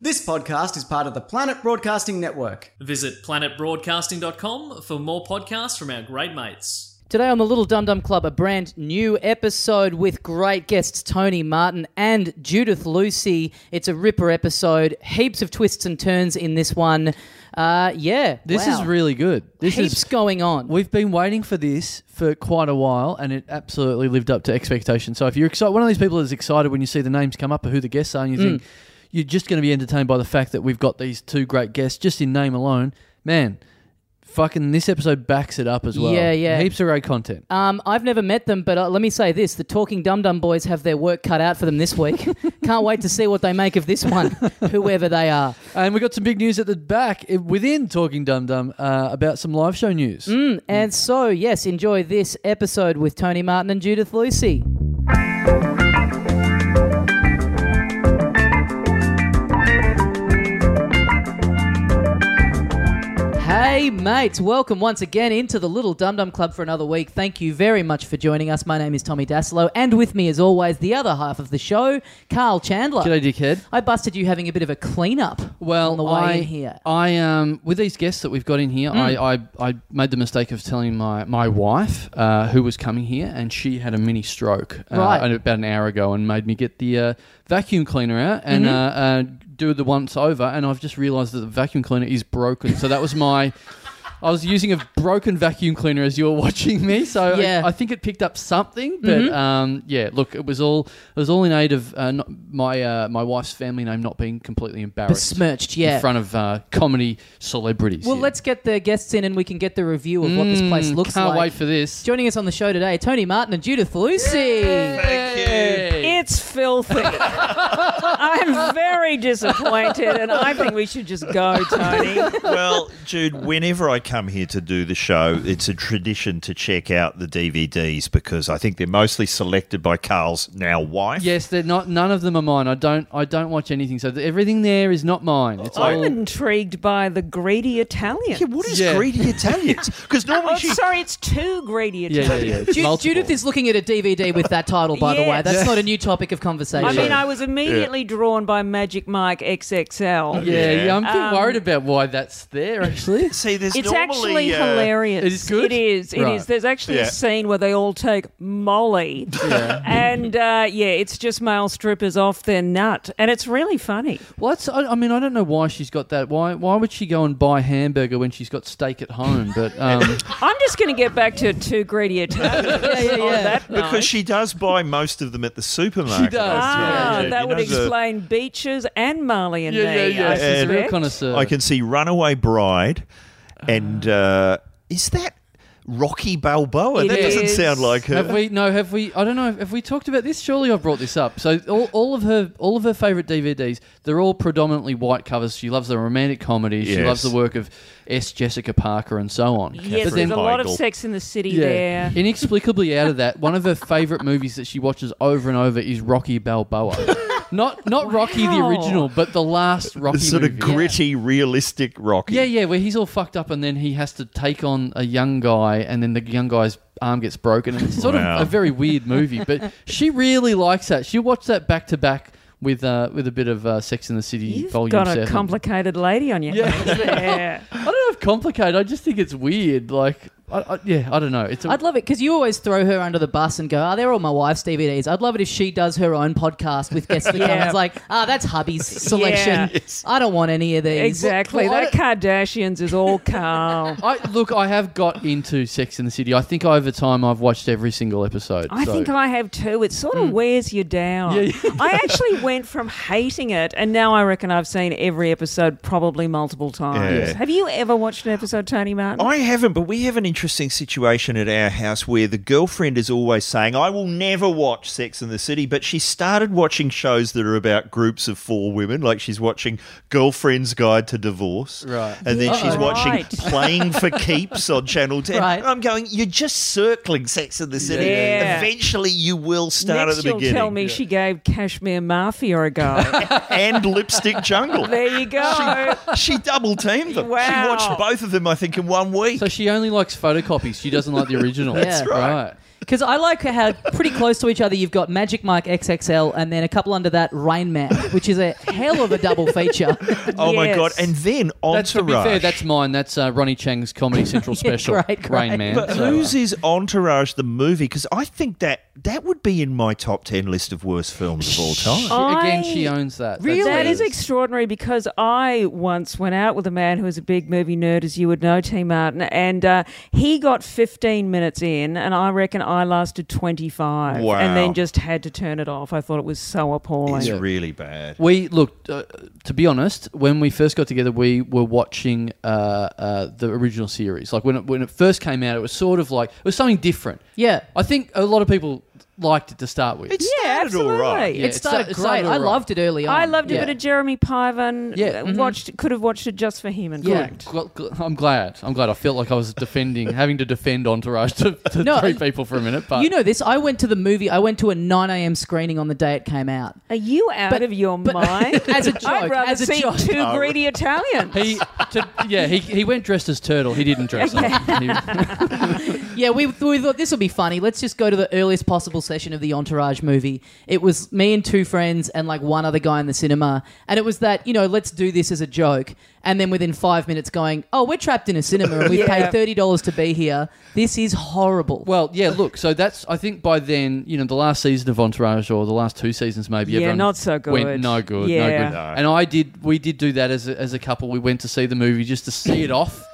This podcast is part of the Planet Broadcasting Network. Visit planetbroadcasting.com for more podcasts from our great mates. Today on the Little Dum Dum Club, a brand new episode with great guests Tony Martin and Judith Lucy. It's a ripper episode, heaps of twists and turns in this one. Uh, yeah, This wow. is really good. This heaps is going on. We've been waiting for this for quite a while, and it absolutely lived up to expectations. So if you're excited, one of these people is excited when you see the names come up of who the guests are, and you Mm. think you're just going to be entertained by the fact that we've got these two great guests just in name alone. Man, fucking this episode backs it up as well. Yeah, yeah. Heaps of great content. Um, I've never met them, but uh, let me say this: the Talking Dum Dum Boys have their work cut out for them this week. Can't wait to see what they make of this one, whoever they are. And we got some big news at the back eh, within Talking Dum Dum uh, about some live show news. And so, yes, enjoy this episode with Tony Martin and Judith Lucy. Hey, mates, welcome once again into the Little Dum Dum Club for another week. Thank you very much for joining us. My name is Tommy Daslow, and with me, as always, the other half of the show, Carl Chandler. G'day, dickhead. I busted you having a bit of a cleanup Well, on the way I, in here. Hmm. I um with these guests that we've got in here, I, I I made the mistake of telling my my wife uh, who was coming here, and she had a mini stroke uh, Right. about an hour ago, and made me get the uh, vacuum cleaner out and Mm-hmm. uh, uh, do the once over, and I've just realised that the vacuum cleaner is broken. So that was my. I was using a broken vacuum cleaner as you were watching me, so I- Yeah. Mm-hmm. I, think it picked up something. But um, yeah, look, it was all it was all in aid of uh, not, my uh, my wife's family name not being completely embarrassed Besmirched, yeah. in front of uh, comedy celebrities. Well, here. let's get the guests in and we can get the review of what this place Mm, looks Can't like. wait for this. Joining us on the show today, Tony Martin and Judith Lucy. Hey. It's filthy. I'm very disappointed, and I think we should just go, Tony. well, Jude, whenever I come here to do the show, it's a tradition to check out the DVDs because I think they're mostly selected by Carl's now wife. Yes, they're not. None of them are mine. I don't. I don't watch anything. So th- everything there is not mine. It's I'm all. intrigued by the greedy Italian. Yeah, what is Yeah. greedy Italians? Because normally Oh, she. sorry, it's too greedy yeah, yeah, Italian. yeah. It's Ju- multiple. Judith is looking at a DVD with that title, by the way. Yes. That's not a new topic of conversation. I mean, I was immediately drawn by Magic Mike XXL. Yeah, yeah. Yeah. I'm a bit Um, worried about why that's there. Actually, See, there's It's normally, actually uh, hilarious. It is good? It is. It is. Right. There's actually Yeah. a scene where they all take Molly, and uh, yeah, it's just male strippers off their nut, and it's really funny. what's? I, I mean, I don't know why she's got that. Why? Why would she go and buy hamburger when she's got steak at home? But um, I'm just going to get back to too greedy Italian. yeah, yeah, yeah. That note. Because she does buy most of them at the supermarket. She does, Ah, Yeah, that You would know the- explain beaches and Marley and yeah, yeah, me. I yeah. She's a real suspect. connoisseur. I can see Runaway Bride, and uh, is that Rocky Balboa? It that doesn't is. sound like her. Have we? No, have we? I don't know. Have we talked about this? Surely I've brought this up. So all, all of her, all of her favorite DVDs, they're all predominantly white covers. She loves the romantic comedies. She Yes. loves the work of S. Jessica Parker and so on. Yes, But there's then- a lot of Michael. sex in the city yeah, there. inexplicably out of that, one of her favorite movies that she watches over and over is Rocky Balboa. Not not Rocky the Wow. original, but the last Rocky The sort movie. of gritty, realistic Rocky. Yeah, yeah, where he's all fucked up and then he has to take on a young guy and then the young guy's arm gets broken. And it's sort Wow. of a very weird movie, but she really likes that. She watched that back to back with uh, with a bit of uh, Sex in the City You've volume got a 7. complicated lady on your hands there. I don't know if complicated, I just think it's weird. Like, I, I, yeah, I don't know. It's a, I'd love it because you always throw her under the bus and go, "Ah, they're all my wife's DVDs." I'd love it if she does her own podcast with guests that come. Yeah. It's like, "Ah, that's hubby's selection. Yeah. I don't want any of these." Exactly. Well, I that Kardashians is all calm. I, look, I have got into Sex in the City. I think over time I've watched every single episode. I so- think I have too. It sort Hmm. of wears you down. Yeah, I actually went from hating it, and now I reckon I've seen every episode probably multiple times. Yeah. Have you ever watched an episode, Tony Martin? I haven't, but we have an interesting situation at our house where the girlfriend is always saying, I will never watch Sex in the City, but she started watching shows that are about groups of four women. Like she's watching Girlfriend's Guide to Divorce. Right. And then she's Uh-oh. watching Oh, Right. Playing for Keeps on Channel 10. Right. And I'm going, You're just circling Sex in the City. Yeah, yeah, yeah. Eventually you will start Next, at the you'll beginning. tell me she gave Kashmir Mafia a go. and Lipstick Jungle. there you go. She double teamed them. She Wow. watched both of them, I think, in one week. So she only likes photocopies. She doesn't like the original. That's right. Because I like how pretty close to each other you've got Magic Mike XXL and then a couple under that Rain Man, which is a hell of a double feature. Oh my Yes. god! And then That's to be fair. Entourage. That's mine. That's uh, Ronnie Chang's Comedy Central special, great, great. Rain Man. But so- whose is Entourage the movie? Because I think that that would be in my top ten list of worst films of all time. I- Again, she owns that. That's That is hers. extraordinary because I once went out with a man who was a big movie nerd, as you would know, T. Martin, and uh, he got 15 minutes in, and I reckon I lasted 25. Wow. And then just had to turn it off. I thought it was so appalling. It's really bad. We looked. Uh, to be honest, when we first got together, we were watching uh, uh, the original series. Like when it, when it first came out, it was sort of like it was something different. Yeah. I think a lot of people liked it to start with. It Yeah, started all right. absolutely. Yeah, it started sta- it great. started I all right. loved it early on. I loved a Yeah. bit of Jeremy Piven. Yeah. Mm-hmm. Uh, watched could have watched it just for him. In Yeah, fact, gl- gl- I'm glad. I'm glad. I felt like I was defending, having to defend Entourage to, to No, three uh, people for a minute. But you know this. I went to the movie. I went to a 9 a.m. screening on the day it came out. are you out But- of your but- mind? As a I'd joke, rather as a see joke. two greedy Italians. he, to, yeah, he, he went dressed as turtle. He didn't dress up. He- Yeah, we, we thought this will be funny. Let's just go to the earliest possible session of the Entourage movie. It was me and two friends and like one other guy in the cinema. And it was that, you know, let's do this as a joke. And then within five minutes going, oh, we're trapped in a cinema and we Yeah. have paid $30 to be here. This is horrible. Well, yeah, look, so that's I think by then, you know, the last season of Entourage or the last two seasons maybe Yeah, everyone not so good. Went, no good, no Yeah. good. No. And I did we did do that as a, as a couple. We went to see the movie just to see it off.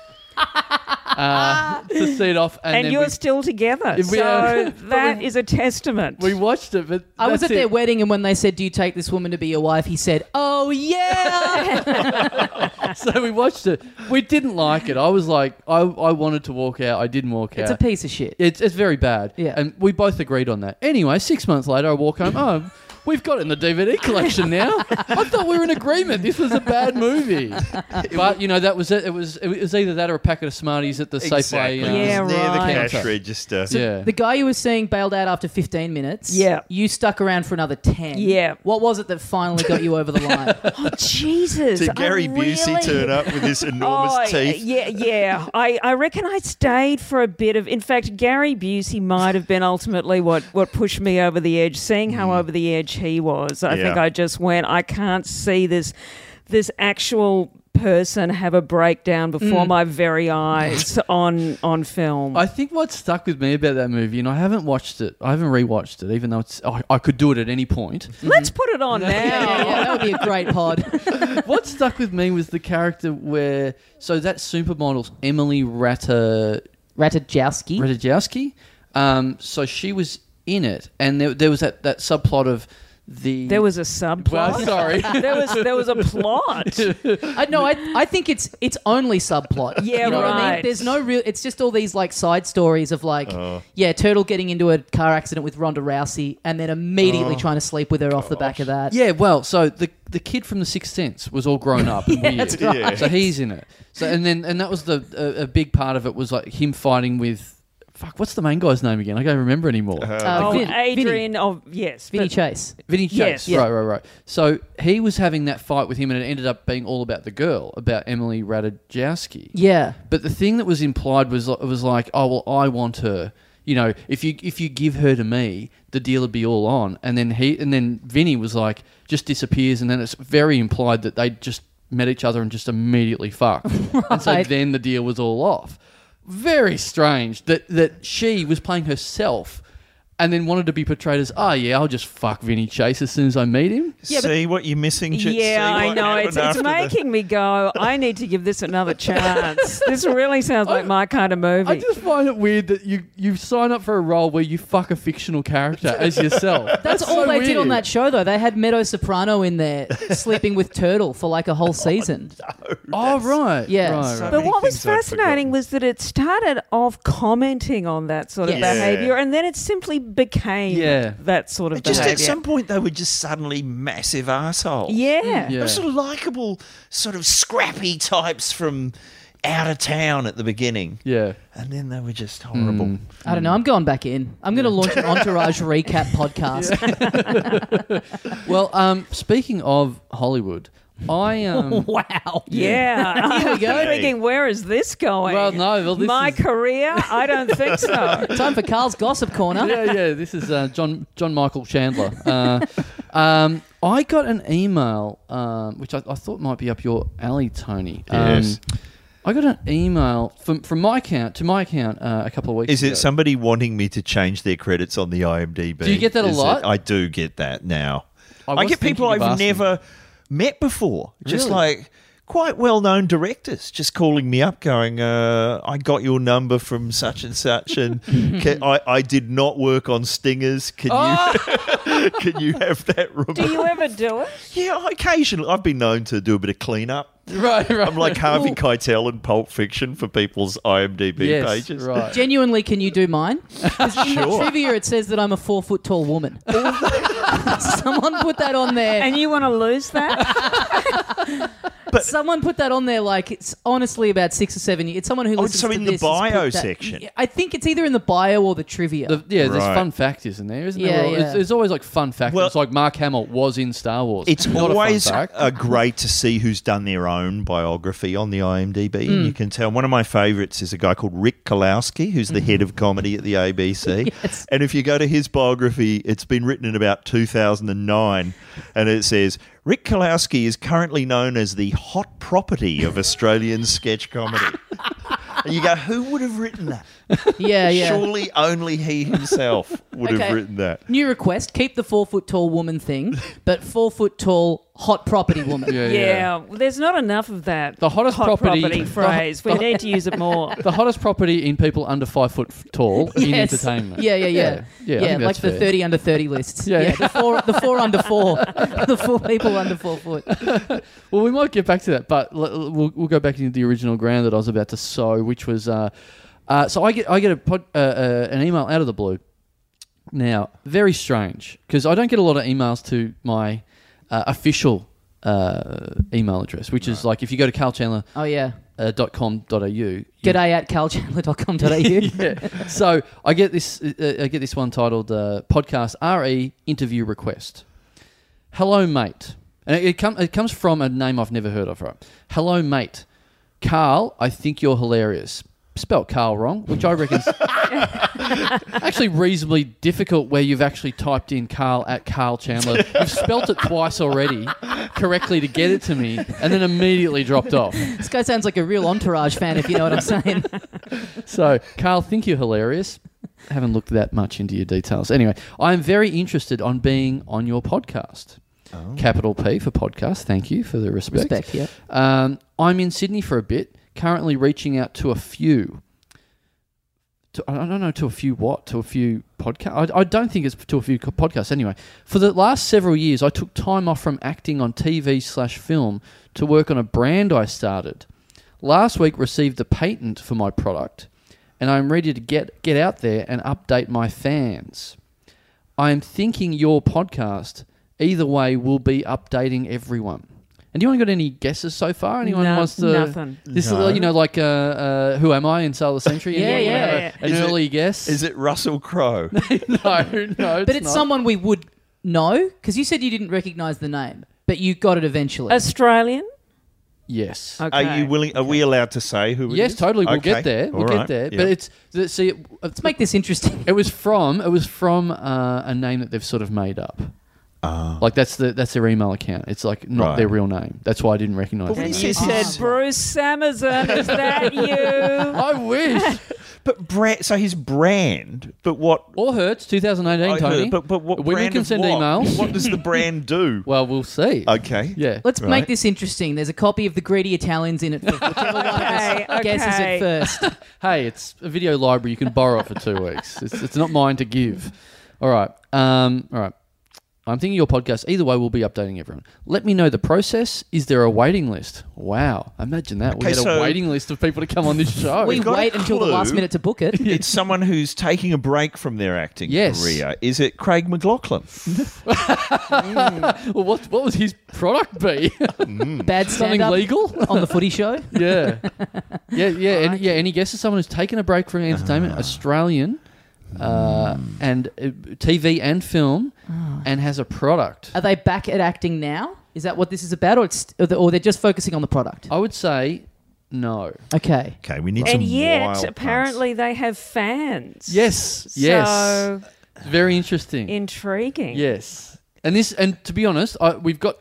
uh, to see it off and, and then you're we, still together. If we are- so that is a testament. we watched it, but I was at that's their it. wedding and when they said, do you take this woman to be your wife? He said, oh, yeah. so we watched it. We didn't like it. I was like I I wanted to walk out. I didn't walk it's out. a piece of shit. It's, it's very bad. Yeah. And we both agreed on that. Anyway, six months later, I walk home. Oh, we've got it in the DVD collection now. I thought we were in agreement. This was a bad movie. But, you know, that was it. It was, it was either that or a packet of Smarties at the Safeway. You know. Yeah, It was near right. the cash register. yeah. The guy you were seeing bailed out after 15 minutes. Yeah. You stuck around for another 10. Yeah. What was it that finally got you over the line? oh, Jesus. Did Gary I Busey Oh, really- turn up with his enormous Oh, teeth? yeah, yeah. I, I reckon I stayed for a bit of. In fact, Gary Busey might have been ultimately what, what pushed me over the edge. Seeing how over the edge he was, I Mm. Yeah. think I just went. I can't see this this actual person have a breakdown Mm. before my very eyes on on film. I think what stuck with me about that movie, and I haven't watched it, I haven't rewatched it, even though it's, I, I could do it at any point. Let's put it on Yeah, yeah, now. yeah, that would be a great pod. what stuck with me was the character where, so that supermodel's Emily Ratter Ratajkowski. Ratajkowski. Um, so she was in it, and there, there was that, that subplot of the. There was a subplot. Well, sorry. there was there was a plot. I, Uh, no, I, I think it's it's only subplot. Yeah, you know What I mean? right. There's no real. It's just all these like side stories of like, Oh. yeah, Turtle getting into a car accident with Ronda Rousey, and then immediately trying to sleep with her off the back of that. Oh. yeah, well, so the the kid from the Sixth Sense was all grown up and weird. that's right. So he's in it. So and then and that was the a, a big part of it was like him fighting with fuck. What's the main guy's name again? I can't remember anymore. Uh, Oh, Vin- Vinny, Adrian. Oh, yes. Vinny but- Chase. Vinny Yes. Chase. Right, right, right. So he was having that fight with him, and it ended up being all about the girl, about Emily Ratajkowski. Yeah. But the thing that was implied was it was like, oh well, I want her. You know, if you if you give her to me, the deal would be all on. And then he and then Vinny was like, just disappears, and then it's very implied that they just met each other and just immediately fucked. And so Right. then the deal was all off. Very strange that that she was playing herself. And then wanted to be portrayed as, oh yeah, I'll just fuck Vinny Chase as soon as I meet him. See what you're missing. Ju- Yeah, see I what know. happened It's, it's after the- making me go, I need to give this another chance. this really sounds like my kind of movie. I just find it weird that you you sign up for a role where you fuck a fictional character as yourself. That's, all so they did on weird. that show, though. They had Meadow Soprano in there sleeping with Turtle for like a whole season. Oh right, Yeah. Right, So right. but many what was things I'd fascinating forgotten. was that it started off commenting on that sort of Yes. Yeah. behavior, and then it simply became Yeah. that sort of Just behavior. at some point, they were just suddenly massive arseholes. yeah. Yeah. Those sort of likable, sort of scrappy types from out of town at the beginning. yeah. And then they were just horrible. I don't know. I'm going back in. I'm going to launch an Entourage recap podcast. Well, um, speaking of Hollywood, I um, Wow. Yeah. Here we I'm go. thinking, where is this going? Well, no, well, this My is- career? I don't think so. Time for Carl's gossip corner. yeah, yeah. This is uh, John John Michael Chandler. Uh, um, I got an email, um, which I, I thought might be up your alley, Tony. Um, Yes. I got an email from from my account to my account uh, a couple of weeks. Is ago. it somebody wanting me to change their credits on the IMDb? Do you get that a Is it- lot? I do get that now. I I, was get people thinking I've of asking. never met before, just Really? like quite well-known directors, just calling me up, going, uh, "I got your number from such and such, and ca I, I did not work on stingers. Can Oh. you can you have that removed?" Do you ever do it? yeah, occasionally I've been known to do a bit of cleanup. Right, right. I'm like Harvey Keitel in Pulp Fiction for people's IMDb yes, pages. Right. Genuinely, can you do mine? 'Cause In the trivia, it says that I'm a four foot tall woman. Someone put that on there. And you want to lose that? Someone put that on there. Like it's honestly about six or seven. It's someone who Oh, listens so to in the this has put bio that- section. Yeah, I think it's either in the bio or the trivia. The- yeah, there's Right. fun fact, isn't there? Isn't Yeah, there? Well, yeah. It's, it's always like fun fact. Well- it's like Mark Hamill was in Star Wars. It's Not a fun always fact. uh, great to see who's done their own biography on the IMDb. And you can tell one of my favourites is a guy called Rick Kalowski, who's the head of comedy at the ABC. Yes. And if you go to his biography, it's been written in about 2009, and it says Rick Kalowski is currently known as the hot property of Australian sketch comedy. And you go, who would have written that? yeah, Uh, yeah. Surely only he himself would Okay. have written that. New request: keep the four foot tall woman thing, but four foot tall hot property woman. Um, Yeah, Yeah. yeah. Well, there's not enough of that. The hottest hot property- property, the- phrase. We need to use it more. The hottest property in people under five foot f- tall in Yes. entertainment. Yeah, yeah, yeah. Yeah, yeah, I think like that's the fair. 30 under 30 lists. Yeah. Yeah, the, four, the four under four. the four people under four foot. Well, we might get back to that, but l- l- we'll, we'll go back into the original ground that I was about to sow, which was uh, uh, so I get I get a pod, uh, uh, an email out of the blue. Now, very strange because I don't get a lot of emails to my uh, official uh, email address, which is like if you go to carlchandler.com.au. Oh, yeah. Uh, dot com dot au, you- G'day at calchandler.com.au. yeah. yeah. So I get this. Uh, I get this one titled uh, "Podcast Re Interview Request." Hello, mate. And it, it, com- it comes from a name I've never heard of. Right? Hello, mate. Carl, I think you're hilarious. Spelt Carl wrong, which I reckon's actually reasonably difficult where you've actually typed in Carl at Carl Chandler. You've spelt it twice already correctly to get it to me and then immediately dropped off. This guy sounds like a real entourage fan, if you know what I'm saying. So, Carl, think you're hilarious. Haven't looked that much into your details. Anyway, I am very interested on being on your podcast. Capital P for podcast. Thank you for the respect. Respect, yeah. Um, I'm in Sydney for a bit. Currently reaching out to a few. To, I don't know to a few what to a few podcasts. I, I don't think it's to a few co- podcasts anyway. For the last several years, I took time off from acting on TV slash film to work on a brand I started. Last week, received the patent for my product, and I'm ready to get get out there and update my fans. I am thinking your podcast, either way, will be updating everyone. And do you want to got any guesses so far? Anyone No, wants to nothing. This is you know like uh, uh, who am I in Soul of the Century? Yeah, Anyone yeah, have a- yeah. An Is it- early guess? Is it Russell Crowe? no, no. But it's not. someone we would know, because you said you didn't recognize the name, but you got it eventually. Australian? Yes. Okay. Are you willing? Are we allowed to say who? It Yes, is? totally. We'll Okay. get there. We'll All get right. there. Yeah. But it's th- see, it, Let's make this interesting. it was from it was from uh, a name that they've sort of made up. Like that's the that's their email account. It's like not Ah. Right. their real name. That's why I didn't recognise. But their when name. You said Bruce Samerson. Is that you? I wish. But brand, so his brand, but what? or Hertz, 2018, I Tony. heard- but but what? Women brand can of send what? emails. What does the brand do? well, we'll see. okay. Yeah. Let's Right. make this interesting. There's a copy of The Greedy Italians in it for whichever one of us Okay, okay. guesses it first. Hey, it's a video library you can borrow for two weeks. It's, it's not mine to give. All right. Um, all right. I'm thinking your podcast, either way, will be updating everyone. Let me know the process. Is there a waiting list? Wow. Imagine that. we Okay, had a so- waiting list of people to come on this show. We We've got a wait until the clue. last minute to book it. It's someone who's taking a break from their acting Yes. career. Is it Craig McLaughlin? well, what, what would his product be? Bad Something stand-up legal? on the footy show. yeah. Yeah, yeah, any, yeah. Any guesses? Someone who's taken a break from entertainment, Australian, Hmm. uh, Ah. and uh, TV and film, and has a product. Are they back at acting now? Is that what this is about, or it's or the- or they're just focusing on the product? I would say no. Okay. Okay, we need some and yet, wild apparently, they have fans. Yes. Yes. So Very interesting. intriguing. Yes, and this, and to be honest, I, we've got.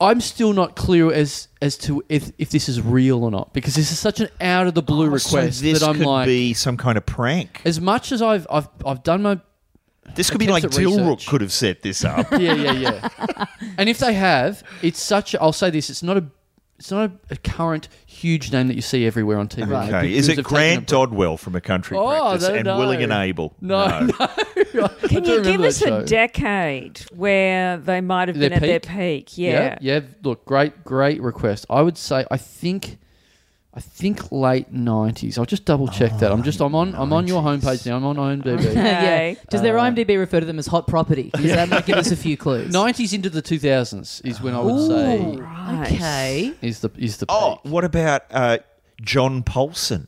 I'm still not clear as as to if, if this is real or not because this is such an out of the blue puns. Oh, So request this that I'm could like, be some kind of prank. as much as I've I've I've done my This could be like attempts at Dilrook research. could have set this up. yeah yeah yeah, and if they have, it's such. I'll say this: it's not a it's not a, a current huge name that you see everywhere on TV. Right. Like, Okay, is because it they've taken Grant a- Dodwell from A Country Oh, I Practice don't and know. Willing and Able? No, no. I Can do you remember give that us show. a decade where they might have Their been at peak? their peak? Yeah. yeah. Look, great, great request. I would say I think, I think late nineties. I'll just double check that. Oh, I'm just I'm on I'm on your homepage now. I'm on IMDb. Okay. yeah. Does their IMDb refer to them as hot property? Because that might give us a few clues. Nineties into the two thousands is when I would say Right. Okay. is the is the Oh, peak. what about uh, John Paulson?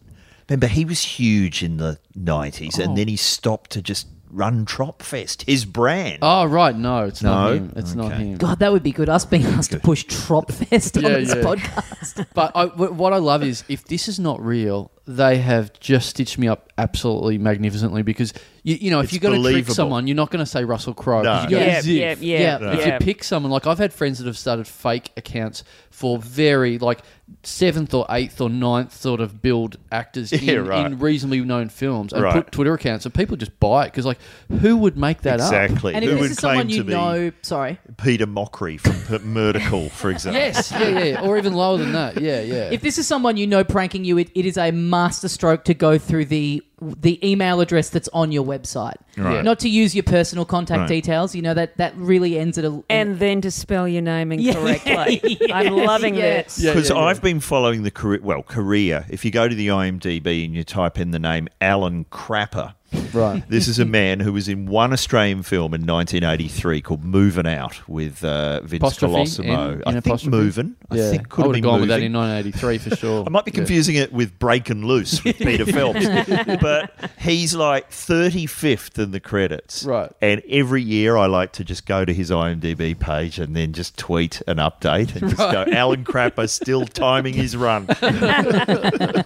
Remember, he was huge in the 90s Oh. and then he stopped to just run Tropfest, his brand. Oh right, no, it's not No? him. It's not Okay. him. God, that would be good. Us being asked to push Tropfest on Yeah, this yeah. podcast. But I, wh- what I love is if this is not real, they have just stitched me up absolutely magnificently because you, you know if It's you're going to trick believable. someone, you're not going to say Russell Crowe. No. 'cause You go, Yeah, "Ziff." yeah, yeah, Yeah. yeah. If you pick someone, like I've had friends that have started fake accounts for very like seventh or eighth or ninth sort of build actors in, Yeah, right. in reasonably known films and Right. put Twitter accounts, and people just buy it because like who would make that up? exactly. and if Who this would is someone claim you to be know, sorry, Peter Mockery from P- Murdical, for example? Yes, yeah, yeah, or even lower than that. Yeah, yeah. if this is someone you know pranking you, it, it is a masterstroke to go through the the email address that's on your website, Right. not to use your personal contact Right. details. You know that that really ends at a And then to spell your name incorrectly. I'm loving Yes. this. Yeah, Because yeah, yeah. I've been following the career, well, career. If you go to the IMDb and you type in the name Alan Crapper, right. this is a man who was in one Australian film in 1983 called Moving Out with uh, Vince Apostrophe Colosimo. in- in I think apostrophe? Moving. I think could I have would been have gone with that Movin'. in 1983 for sure. I might be confusing it with Breaking Loose with Peter Phelps, but he's like 35th in the credits. Right. And every year I like to just go to his IMDb page and then just tweet an update and just go, Alan Crapper still timing his run. Uh,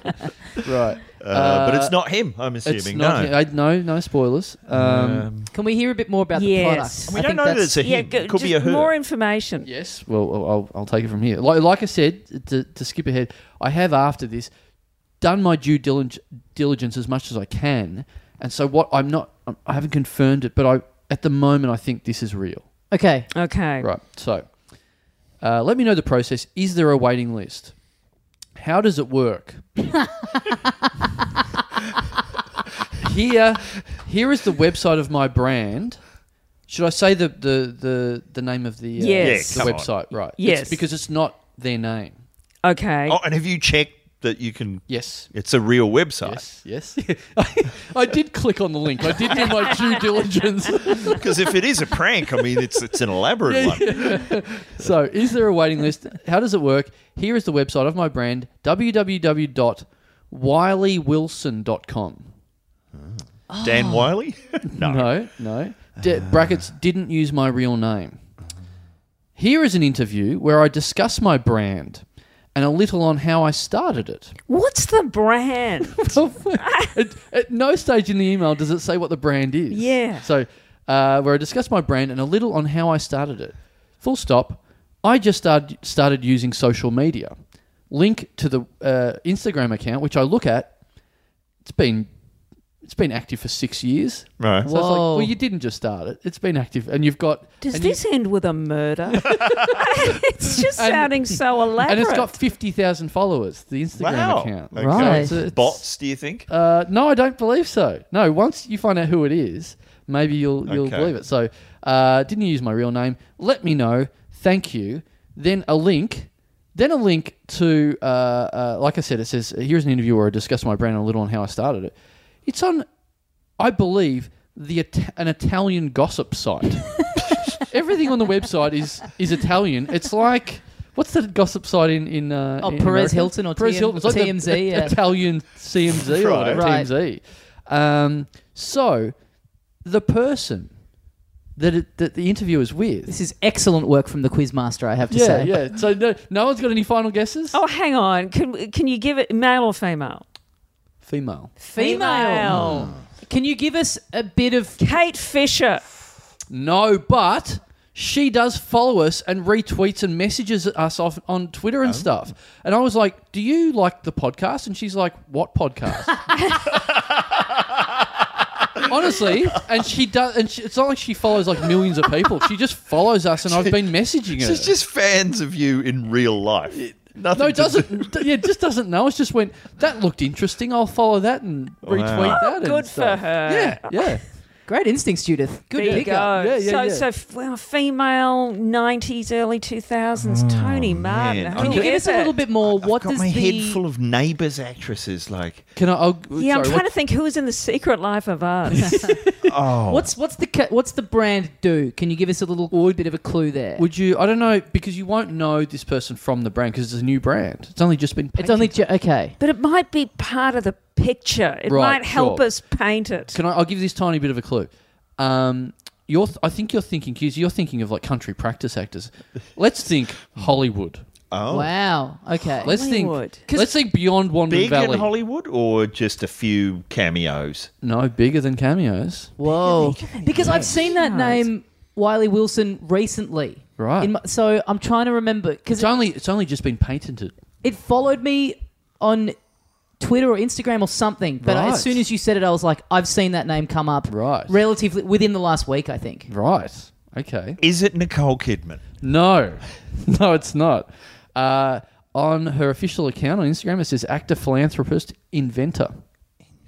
Right. but it's not him, I'm Uh, assuming. It's no. not. I, no, no spoilers. Um, Can we hear a bit more about Yes. the product? we I don't think know that that's- it's a Yeah, him. go- it could be a just her. more information. Yes. Well, I'll- I'll, I'll take it from here. Like, like I said, to, to skip ahead, I have after this done my due diligence, diligence as much as I can, and so what I'm not, I haven't confirmed it, but I at the moment I think this is real. okay. Okay. Right. So, uh, let me know the process. Is there a waiting list? How does it work? here, here is the website of my brand. Should I say the the the, the name of the uh, Yes. the Yeah, come on. website? Right. Yes. It's because it's not their name. Okay. Oh, and have you checked that you can. Yes. It's a real website. Yes. Yes. I, I did click on the link. I did do my due diligence. Because if it is a prank, I mean, it's, it's an elaborate one. So, is there a waiting list? How does it work? Here is the website of my brand www.wileywilson.com. Dan Wiley? no. Oh. No, no. D- brackets didn't use my real name. Here is an interview where I discuss my brand and a little on how I started it. What's the brand? at, at no stage in the email does it say what the brand is. Yeah. So, uh, where I discuss my brand and a little on how I started it. Full stop. I just started, started using social media. Link to the uh, Instagram account, which I look at. It's been it's been active for six years. Right. So it's like, Whoa. well, you didn't just start it. It's been active, and you've got Does and you- this end with a murder? it's just And- sounding so elaborate. and it's got fifty thousand followers. The Instagram Wow. account. Okay. Right. So it's- Bots, do you think? Uh, no, I don't believe so. No, once you find out who it is, maybe you'll you'll Okay. believe it. So, uh, didn't use my real name. Let me know. Thank you. Then a link. Then a link to, uh, uh, like I said, it says here's an interview where I discuss my brand and a little on how I started it. It's on, I believe, the It- an Italian gossip site. Everything on the website is is Italian. It's like. What's the gossip site in in? Uh, Oh, in Perez America? Hilton or Perez TM Hilton. It's like the TMZ, It- yeah. Italian CMZ or whatever, Right. TMZ. Um, so the person that, it, that the interview is with. This is excellent work from the quizmaster, I have to yeah, say. yeah. So no, no one's got any final guesses. Oh, hang on. Can can you give it male or female? Female. Female. Can you give us a bit of Hmm. Kate Fisher. No, but she does follow us and retweets and messages us off on Twitter Oh. and stuff. And I was like, "Do you like the podcast?" And she's like, "What podcast?" Honestly, and she does, and she, it's not like she follows like millions of people. She just follows us, and I've been messaging her. She's just fans of you in real life. Nothing no, to it doesn't. d- yeah, just doesn't know. It's just went. That looked interesting. I'll follow that and retweet Wow. that. and Good for stuff." her. Yeah, yeah. great instincts, Judith? Good there you go. pick up. Yeah, yeah, so, yeah. so f- well, female '90s, early 2000s. Hmm, Tony Martin. man. Who Can Can you give is us a little it? bit more? what Got does my the head full of neighbours actresses. Like, Can I? I'll, Yeah, sorry, I'm trying what- to think who was in the Secret Life of Us. oh, what's what's the ca- what's the brand do? Can you give us a little bit of a clue there? Would you? I don't know because you won't know this person from the brand because it's a new brand. It's only just been. it's only ju- okay. but it might be part of the picture. It Right, might help sure. us paint it. Can I? I'll give this tiny bit of a clue. Um, you're. th- I think you're thinking. Cause you're thinking of like country practice actors. Let's think Hollywood. oh, Wow. Okay. Let's Hollywood. think. Let's think beyond Wandon big Valley. in Hollywood or just a few cameos? no, bigger than cameos. Whoa. Because I've seen that Nice. name Wiley Wilson recently. Right. In my, so I'm trying to remember because It's only. It's only just been patented. it followed me on Twitter or Instagram or something. But Right. as soon as you said it, I was like, I've seen that name come up. Right. Relatively within the last week, I think. Right. Okay. Is it Nicole Kidman? No, no, it's not. Uh, on her official account on Instagram, it says actor, philanthropist, inventor.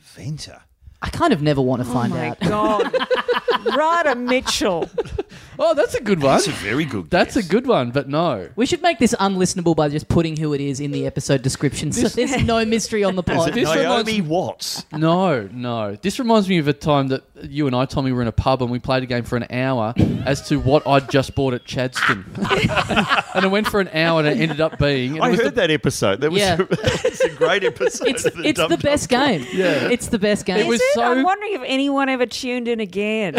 Venter. I kind of never want to Oh find my out. God. Ryder Mitchell. Oh, that's a good one. That's a very good. That's a guess. good one, but no. We should make this unlistenable by just putting who it is in the episode description, so there's no mystery on the pod. this reminds Naomi Watts. No, no. This reminds me of a time that you and I, Tommy, were in a pub and we played a game for an hour as to what I'd just bought at Chadston. and it went for an hour and it ended up being. And it I was heard the, that episode. That was, Yeah. that was a great episode. It's, of it's Dum the Dum best game. Yeah. It's the best game. Is was it? so- I'm wondering if anyone ever tuned in again.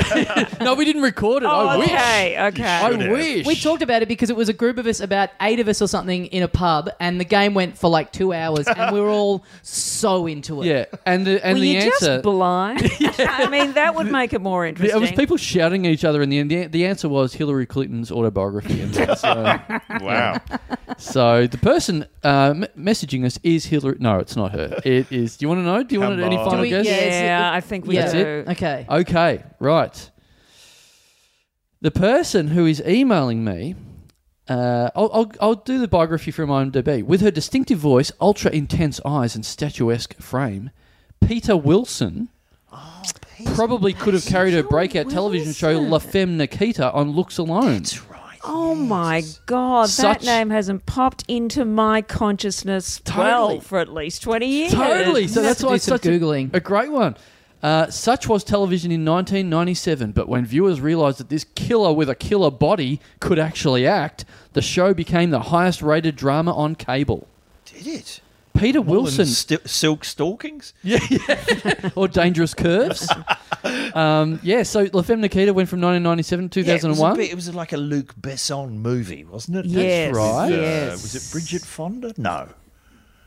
No, we didn't record it. I oh, wish. okay, okay. I Should have. wish. We talked about it because it was a group of us, about eight of us or something, in a pub, and the game went for like two hours, and we were all so into it. Yeah, and the, and Were the you answer. just blind? I mean, that would make it more it interesting. was people shouting at each other, and the, the the answer was Hillary Clinton's autobiography. And so, Wow. so the person uh, m- messaging us is Hillary. No, it's not her. It is. Do you want to know? Do you want Come any on. final Do we- guess? yeah, it's- Yeah, it- I think we yeah. That's do. it? Okay. Okay, right. The person who is emailing me, uh, I'll, I'll, I'll do the biography from IMDb. With her distinctive voice, ultra intense eyes, and statuesque frame, Peter Wilson probably could have carried her breakout television show La Femme Nikita on looks alone. Oh my God, Such- that name hasn't popped into my consciousness Totally. well for at least 20 years. Totally. So You have that's to why do it's some such a- Googling. A, great one. Uh, such was television in 1997, but when viewers realised that this killer with a killer body could actually act, the show became the highest rated drama on cable. Did it? Peter Wilson. Wilson St- silk stalkings? or Dangerous Curves. um, yeah, so La Femme Nikita went from 1997 to 2001. Yeah, it, was a bit- it was like a Luke Besson movie, wasn't it? Yes, That's right. Uh, yes. was it Bridget Fonda? No.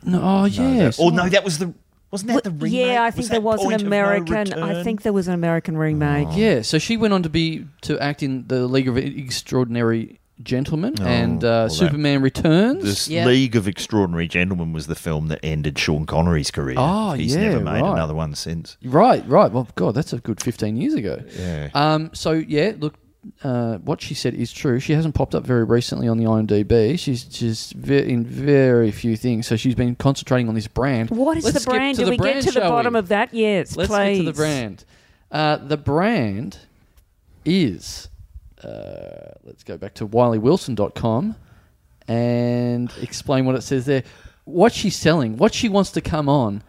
no, oh, yes. Or no, that was the. Wasn't that the Well, remake? yeah, I think was there that was Point an of American. No I Return? think there was an American remake. Yeah, so she went on to be to act in the League of Extraordinary Gentlemen and uh, well, Oh, that- Superman Returns. This Yeah. League of Extraordinary Gentlemen was the film that ended Sean Connery's career. Oh, He's yeah, never made right. another one since. Right, right. Well, God, that's a good 15 years ago. Yeah. Um, so, yeah, look, uh, what she said is true. She hasn't popped up very recently on the IMDb. She's just ve- in very few things. So she's been concentrating on this brand. What is Let's the skip brand? to Do the we brand, get to the shall bottom we? of that? Yes, Let's please. get to the brand. Uh, the brand is, uh, let's go back to wileywilson.com and explain what it says there. What she's selling, what she wants to come on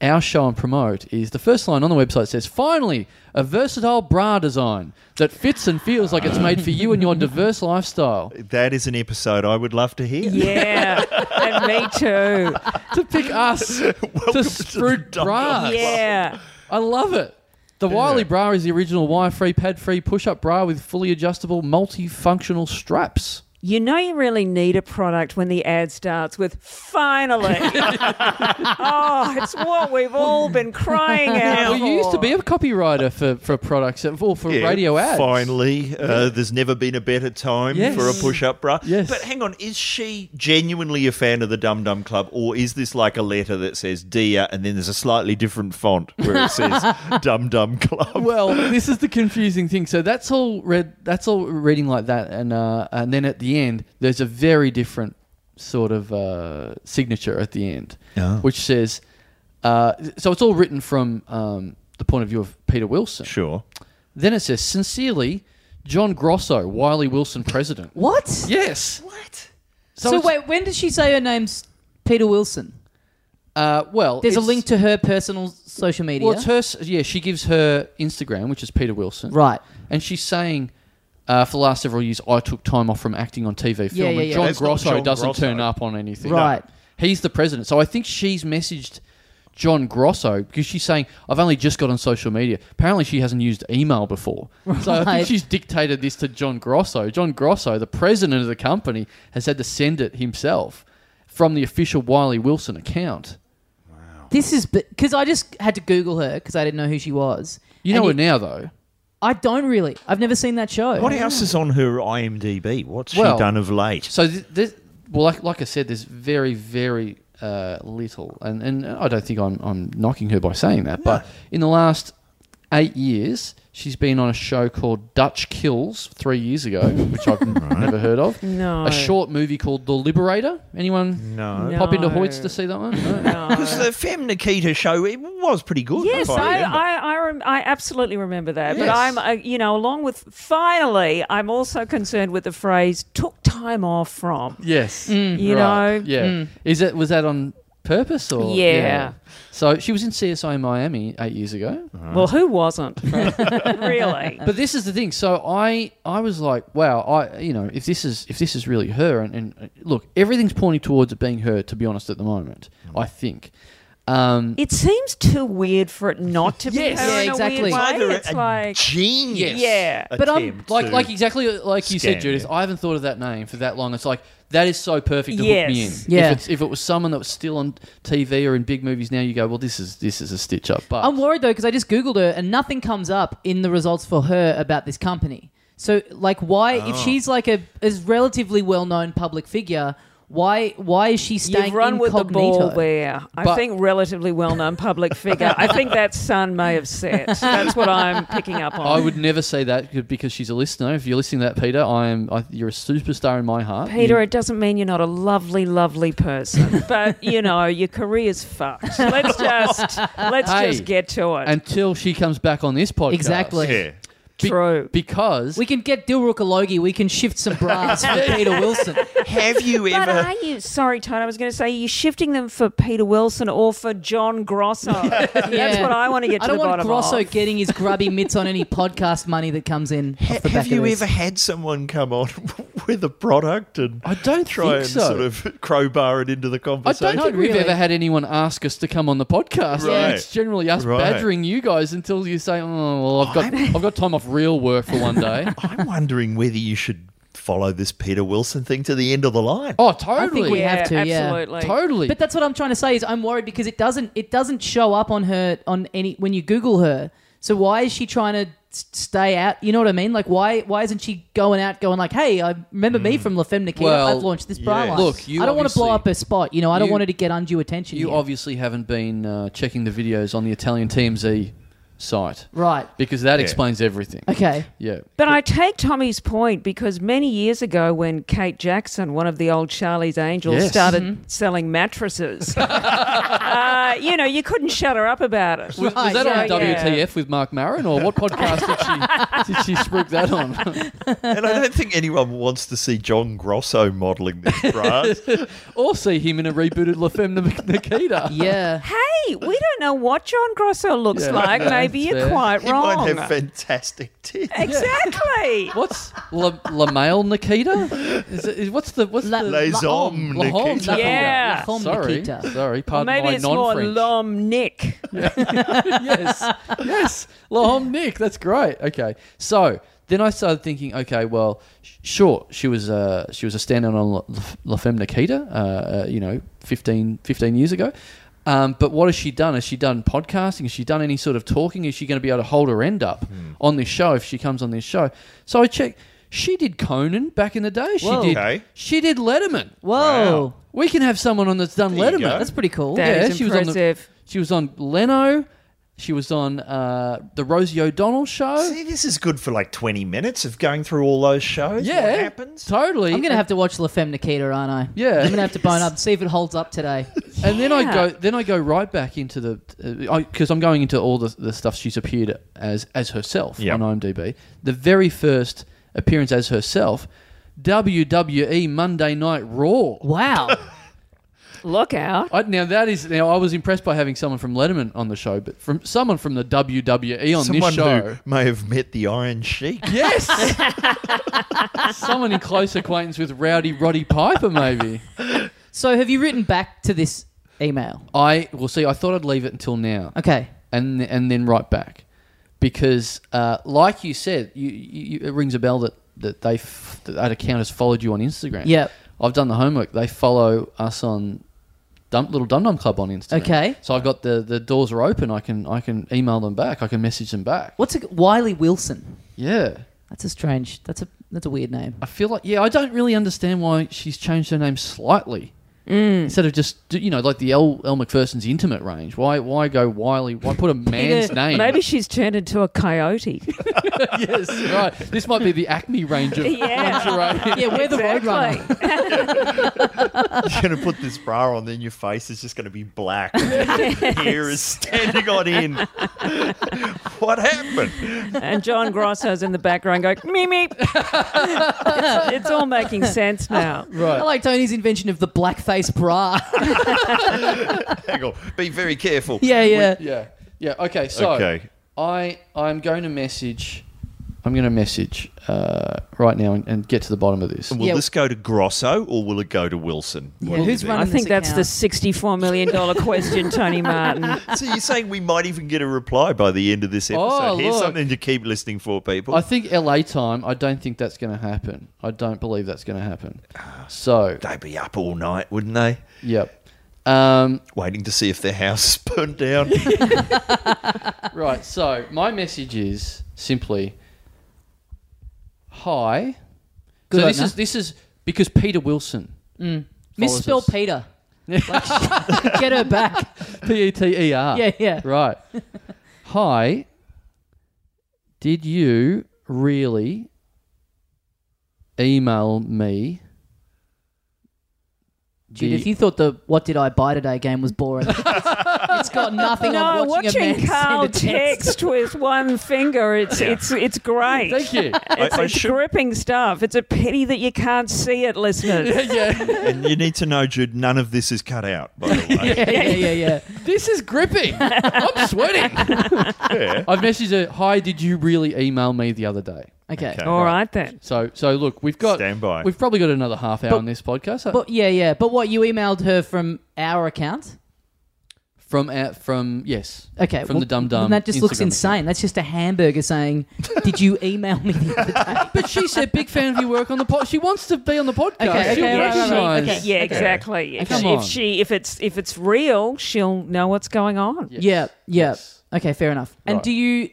our show and promote is the first line on the website says, finally, a versatile bra design that fits and feels like it's made for you and your diverse lifestyle. That is an episode I would love to hear. Yeah, and me too. To pick us to spruik Dumb bras. Yeah. I love it. The Wiley bra is the original wire-free, pad-free push-up bra with fully adjustable, multifunctional straps. You know, you really need a product when the ad starts with finally. oh, it's what we've all been crying out Well, for. you used to be a copywriter for, for products or for Yeah, radio ads. Finally, uh, there's never been a better time Yes. for a push-up bra. Yes. But hang on, is she genuinely a fan of the Dum Dum Club, or is this like a letter that says "Dear" and then there's a slightly different font where it says "Dum Dum Club"? Well, this is the confusing thing. So that's all read. That's all reading like that, and uh, and then at the end, there's a very different sort of uh, signature at the end, Oh. which says. Uh, so it's all written from um, the point of view of Peter Wilson. sure. Then it says, "Sincerely, John Grosso, Wiley Wilson, President." What? Yes. What? So, So, it's- wait, when did she say her name's Peter Wilson? Uh, well, There's a it's- link to her personal social media. Well, it's her. s- Yeah, she gives her Instagram, which is Peter Wilson. Right. and she's saying uh, for the last several years I took time off from acting on TV film Yeah, yeah, and yeah. John That's not Grosso John doesn't Grosso. turn up on anything. Right. He's the president. So I think she's messaged John Grosso because she's saying I've only just got on social media. Apparently she hasn't used email before. So I Right. think she's dictated this to John Grosso. John Grosso, the president of the company, has had to send it himself from the official Wiley Wilson account. This is because I just had to Google her because I didn't know who she was. You know And her it- now though. I don't really. I've never seen that show. What else is on her IMDb? What's Well- she done of late? So th- this, well, like, like I said, there's very, very uh, little, and, and I don't think I'm, I'm knocking her by saying that, but in the last eight years, she's been on a show called Dutch Kills three years ago, which I've never heard of. No. A short movie called The Liberator. Anyone No. No. pop into Hoyts to see that one? No. Because the Fem Nikita show, it was pretty good. Yes, if I, remember. I, I, rem- I absolutely remember that. But Yes. I'm, uh, you know, along with finally, I'm also concerned with the phrase took time off from. Yes. You Mm, Right, know? mm. Yeah. Is it was that on purpose or Yeah. So she was in CSI Miami eight years ago. Well, who wasn't? really? Uh-huh. But this is the thing. So I, I was like, wow, I, you know, if this is if this is really her, and, and uh, look, everything's pointing towards it being her. To be honest, at the moment, I think. Um, It seems too weird for it not to be Yes. her Yeah, in a exactly. weird way. Either It's a like, genius. yeah. But I'm- attempt like, to- like exactly uh, like you said, Scam, Judith. yeah. I haven't thought of that name for that long. It's like that is so perfect to hook me in. Yes. Yeah. If, it's, if it was someone that was still on TV or in big movies now, you go, well, this is this is a stitch up. But I'm worried though because I just googled her and nothing comes up in the results for her about this company. So like, why if Oh. she's like a is relatively well known public figure, why why is she staying You've run with the incognito? ball there. I But- think relatively well-known public figure. I think that son may have set. That's what I'm picking up I on. would never say that c- because she's a listener. If you're listening to that, Peter, I am. I, you're a superstar in my heart. Peter, You- it doesn't mean you're not a lovely, lovely person, but you know your career's fucked. Let's just let's Hey, just get to it. until she comes back on this podcast. Exactly. Yeah. Be- True. Because We can get Dilruk Alogi. We can shift some bras for Peter Wilson. Have you But ever? are you sorry, Tony? I was going to say, are you shifting them for Peter Wilson or for John Grosso? That's Yeah. what I want to get I to don't the want bottom Grosso of. getting his grubby mitts on any podcast money that comes in. Ha- off the have back you of this. ever had someone come on with a product and I don't try think and so. sort of crowbar it into the I conversation? don't think we've really. ever had anyone ask us to come on the podcast. Right. It's generally us Right. badgering you guys until you say, "Oh, well, I've got I've got time off real work for one day." I'm wondering whether you should follow this Peter Wilson thing to the end of the line. oh, totally, we have to, yeah. absolutely. totally. But that's what I'm trying to say is I'm worried because it doesn't it doesn't show up on her on any when you Google her. So why is she trying to s- stay out? You know what I mean? Like why why isn't she going out going like, hey, I remember me from La Femme Nikita. Hmm. Well, I've launched this bra yes. line. Look, you I don't want to blow up obviously- her spot. You know, I don't you- want her to get undue attention. you here. obviously haven't been uh, checking the videos on the Italian TMZ site, right? Because that Yeah. explains everything. Okay. Yeah. But I take Tommy's point because many years ago, when Kate Jackson, one of the old Charlie's Angels, Yes. started Mm-hmm. selling mattresses, uh, you know, you couldn't shut her up about it. Was, was that so, on yeah. WTF with Mark Maron, or what podcast did she did she spruik that on? And I don't think anyone wants to see John Grosso modelling this brand. or see him in a rebooted La Femme Nikita. Yeah. Hey, we don't know what John Grosso looks Yeah. like. Maybe Maybe you're fair. quite He wrong. might have fantastic tits. exactly. What's La, La Male Nikita? Is it, is, what's the what's La- the Les Lahom, hommes, Lahom Nikita. Lahom, Yeah. Lahom Sorry, Nikita. sorry. Pardon Maybe my it's more non-French. Lom Nick. yes, yes, Lahom Nick. That's great. Okay, so then I started thinking. Okay, well, sh- sure, she was uh, she was a standout on La, La Femme Nikita. Uh, uh, you know, 15, 15 years ago. Um, but what has she done? Has she done podcasting? Has she done any sort of talking? Is she going to be able to hold her end up Hmm. on this show if she comes on this show? So I checked. She did Conan back in the day. She Whoa. did. Okay. She did Letterman. Whoa. Wow. We can have someone on that's done There you Letterman. go. That's pretty cool. That is she was on the, impressive. she was on Leno. She was on uh, the Rosie O'Donnell show. See, this is good for like 20 minutes of going through all those shows. yeah, What happens? totally. I'm going to have to watch La Femme Nikita, aren't I? Yeah. I'm going to have to bone up, see if it holds up today. and then I Yeah. go, then I go right back into the, because I'm going into all the, the stuff she's appeared as as herself Yep. on IMDb. The very first appearance as herself, WWE Monday Night Raw. Wow. Look out. I, now that is now I was impressed by having someone from Letterman on the show, but from someone from the WWE on Someone this show. who may have met the Iron Sheik. Yes. Someone in close acquaintance with Rowdy Roddy Piper, maybe. so have you written back to this email? I will see. I thought I'd leave it until now, Okay. and and then right back, because uh, like you said, you, you, you- it rings a bell that that they f- that that account has followed you on Instagram. Yep. I've done the homework. They follow us on. Dum, little Dum Dum Club on Instagram. Okay. so I've got the, the doors are open. I can I can email them back. I can message them back. What's a Wiley Wilson? Yeah, That's a strange. That's a that's a weird name. I feel like yeah, I don't really understand why she's changed her name slightly Mm. instead of just you know like the L L McPherson's intimate range. Why why go Wiley? Why put a man's Peter, name? Maybe she's turned into a coyote. yes, right. This might be the Acme range of Yeah. lingerie. Yeah, we're the Exactly. Roadrunner. You're going to put this bra on, then your face is just going to be black. Hair is standing on end. what happened? and John Grosso's in the background going, meep, meep. it's, it's all making sense now. I like Tony's invention of the blackface bra. Hang on. Be very careful. yeah, yeah. yeah, yeah. Okay, so Okay. I I'm going to message. I'm going to message uh, right now and, and get to the bottom of this. Will Yeah. this go to Grosso or will it go to Wilson? What Yeah, do you who's think? I running think this that's the account? $64 million question, Tony Martin. So you're saying we might even get a reply by the end of this episode? Oh, Here's look. something to keep listening for, people. I think LA time. I don't think that's going to happen. I don't believe that's going to happen. So They'd be up all night, wouldn't they? yep. Um, Waiting to see if their house is burned down. Right, so my message is simply hi. Good so this on is this is because Peter Wilson. Misspell follows us. Peter. Like, get her back. P E T E R. Yeah, yeah. Right. hi. Did you really email me? Dude, the- if you thought the "What did I buy today?" game was boring, it's got nothing No, on watching, a man watching Carl send a text. text with one finger, it's, it's, it's great. Thank you. It's, I- I it's should- gripping stuff. It's a pity that you can't see it, listeners. yeah. and you need to know, Jude, none of this is cut out, by the way. yeah, yeah, yeah, yeah. This is gripping. I'm sweating. I've messaged her, hi, did you really email me the other day? Okay. Okay. All right, then. So, so look, we've got Stand by. We've probably got another half hour on this podcast. But yeah, yeah. But what you emailed her from our account? from our, from yes, Okay, from well, the Dum Dum. then That just looks Instagram account. insane. That's just a hamburger saying, "Did you email me the other day?" But she said, big fan of your work on the pod. She wants to be on the podcast. Okay, She'll okay, right, right, right. recognise- Okay. Yeah, exactly. If, Come she, on. if she if it's if it's real, she'll know what's going on. Yeah, yeah. Yes. Okay, fair enough. And Right. do you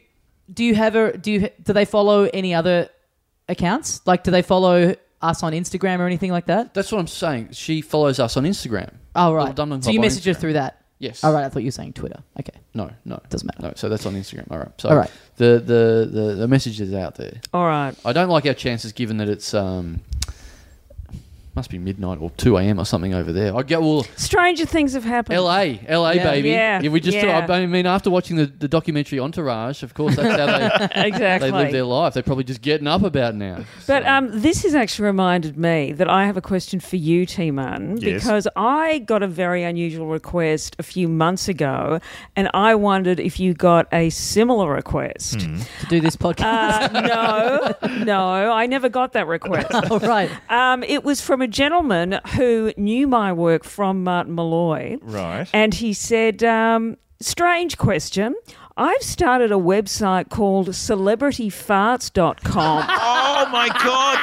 do you have a do you do they follow any other accounts? Like, do they follow us on Instagram or anything like that? That's what I'm saying. She follows us on Instagram. Oh Little right. Dum Dum So you Club on message her Instagram. through that. Yes. All right. I thought you were saying Twitter. Okay. No, no, Doesn't matter. No, so that's on Instagram. All right. So All right. The, the the the message is out there. All right. I don't like our chances, given that it's um. must be midnight or two a.m. or something over there. I get all Stranger things have happened. L.A. L.A. Yeah. baby. Yeah. we just. Yeah. I mean, after watching the, the documentary Entourage, of course, that's how they, exactly. they live their life. They're probably just getting up about now. But So- um, this has actually reminded me that I have a question for you, T Man, Yes. because I got a very unusual request a few months ago, and I wondered if you got a similar request. Hmm. to do this podcast. Uh, no, no, I never got that request. All right. Um, it was from a gentleman who knew my work from Martin Malloy. Right. And he said, um, Strange question. I've started a website called celebrityfarts.com. oh my god!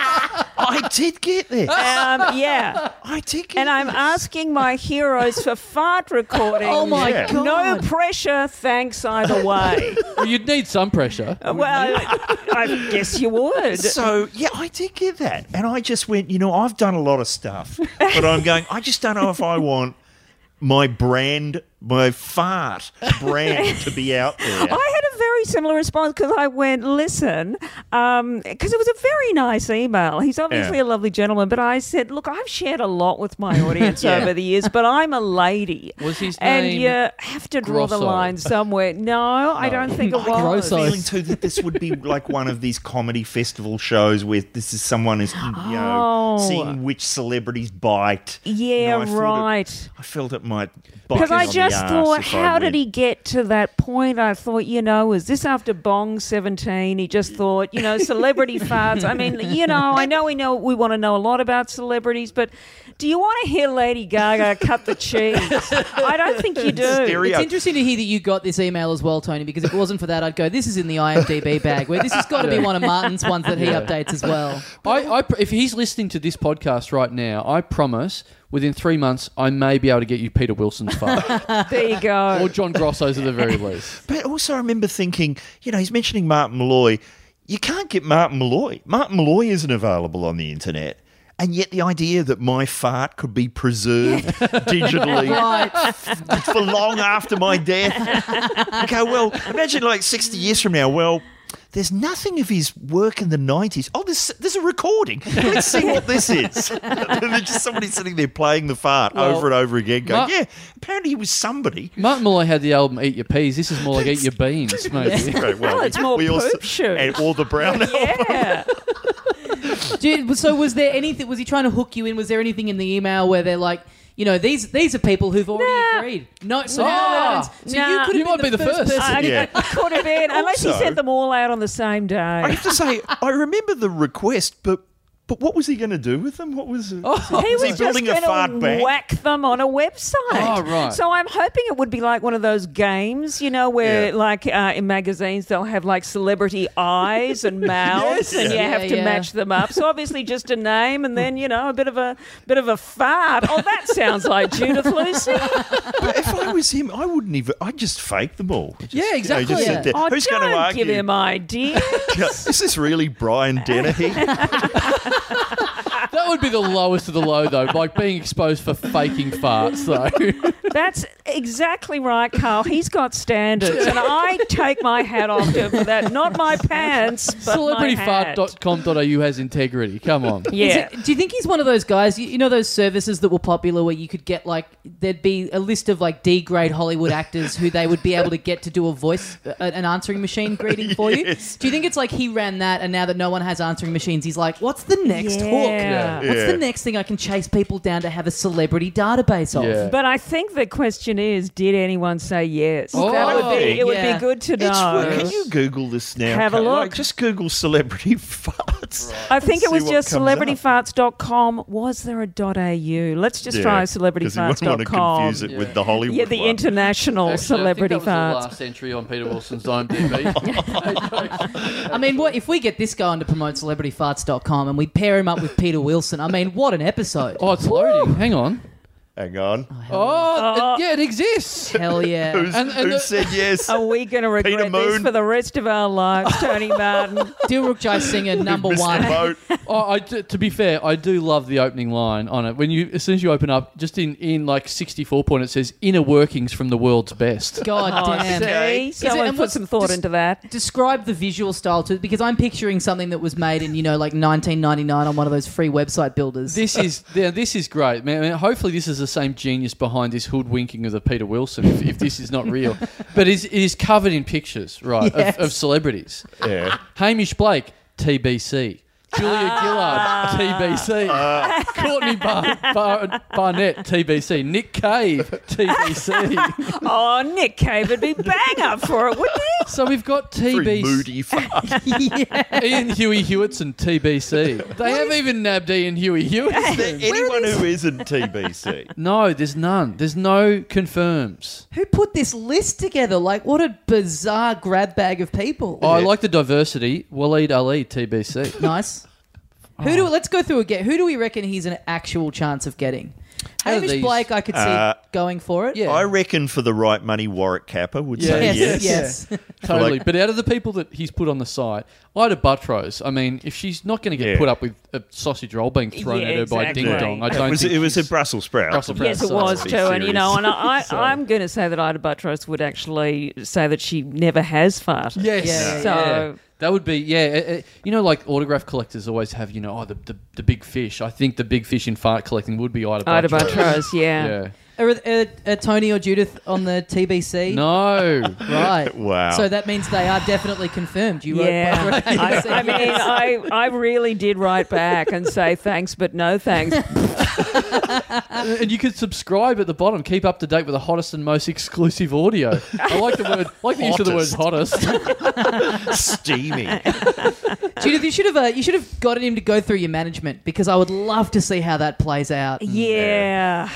I did get this. um, yeah. I did get And I'm this. asking my heroes for fart recording. Oh my Yeah. god. No pressure, thanks either way. well, you'd need some pressure. well, I guess you would. So yeah, I did get that, and I just went. You know, I've done a lot of stuff, but I'm going. I just don't know if I want my brand, my fart brand, to be out there. I had a very similar response because I went, listen, because it was a very nice email. He's obviously Yeah. a lovely gentleman, but I said, look, I've shared a lot with my audience Yeah. over the years, but I'm a lady. Was his And name you have to draw the Grosso? line somewhere. No, I don't think it was. Grosso. I'm feeling too that this would be like one of these comedy festival shows where this is someone is you know Oh. seeing which celebrities bite. Yeah, You know, I thought it- right. I felt it might bite Because I us on the just arse thought, if I how did went. he get to that point? I thought, you know, is this after Bong 17? He just thought, you know, celebrity farts. I mean, you know, I know we know we want to know a lot about celebrities, but do you want to hear Lady Gaga cut the cheese? I don't think you do. Stereo. It's interesting to hear that you got this email as well, Tony, because if it wasn't for that, I'd go, this is in the IMDb bag, where this has got to be one of Martin's ones that he Yeah. updates as well. I, I, pr- if he's listening to this podcast right now, I promise within three months I may be able to get you Peter Wilson's fart There you go. or John Grosso's at the very least. But also, I remember thinking, you know, he's mentioning Martin Malloy. You can't get Martin Malloy. Martin Malloy isn't available on the internet. And yet, the idea that my fart could be preserved Oh, digitally Right. for long after my death. Okay, well, imagine like 60 years from now. Well, there's nothing of his work in the 90s. Oh, there's, there's a recording. Let's see what this is. And there's just somebody sitting there playing the fart over and over again, going, Mar- yeah, apparently he was somebody. Martin Malloy had the album Eat Your Peas. This is more like Eat Your Beans, maybe. Right, Well, it's more poop shoot. and all the brown Yeah. Dude, so was there anything, was he trying to hook you in? Was there anything in the email where they're like, you know, these these are people who've already Nah. agreed. No, so, Nah. so you Nah. could You have might been the first, person. I, Yeah. I could have been, unless he Also- sent them all out on the same I day. have to say, I remember the request, but but what was he going to do with them? What was it? He was he just building a fart going to bank? whack them on a website. Oh, right. So I'm hoping it would be like one of those games, you know, where Yeah. like uh, in magazines they'll have like celebrity eyes and mouths, and Yeah. you have Yeah, to yeah. match them up. So obviously just a name, and then you know a bit of a bit of a fart. Oh, that sounds like Judith Lucy. But if I was him, I wouldn't even. I'd just fake them all. Just, Yeah, you know, exactly. just sit Yeah. there. Oh, Who's going don't to argue? give him ideas. Yeah, Is this really Brian Dennehy? That would be the lowest of the low, though, like being exposed for faking farts, though. That's exactly right, Carl. He's got standards, and I take my hat off to him for that. Not my pants, but my hat. Celebrityfart.com.au has integrity. Come on. Is Yeah. it- do you think he's one of those guys? You, you know those services that were popular where you could get like there'd be a list of like D grade Hollywood actors who they would be able to get to do a voice uh, an answering machine greeting for you. Yes. Do you think it's like he ran that and now that no one has answering machines, he's like, what's the next hook? Yeah. What's Yeah. the next thing I can chase people down to have a celebrity database of? Yeah. But I think the question is, did anyone say yes? Oh, that would be, it would yeah. be good to It's, know. can you Google this now? Have a Kate? Like, look. just Google celebrity farts. I think it See was what just comes celebrityfarts.com. Was there a .au? Let's just try Because he wouldn't want to celebrityfarts.com. confuse it Yeah. with the Hollywood. Yeah, the one. international celebrity farts. last entry on Peter Wilson's IMDb. I mean, what if we get this guy on to promote celebrityfarts.com and we pair him up with Peter Wilson? I mean, what an episode. oh, it's loading. Hang on. Hang on. Oh, it- yeah, it exists. Hell yeah. Who's, And- and who the- said yes? Are we going to regret this Moon. Oh, for the rest of our lives, Tony Martin? Dilruk Jai Singer, number Missed the one. boat. Oh, I, to, to be fair, I do love the opening line on it. When you, as soon as you open up, just in in like sixty four point, it says inner workings from the world's best. God damn. See, Oh, someone and put what's- some thought just- into that. Describe the visual style to because I'm picturing something that was made in you know like 1999 on one of those free website builders. This is yeah, this is great, man. I mean, hopefully, this is the same genius behind this hoodwinking of the Peter Wilson. If, if this is not real, but it's, it is covered in pictures, right, Yes. of, of celebrities. Yeah. Hamish Blake, TBC. Julia Ah. Gillard, TBC. Courtney Bar- Bar- Barnett, TBC. Nick Cave, TBC. Oh, Nick Cave would be bang up for it, wouldn't he? so we've got Very TBC. moody fart. yeah. Ian Huey Hewitson, TBC. They haven't even nabbed Ian Huey Is there Hewitson. anyone who isn't TBC? No, there's none. There's no confirms. Who put this list together? Like, what a bizarre grab bag of people. Oh, I like the diversity. Waleed Ali, TBC. nice. Who Oh. do? Let's go through again. Who do we reckon he's an actual chance of getting? Out of Hamish these- Blake, I could see Uh, going for it. Yeah. I reckon for the right money, Warwick Kappa would say Yes, yes. Yes. Yes. yes. Totally. Like- but out of the people that he's put on the site, Ida Buttrose, I mean, if she's not going to get Yeah. put up with a sausage roll being thrown Yeah, at her by exactly. Ding Dong, I It don't It was, think it was a she's- Brussels sprout. Brussels sprout. Yes, it So- was Pretty too, and you know, serious. and I, I, I'm going to say that Ida Buttrose would actually say that she never has farted. Yes. Yeah, yeah, Yeah. So- That would be, yeah. uh, uh, You know, like autograph collectors always have, you know, oh, the, the, the big fish. I think the big fish in fart collecting would be Ida Ida Buttrose. Buttrose, yeah. Yeah. Are, are, are Tony or Judith on the TBC? No. Right. Wow. So that means they are definitely confirmed. You wrote both Yeah, wrote I, yes I and mean, yes. I, I really did write back and say thanks, but no thanks. and you could subscribe at the bottom. Keep up to date with the hottest and most exclusive audio. I like the word, I like the use of the word hottest. steamy. Judith, you should have uh, you should have gotten him to go through your management because I would love to see how that plays out. Yeah.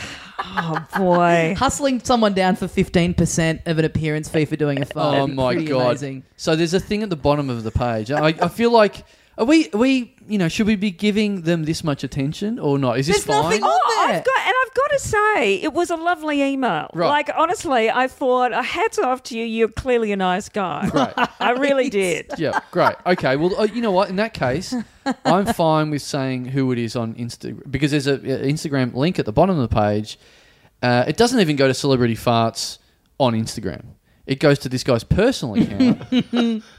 Oh boy. Hustling someone down for fifteen percent of an appearance fee for doing a fart. Oh would be my pretty god! Amazing. So there's a thing at the bottom of the page. I, I feel like are we are we you know should we be giving them this much attention or not? Is this There's fine? nothing on Oh, there. I've got, and I've got to say, it was a lovely email. Right. Like honestly, I thought, hats off to you. You're clearly a nice guy. Right. I really did. yeah, great. Okay, well, uh, you know what? In that case, I'm fine with saying who it is on Instagram because there's a, a Instagram link at the bottom of the page. Uh, it doesn't even go to celebrity farts on Instagram. It goes to this guy's personal account,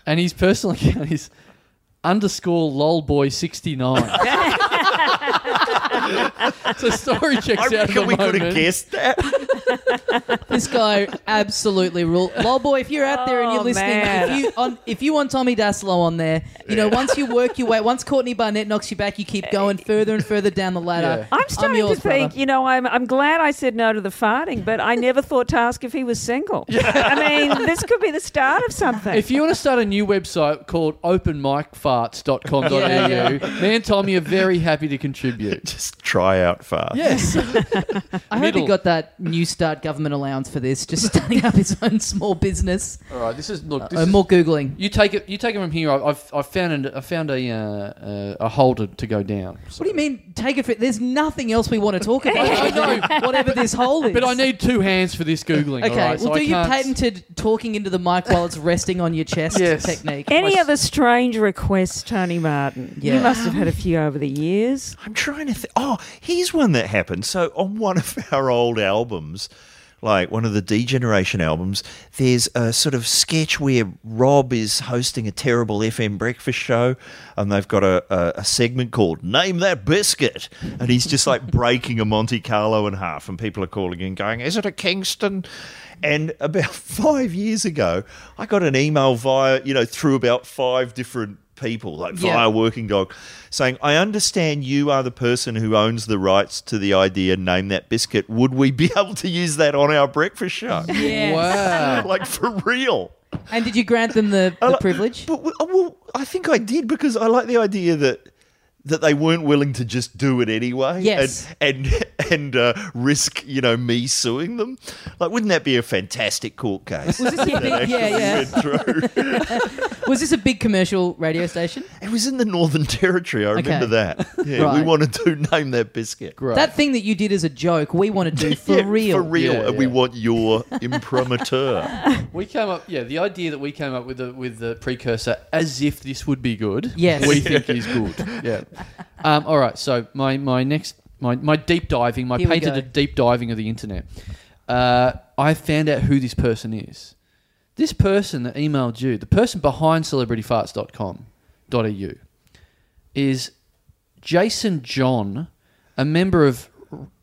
and his personal account is underscore lolboy69. so story checks I out at the reckon we could have moment. guessed that. This guy absolutely ruled. Lolboy, if you're out there and you're Oh, listening, man. if you on if you want Tommy Daslow on there, you know, once you work your way, once Courtney Barnett knocks you back, you keep going further and further down the ladder. Eh, Yeah. I'm starting yours, to think, brother. you know, I'm, I'm glad I said no to the farting, but I never thought to ask if he was single. I mean, this could be the start of something. If you want to start a new website called openmicfarts.com.au, Yeah, me and Tommy are very happy to contribute. Just try out fast. Yes. I hope he Middle. got that New Start government allowance for this, just starting up his own small business. All right. This is look. This Uh, is, more Googling. you take it. You take it from here. I- I've I've found an, I found a uh, uh, a holder to go down. What do you mean, take it for There's nothing else we want to talk about. I know. Whatever this hole is. But I need two hands for this googling. Okay, all right? well, so do I your can't- patented talking into the mic while it's resting on your chest Yes. technique. Any My- other strange requests, Tony Martin? Yeah. You must have had a few over the years. I'm trying to think. Oh, here's one that happened. So on one of our old albums, like one of the Degeneration albums, there's a sort of sketch where Rob is hosting a terrible FM breakfast show, and they've got a, a, a segment called "Name That Biscuit," and he's just like breaking a Monte Carlo in half, and people are calling in, going, "Is it a Kingston?" And about five years ago, I got an email via, you know, through about five different people, like Yeah. via working dog, saying, I understand you are the person who owns the rights to the idea, name that biscuit. Would we be able to use that on our breakfast show? Wow. like for real. uh, And did you grant them the, the privilege? But well, well, I think I did because I like the idea that that they weren't willing to just do it anyway Yes. and and and uh, risk you know me suing them like wouldn't that be a fantastic court case Was this your that big- actually yeah, yeah. went through? Was this a big commercial radio station? it was in the northern territory i Okay. remember that yeah we Right. wanted to name that biscuit Great. That thing that you did as a joke, we want to do for Yeah, real. for real Yeah, and we yeah. want your imprimatur We came up, yeah. The idea that we came up with the with the precursor as if this would be good, Yes. we think is good. Yeah. Um, all right. So my my next my my deep diving, my Here we painted go. deep diving of the internet. Uh, I found out who this person is. This person that emailed you, the person behind celebrityfarts.com.au, is Jason John, a member of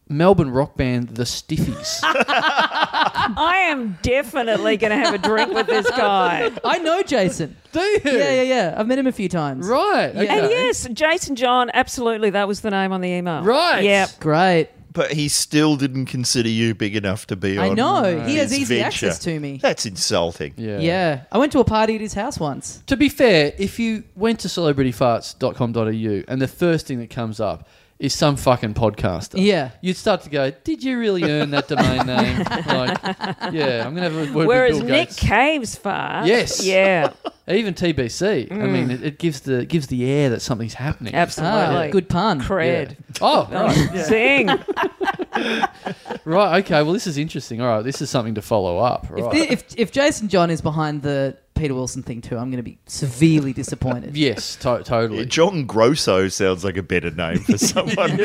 Melbourne rock band The Stiffies. I am definitely going to have a drink with this guy. I know Jason. Do you? Yeah, yeah, yeah. I've met him a few times. Right. Yeah. And okay. yes, Jason John, absolutely. That was the name on the email. Right. Yep. Great. but he still didn't consider you big enough to be I on know. He has his easy venture. access to me. that's insulting Yeah. yeah. I went to a party at his house once. To be fair, if you went to celebrityfarts.com.au and the first thing that comes up is some fucking podcaster. Yeah. You'd start to go, did you really earn that domain name? Like, yeah, I'm going to have a word Whereas with Bill Nick Gates. Cave's far. Yes. Yeah, Even TBC. I mean, Mm. it, it gives the gives the air that something's happening. Ah, absolutely. good pun. cred. Oh, right. Zing. right. Okay. Well, this is interesting. All right. This is something to follow up. If, Right. thi- if, if Jason John is behind the Peter Wilson thing too, I'm going to be severely disappointed. yes, to- Yeah, totally. John Grosso sounds like a better name for someone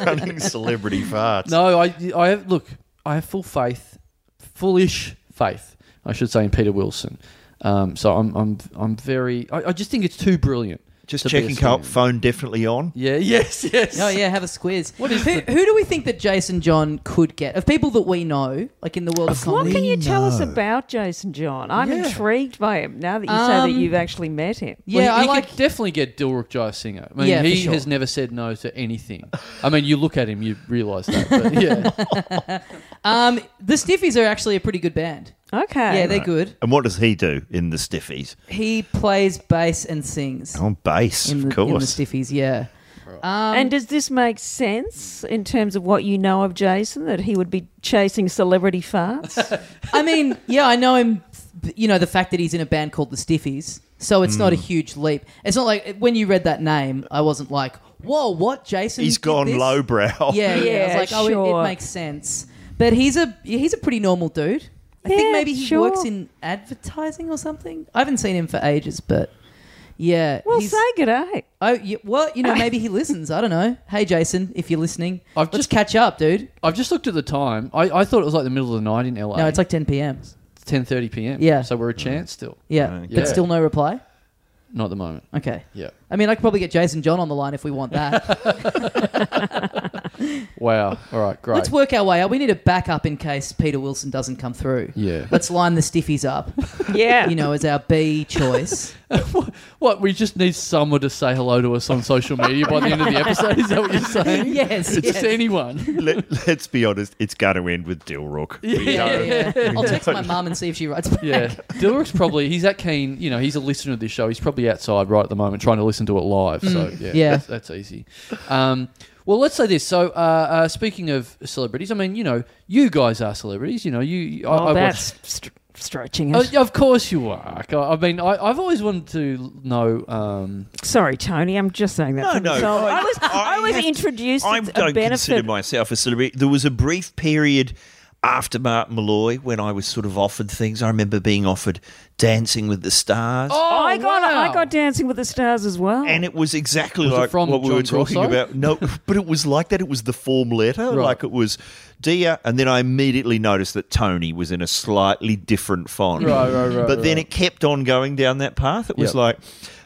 running celebrity farts. No, I, I have look. I have full faith, foolish faith, I should say, in Peter Wilson. Um, so I'm, I'm, I'm very. I, I just think it's too brilliant. Just to be a checking cult stand-in. phone definitely on. Yeah. Yes. Yes. Oh yeah, have a squiz. What is who, who do we think that Jason John could get of people that we know, like in the world of what comedy? can you tell us about Jason John? I'm intrigued by him now that you say that Um, you've actually met him. Well, yeah, he, I he like. could definitely get Dilruk Jayasinghe. I mean, Yeah, for he sure. has never said no to anything. I mean, you look at him, you realise that. But yeah, Um, the Stiffies are actually a pretty good band. Okay. Yeah, they're good. And what does he do in the Stiffies? He plays bass and sings On bass, in, the, Oh, in of the course. Stiffies. Yeah. and does this make sense in terms of what you know of Jason that he would be chasing celebrity farts? I mean, yeah, I know him. You know the fact that he's in a band called the Stiffies, so it's Mm. not a huge leap. It's not like when you read that name, I wasn't like, "Whoa, what, Jason?" He's did gone this? lowbrow. Yeah, yeah. I was Yeah, like, oh, it- it, sure. makes sense. But he's a he's a pretty normal dude. I think Yeah, maybe he sure. works in advertising or something. I haven't seen him for ages, but yeah. well, he's- say good day. oh, yeah, well, you know, maybe he listens. I don't know. Hey, Jason, if you're listening, I've let's just- catch up, dude. I've just looked at the time. I, I thought it was like the middle of the night in LA. No, it's like 10 p.m. ten thirty p.m. Yeah. so we're a chance still. Yeah, Okay. Yeah. but still no reply. Not at the moment. Okay. Yeah. I mean, I could probably get Jason John on the line if we want that. Wow. All right. Great. Let's work our way out. We need a backup in case Peter Wilson doesn't come through. Yeah. Let's line the stiffies up, Yeah. you know, as our B choice. What we just need someone to say hello to us on social media by the end of the episode. Is that what you're saying? yes. It's yes. just anyone. Let, let's be honest, it's going to end with Dilrook. We Yeah, know. yeah, yeah. I'll text my mum and see if she writes back. Yeah, Dilruk's probably he's that keen. You know, he's a listener of this show. He's probably outside right at the moment trying to listen to it live. So yeah, yeah. That's, that's easy. Um, well, let's say this. So uh, uh, speaking of celebrities, I mean, you know, you guys are celebrities. You know, you. I, Oh, I that's str- stretching Watch, it. Oh, of course you are. I- I mean, I, I've always wanted to know. Um, Sorry, Tony. I'm just saying that. No, for no. myself. I- I, was, I, I was have- introduced I to don't a benefit. consider myself a celebrity. There was a brief period after Mark Malloy when I was sort of offered things. I remember being offered Dancing with the Stars. oh, I got wow. I got Dancing with the Stars as well. And it was exactly Was it like from what we John were talking Grosso? about. No, but it was like that. It was the form letter. Right. Like it was dear. And then I immediately noticed that Tony was in a slightly different font. Right, right, right, But then right. it kept on going down that path. It was Yep. like,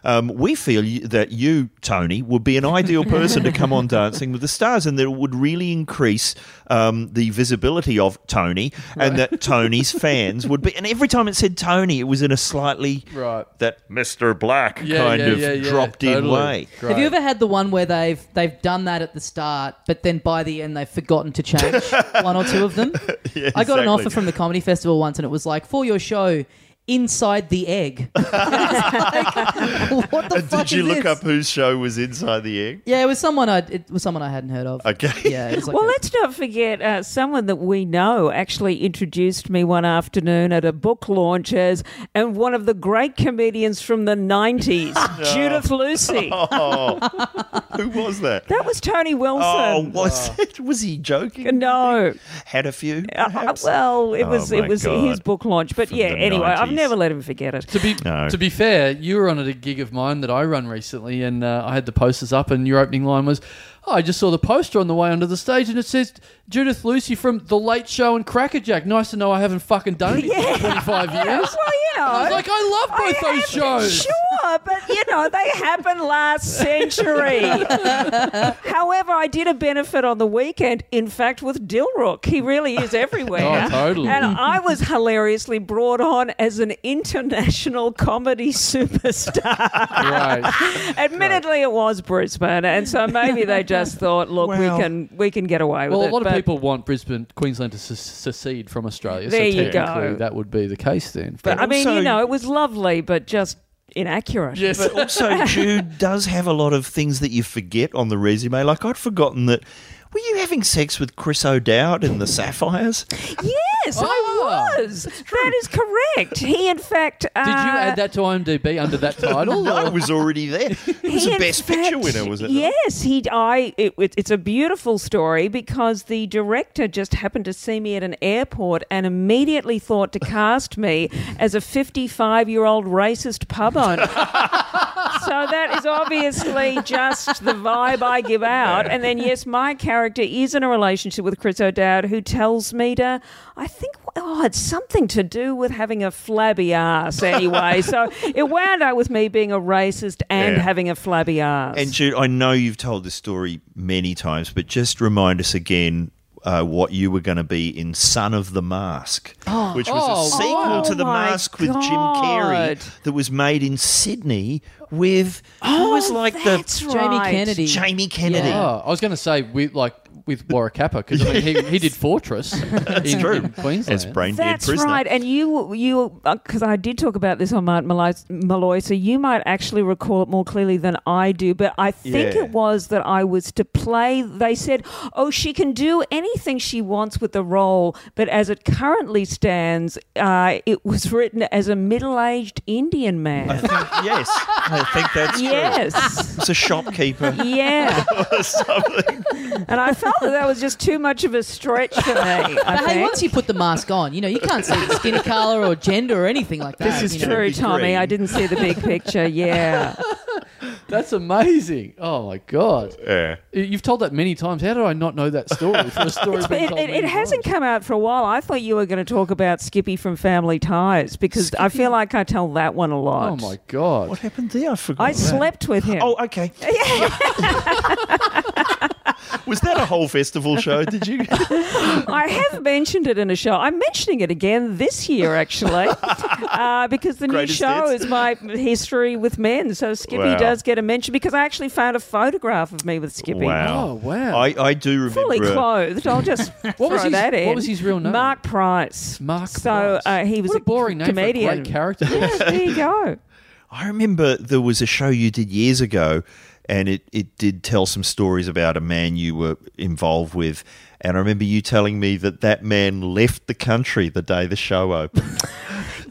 um, we feel you, that you, Tony, would be an ideal person to come on Dancing with the Stars and that it would really increase um, the visibility of Tony and that Tony's fans would be. And every time it said Tony, it was in a slightly. Right. That Mr. Black Yeah, kind yeah, of yeah, yeah, dropped in totally. way. Great. Have you ever had the one where they've they've done that at the start, but then by the end they've forgotten to change one or two of them? I got an exactly. offer from the comedy festival once, and it was like for your show. inside the egg. It's like, what the fuck Did you is look this? up whose show was inside the egg? Yeah, it was someone I it was someone I hadn't heard of. Okay. Yeah, it was like well, a- let's not forget uh, someone that we know actually introduced me one afternoon at a book launch as and one of the great comedians from the 90s, Judith Lucy. Oh. Who was that? That was Tony Oh, Wilson. Uh, was it? Was he joking? no. Had a few. Uh, perhaps? well, it Oh, was my it was God. his book launch, but From yeah. the Anyway, I've 90s. never let him forget it. To be No. to be fair, you were on at a gig of mine that I run recently, and uh, I had the posters up, and your opening line was, oh, "I just saw the poster on the way onto the stage, and it says Judith Lucy from The Late Show and Crackerjack. Nice to know I haven't fucking done it for 25 years." Well, you know, I was like, I love both I those am shows. Sure, but you know, they happened last century. However, I did a benefit on the weekend, in fact, with Dilrook. He really is everywhere. Oh, totally. And I was hilariously brought on as an international comedy superstar. Right. Admittedly, it was Brisbane, and so maybe they just thought, look, Well- we can we can get away Well, with a it. lot of but- people want Brisbane, Queensland to se- secede from Australia. There so you go. technically, that would be the case then. But I mean, also- you know, it was lovely, but just inaccurate. yes. But also, Jude does have a lot of things that you forget on the resume. Like I'd forgotten that. Were you having sex with Chris O'Dowd in the Sapphires? Yes, Ah, I was. That is correct. He, in fact, uh, Did you add that to IMDb under that title? No, or- it was already there. It was he a in Best fact- Picture winner, was it? not? Yes, he. I. It, it, it's a beautiful story because the director just happened to see me at an airport and immediately thought to cast me as a 55-year-old racist pub owner. so that is obviously just the vibe I give out. And then, yes, my character is in a relationship with Chris O'Dowd, who tells me to, I think, oh, it's something to do with having a flabby ass anyway. so it wound up with me being a racist and Yeah. having a flabby ass. And Jude, I know you've told this story many times, but just remind us again uh, what you were going to be in Son of the Mask, which was Oh, a sequel wow. to The Oh my Mask with Jim God. Carrey that was made in Sydney with who was like Oh, That's the Jamie right. Kennedy. Jamie Kennedy. Oh, I was going to say with like with Warwick Kappa because I mean, he, he did Fortress in, true. in Queensland. As brain That's dead prisoner. right, and you, you, because I did talk about this on Martin Malloy, Malloy, so you might actually recall it more clearly than I do. But I think Yeah. it was that I was to play. They said, "Oh, she can do anything she wants with the role," but as it currently stands, uh, it was written as a middle-aged Indian I man. think, yes, I think that's true. yes. It's a shopkeeper. Yeah, and I felt that that was just too much of a stretch for me. I But hey, think. once you put the mask on, you know, you can't see the skin color or gender or anything like that. This is you know. true, be Tommy. green. I didn't see the big picture. Yeah. That's amazing. Oh my god. Yeah. You- You've told that many times. How did I not know that story? For a story It's- being it, told it, it many hasn't times. come out for a while. I thought you were going to talk about Skippy from Family Ties because I feel like I tell that one a lot. Oh my god. What happened there? I forgot. I that. slept with him. Oh, okay. was that a whole festival show? Did you? oh. I have mentioned it in a show. I'm mentioning it again this year, actually, uh, because the Greatest new show hits. is my history with men. So Skippy Wow. does get a mention because I actually found a photograph of me with Skippy. Oh wow. I, I do remember. Fully uh, clothed. I'll just throw was his- that in. what was his real name? Mark Price. Mark. So Price. Uh, he was what a boring name comedian. for a great character. Yeah, there you go. I remember there was a show you did years ago, and it, it did tell some stories about a man you were involved with. And I remember you telling me that that man left the country the day the show opened.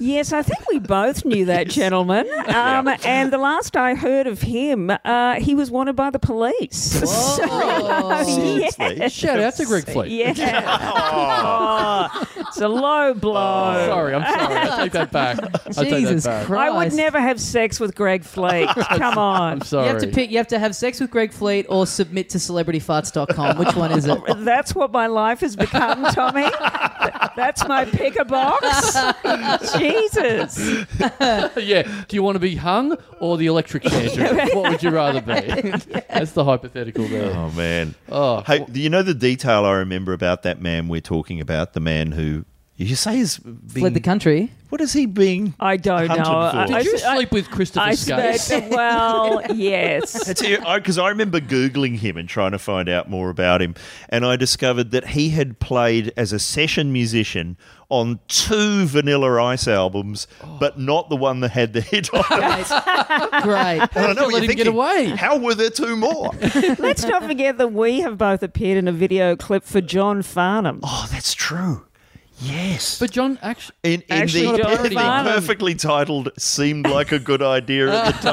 Yes, I think we both knew that gentleman. Um, And the last I heard of him, uh, he was wanted by the police. So- Oh, Seriously? Shout out to Greg Fleet. yeah. Oh, it's a low blow. Oh, Sorry, I'm sorry. I take that back. I take Jesus that back. Christ! I would never have sex with Greg Fleet. Come on. I'm sorry. You have to pick. You have to have sex with Greg Fleet or submit to celebrityfarts.com. Which one is it? That's what my life has become, Tommy. That's my picker box. Jesus. yeah. Do you want to be hung or the electric chair? Julie? what would you rather be? That's the hypothetical there. Oh, man. Oh, Hey, do you know the detail I remember about that man we're talking about, the man who you say is Fled the country. What is he being? I don't Hunted know. I, for. I Did you s- I- sleep with Christopher I Skase? suspect- well, yes. Because I remember Googling him and trying to find out more about him, and I discovered that he had played as a session musician on two Vanilla Ice albums, but not the one that had the hit on it. Great. And I know Let what him you're get thinking, away. How were there two more? Let's not forget that we have both appeared in a video clip for John Farnham. oh, that's true. Yes. But John actually. In, in Actually, the John perfectly, Farnham. perfectly titled seemed like a good idea at the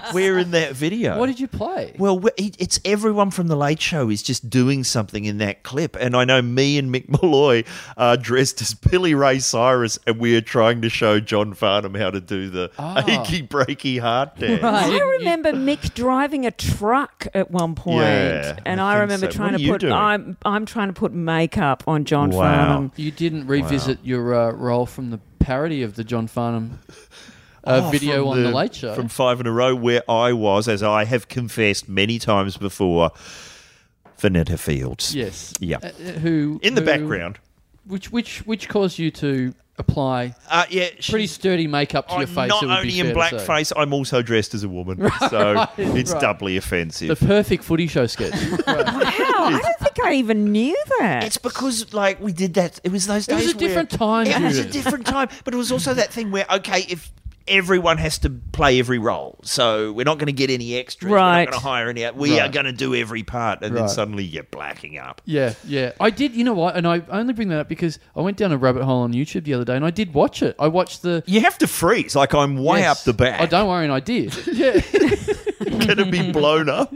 time. We're in that video. What did you play? well, we- it- it's everyone from the Late Show is just doing something in that clip, and I know me and Mick Malloy are dressed as Billy Ray Cyrus, and we are trying to show John Farnham how to do the Ah. achy breaky heart dance. I remember Mick driving a truck at one point, Yeah, and I I, think remember so. trying What are to you put doing? I'm I'm trying to put makeup on John Wow. Farnham. You didn't revisit your uh, role from the parody of the John Farnham uh, Oh, video from on the, Late Show. From five in a row, where I was, as I have confessed many times before, Vanetta Fields. yes. Yeah. Uh, who In the who- background. which which which caused you to apply Uh, yeah, she's pretty sturdy makeup to your I'm face? Oh, Not it would only be in fair to say. blackface, I'm also dressed as a woman, so it's right. doubly the offensive. perfect footy show sketch. Wow, Oh, I don't think I even knew that. it's because like we did that. It was those It days. was a where- different time, It was a Judith. different time, but it was also that thing where okay, if everyone has to play every role, so we're not going to get any extras. We're Right. not going to hire any. out- We Right. are going to do every part, and then Right. suddenly you're blacking up. Yeah, yeah. I did, you know what? And I only bring that up because I went down a rabbit hole on YouTube the other day and I did watch it. I watched the. You have to freeze. Like I'm way Yes. up the back. Oh, don't worry, and I did. Yeah. going to be blown up.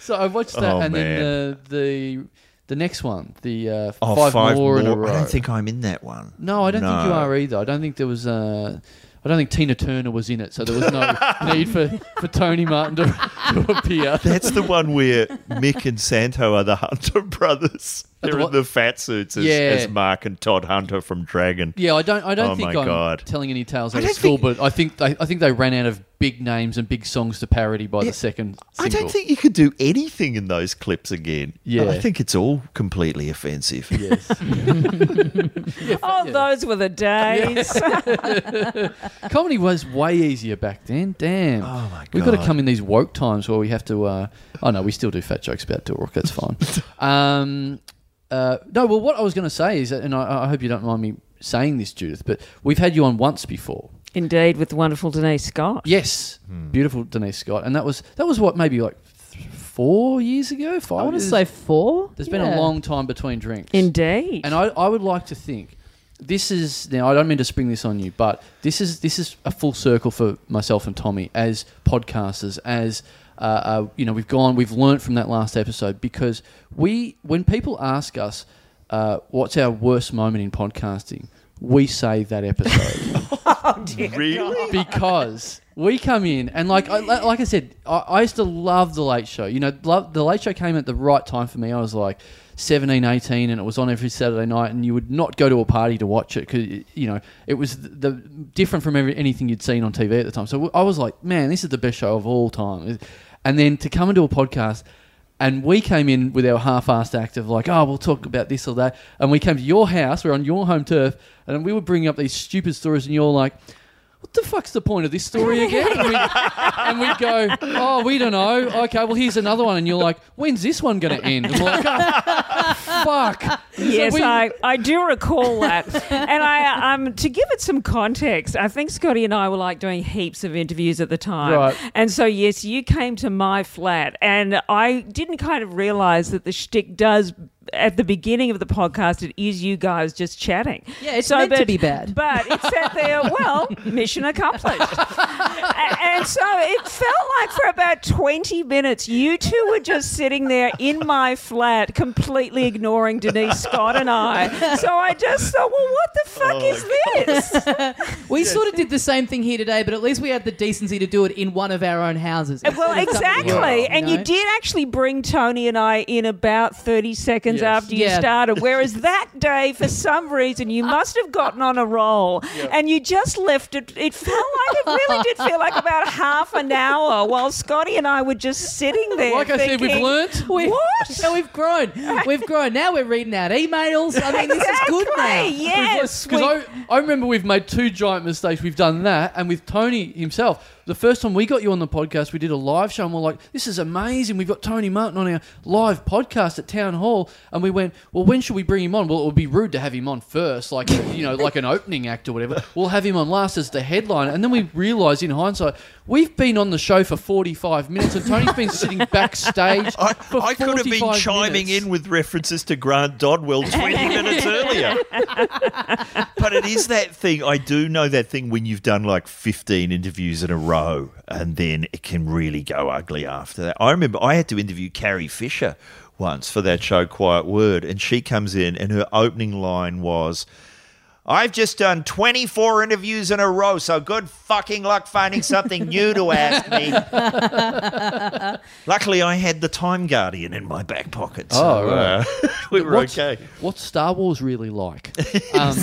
so I watched that Oh, and then man. the, the the next one, the uh, Oh, five more, in a row. I don't think I'm in that one. no, I don't think you No. are either. I don't think there was. Uh, I don't think Tina Turner was in it, so there was no need for, for Tony Martin to, to appear. That's the one where Mick and Santo are the Hunter brothers. the They're in what? the fat suits as, Yeah. as Mark and Todd Hunter from Dragon. Yeah, I don't. I don't Oh think my I'm God. telling any tales I out of don't school, think- but I think they, I think they ran out of big names and big songs to parody by Yeah. the second. I single. don't think you could do anything in those clips again. Yeah. I think it's all completely offensive. Yes. oh, those were the days. Comedy was way easier back then. Damn. Oh, my We've got to God. come in these woke times where we have to. Uh, oh no, we still do fat jokes about Dilrook. That's fine. um, uh, no, well, what I was going to say is, that, and I, I hope you don't mind me saying this, Judith, but we've had you on once before. Indeed, with the wonderful Denise Scott. Yes, beautiful Denise Scott, and that was that was what maybe like th- four years ago, five. I want to years? say four. There's been Yeah. a long time between drinks. Indeed. And I, I would like to think this is now I don't mean to spring this on you, but this is this is a full circle for myself and Tommy as podcasters as uh, uh, you know we've gone we've learnt from that last episode because we when people ask us uh, what's our worst moment in podcasting we say that episode Really? because we come in and like I, li- like I said, I, I used to love the Late Show. You know, love, the Late Show came at the right time for me. I was like 17, 18 and it was on every Saturday night, and you would not go to a party to watch it because you know it was the, the different from every, anything you'd seen on TV at the time. So I was like, man, this is the best show of all time. And then to come into a podcast. And we came in with our half-assed act of like, oh, we'll talk about this or that. And we came to your house, we're on your home turf, and we were bringing up these stupid stories, and you're like, what the fuck's the point of this story again? And we, and we go, oh, we don't know. Okay, well, here's another one. And you're like, when's this one going to end? And we're like, "Oh, fuck. Yes, So we- I, I do recall that. and I um to give it some context, I think Scotty and I were like doing heaps of interviews at the time. Right. And so yes, you came to my flat and I didn't kind of realize that the shtick does at the beginning of the podcast, it is you guys just chatting. Yeah, it's meant to be bad. But it said there, well, mission accomplished. A- and so it felt like for about 20 minutes, you two were just sitting there in my flat, completely ignoring Denise Scott and I. So I just thought, well, what the fuck is this? We sort of did the same thing here today, but at least we had the decency to do it in one of our own houses. Well, instead of something exactly. else, and know? you did actually bring Tony and I in about 30 seconds Yes. after you Yeah. started. Whereas that day, for some reason, you must have gotten on a roll and you just left it. It felt like it really did feel like about half an hour while Scotty and I were just sitting there. Like I said, we've thinking, learnt. We- What? No, we've grown. We've grown. Now we're reading out emails. I mean, this is good now. Exactly, Yes. we- Because I, I remember we've made two giant mistakes. We've done that, and with Tony himself, the first time we got you on the podcast, we did a live show, and we're like, "This is amazing! We've got Tony Martin on our live podcast at Town Hall." And we went, "Well, when should we bring him on? Well, it would be rude to have him on first, like you know, like an opening act or whatever. We'll have him on last as the headliner." And then we realised, in hindsight, we've been on the show for forty-five minutes, and Tony's been sitting backstage. I, for I could have been 45 chiming minutes. in with references to Grant Dodwell 20 minutes earlier. but it is that thing. I do know that thing when you've done like 15 interviews in a row and then it can really go ugly after that. I remember I had to interview Carrie Fisher once for that show Quiet Word and she comes in and her opening line was I've just done 24 interviews in a row, so good fucking luck finding something new to ask me. Luckily, I had the Time Guardian in my back pocket, so Oh, right. uh, we were What's- okay. What's Star Wars really like? um,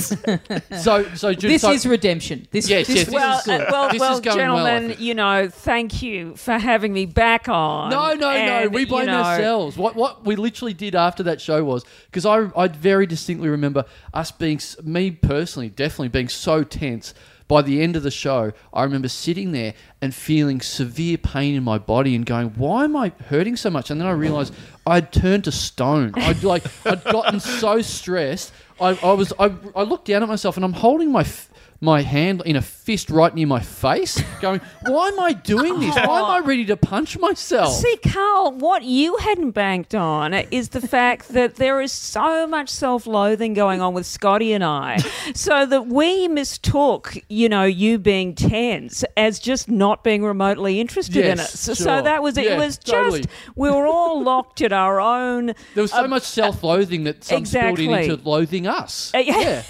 so, so Jude, This so- is redemption. This, Yes, this yes, was- well, is good. uh, well, This is well, going well, I gentlemen, think. you know, thank you for having me back on. No, no, no. And, We you blame know, ourselves. What what we literally did after that show was because I I very distinctly remember us being s- me personally definitely being so tense. By the end of the show, I remember sitting there and feeling severe pain in my body and going, "Why am I hurting so much?" And then I realized I'd turned to stone. I'd like I'd gotten so stressed. I, I was I, I looked down at myself and I'm holding my f- my hand in a fist right near my face, going, "Why am I doing this? Why am I ready to punch myself?" See, Carl, what you hadn't banked on is the fact that there is so much self loathing going on with Scotty and I. so that we mistook, you know, you being tense as just not being remotely interested in Yes, us. sure. So that was it. Yeah, it was totally. just, we were all locked at our own. There was so much self-loathing that some spilled in exactly. into loathing us. Uh, yeah.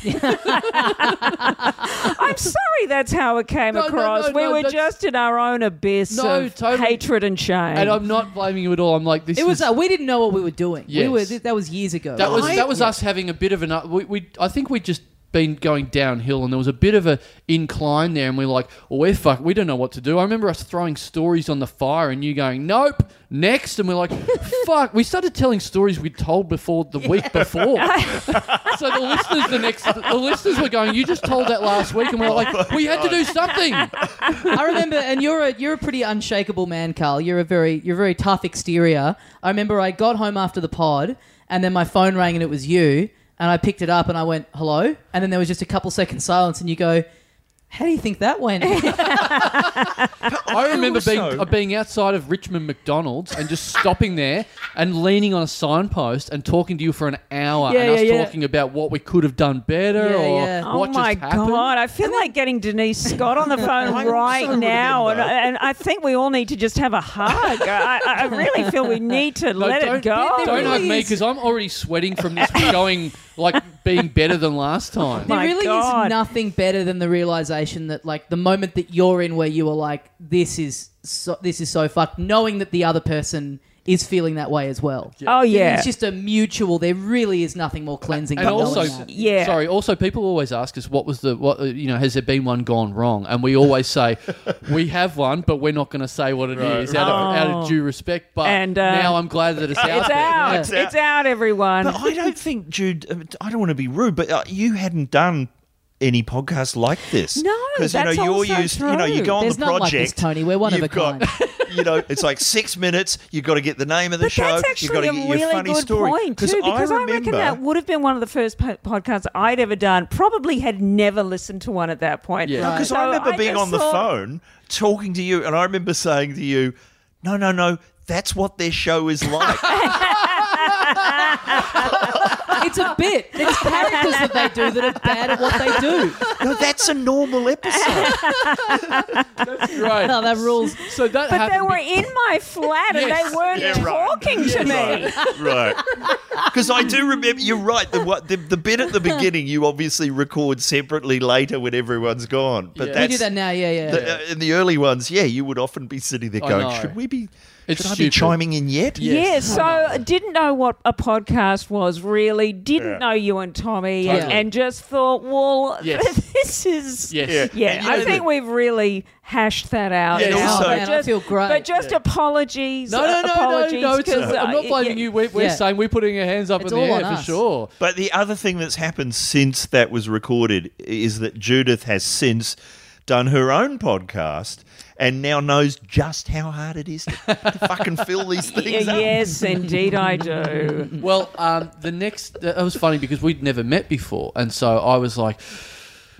I'm sorry that's how it came No, no, across. no, we no, were that's- just in our own abyss No, of totally. hatred and shame. and I'm not blaming you at all. I'm like this. it was. is, Uh, we didn't know what we were doing. We Yes. were. That was years ago. that was I- that was us having a bit of an. up- We, we I think we just been going downhill and there was a bit of a incline there and we're like well, we're fuck we don't know what to do i remember us throwing stories on the fire and you going nope next and we're like fuck we started telling stories we'd told before the week before so the listeners the next the listeners were going you just told that last week and we're like we had to do something I remember, and you're a you're a pretty unshakable man, Carl. You're a very you're a very tough exterior. I remember I got home after the pod, and then my phone rang, and it was you. And I picked it up, and I went hello, and then there was just a couple seconds silence, and you go, "How do you think that went?" Oh I remember being Also- uh, being outside of Richmond McDonald's and just stopping there and leaning on a signpost and talking to you for an hour Yeah, and us yeah, yeah. talking about what we could have done better Yeah, or yeah. Oh what my just happened. god! I feel like getting Denise Scott on the phone I right also now, and, remember. and I think we all need to just have a hug. I, I- I really feel we need to No, let don't, it go. Don't really hug me is- because I'm already sweating from this going like being better than last time. My there really is God. nothing better than the realization that like the moment that you're in where you are like this is so, this is so fucked knowing that the other person is feeling that way as well Oh yeah, it's just a mutual there really is nothing more cleansing and than knowing also, that. Yeah. sorry. Also, people always ask us, "What was the what? uh, You know, has there been one gone wrong?" And we always say, "We have one, but we're not going to say what it is out, of, out of due respect." But And, uh, now I'm glad that it's out. it's there. out. Yeah. It's out, everyone. But I don't think, Jude. um, I don't want to be rude, but uh, you hadn't done any podcast like this. No, you know that's you're also used. You know you go on There's the none project. like this, Tony. We're one of you've a got- you know, it's like six minutes. You've got to get the name of the But show. that's you've actually got a to get your really funny good story. point too, because I, remember reckon that would have been one of the first po- podcasts I'd ever done. Probably had never listened to one at that point. Yeah. No, because So I remember being just on the thought- phone talking to you, and I remember saying to you, "No, no, no, that's what their show is like." it's a bit it's characters that they do that are bad at what they do no, that's a normal episode. Right. oh, that rules So that But they happened. were in my flat and Yes. they weren't Yeah, right. talking to me. right. Because I do remember, you're right. The, what, the the bit at the beginning, you obviously record separately later when everyone's gone. But Yeah. that's we do that now yeah yeah the- uh, in the early ones, yeah, you would often be sitting there I going, know. "Should we be? It's should I be stupid. chiming in yet?" Yes. Yeah, so didn't know what a podcast was really, didn't know you and Tommy, and, Totally. and just thought, well, Yes. this is. Yes. Yeah. Yeah, And you I know think that- we've really hashed that out. Yeah, and now, also- but Man, I just, feel great. But just apologies. No, no, no, no, apologies, no. It's, 'cause, uh, I'm not it- blaming yeah. you. We're, we're Yeah. saying we're putting our hands up It's in the all air on for us. sure. But the other thing that's happened since that was recorded is that Judith has since done her own podcast and now knows just how hard it is to, to fucking fill these Y- things up. Yes, indeed, I do. Well, um, the next that was funny because we'd never met before, and so I was like,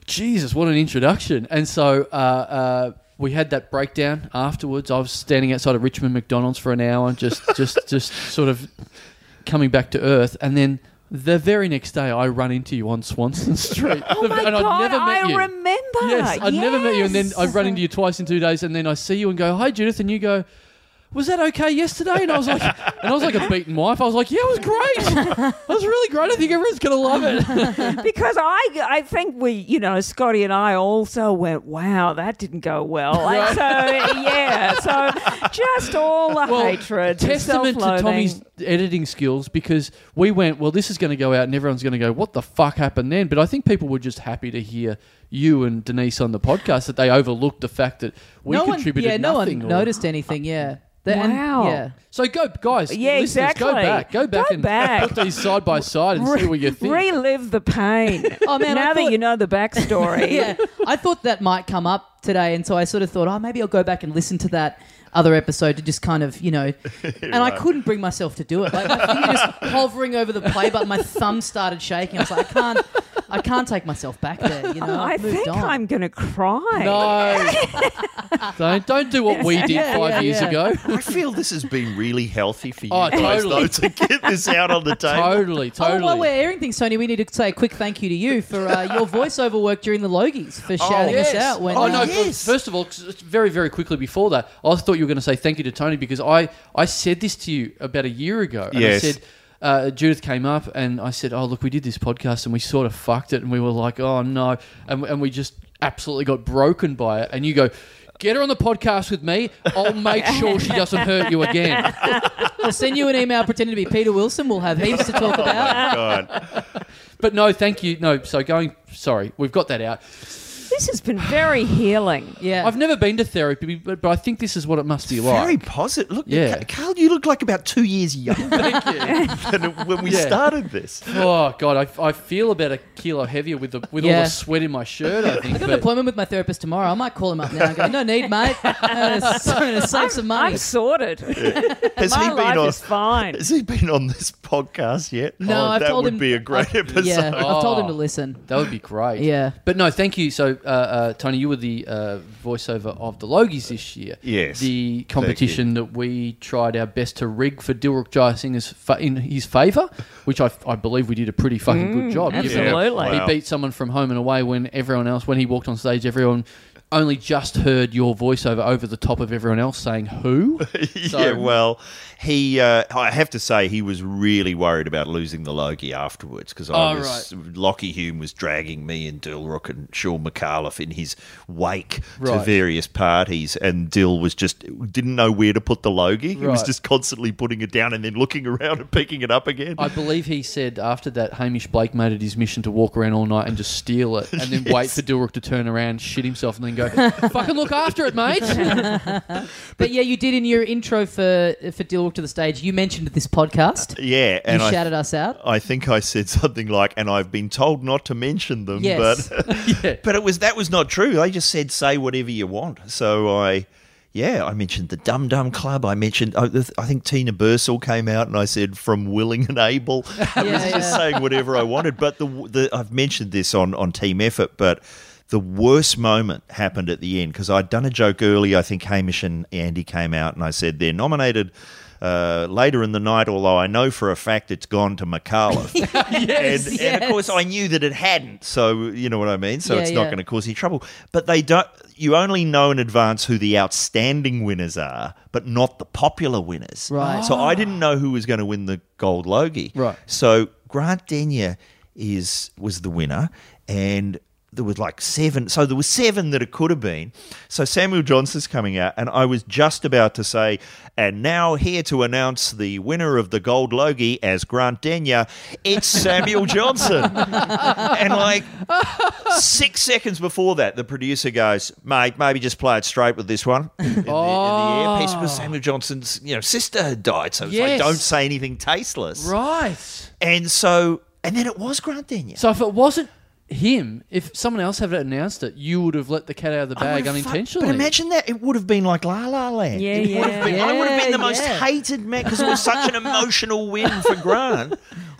"Jesus, what an introduction!" And so uh, uh, we had that breakdown afterwards. I was standing outside of Richmond McDonald's for an hour, just, just, just sort of coming back to earth, and then. The very next day, I run into you on Swanson Street, Oh my and God, I'd never met I you. remember. Yes, I'd never met you, and then I Yes. run into you twice in two days, and then I see you and go, "Hi, Judith," and you go, "Was that okay yesterday?" And I was like, and I was like a beaten wife. I was like, "Yeah, it was great. It was really great. I think everyone's gonna love it." because I, I think we, you know, Scotty and I also went, wow, that didn't go well. And so, yeah, so just all the hatred, the testament to self-loathing. Tommy's editing skills because we went, "Well, this is gonna go out," and everyone's gonna go, "What the fuck happened then?" But I think people were just happy to hear you and Denise on the podcast that they overlooked the fact that we no one, contributed yeah, no one nothing. or- noticed anything. Yeah. The- and- Wow. yeah. So go, guys. Yeah, listeners, Go exactly. back. Go back Go and back. put these side by side and see what you think. Relive the pain. Oh, man, I now thought- that you know the backstory. yeah, I thought that might come up today, and so I sort of thought, oh, maybe I'll go back and listen to that other episode to just kind of, you know. And I couldn't bring myself to do it. Like my finger just hovering over the play button, my thumb started shaking. I was like, I can't, I can't take myself back there. You know, I I've moved think on. I'm going to cry. No, don't don't do what we did five yeah, years yeah. ago. I feel this has been really healthy for you Oh, guys, totally. though, to get this out on the table. Totally, Oh, while we're totally. airing things, Tony, we need to say a quick thank you to you for uh, your voiceover work during the Logies for shouting Oh, yes. us out. When oh uh, no! f- First of all, 'cause it's very very quickly before that, I thought you were going to say thank you to Tony because I I said this to you about a year ago. And Yes. I said. Uh, Judith came up and I said, "Oh look, we did this podcast and we sort of fucked it, and we were like, oh no," and, and we just absolutely got broken by it. And you go, "Get her on the podcast with me. I'll make sure she doesn't hurt you again." I'll send you an email pretending to be Peter Wilson. We'll have heaps to talk about. God. But no, thank you. No, so going. Sorry, we've got that out. This has been very healing. Yeah, I've never been to therapy, but, but I think this is what it must be Very like. positive. Look, Yeah. Carl, you look like about two years younger than when we Yeah. started this. Oh god, I, I feel about a kilo heavier with the with all Yeah. the sweat in my shirt. I think. I got an but- appointment with my therapist tomorrow. I might call him up now and go, no need, mate. I'm going to save some money. I'm sorted. Has My he life been on? is fine. Has he been on this podcast yet? No, oh, I've that told would him- be a great episode. yeah, I've told him to Oh. listen. That would be great. Yeah. But no, thank you. So, uh, uh, Tony, you were the uh, voiceover of the Logies this year. Yes. The competition that we tried our best to rig for Dilruk Jayasingh's fa- in his favour, which I, I believe we did a pretty fucking Mm, good job. given that absolutely. Yeah, wow. He beat someone from home and away when everyone else, when he walked on stage, everyone only just heard your voiceover over the top of everyone else saying who. yeah, So- well, he. Uh, I have to say, he was really worried about losing the Logie afterwards because I Oh, was Lockie Hume was dragging me and Dill Rook and Sean McAuliffe in his wake to Right. various parties, and Dill was just didn't know where to put the Logie. He was Right. just constantly putting it down and then looking around and picking it up again. I believe he said after that Hamish Blake made it his mission to walk around all night and just steal it and then wait for Dilrook to turn around, shit himself, and then go, fucking look after it, mate. But yeah, you did in your intro for for Deal Walk to the Stage, you mentioned this podcast. yeah, and you I shouted us out. I think I said something like, and I've been told not to mention them, Yes. but Yeah. but it was that was not true. They just said say whatever you want. So I, yeah, I mentioned the Dum Dum Club. I mentioned I, I think Tina Bursell came out and I said from willing and able. I was Yeah, just yeah. saying whatever I wanted. But the the I've mentioned this on on team effort, but. The worst moment happened at the end because I'd done a joke early. I think Hamish and Andy came out, and I said they're nominated uh, later in the night. Although I know for a fact it's gone to McAuliffe. Yes, and, and of course I knew that it hadn't. So you know what I mean. So Yeah, it's not yeah. going to cause any trouble. But they don't. You only know in advance who the outstanding winners are, but not the popular winners. Right. So I didn't know who was going to win the gold Logie. Right. So Grant Denyer is was the winner, and there was like seven. So there was seven that it could have been. So Samuel Johnson's coming out, and I was just about to say, and now here to announce the winner of the Gold Logie as Grant Denyer, it's Samuel Johnson. and like six seconds before that, the producer goes, mate, maybe just play it straight with this one. And the, and the earpiece was Samuel Johnson's, you know, sister had died. So it's Oh. Yes. like, don't say anything tasteless. Right. And so, and then it was Grant Denyer. So if it wasn't him, if someone else had announced it, you would have let the cat out of the I bag would've fu- unintentionally. But imagine that it would have been like La La Land. Yeah, it Would yeah. have been, I would have been the most Yeah, yeah. hated man because it was such an emotional win for Grant.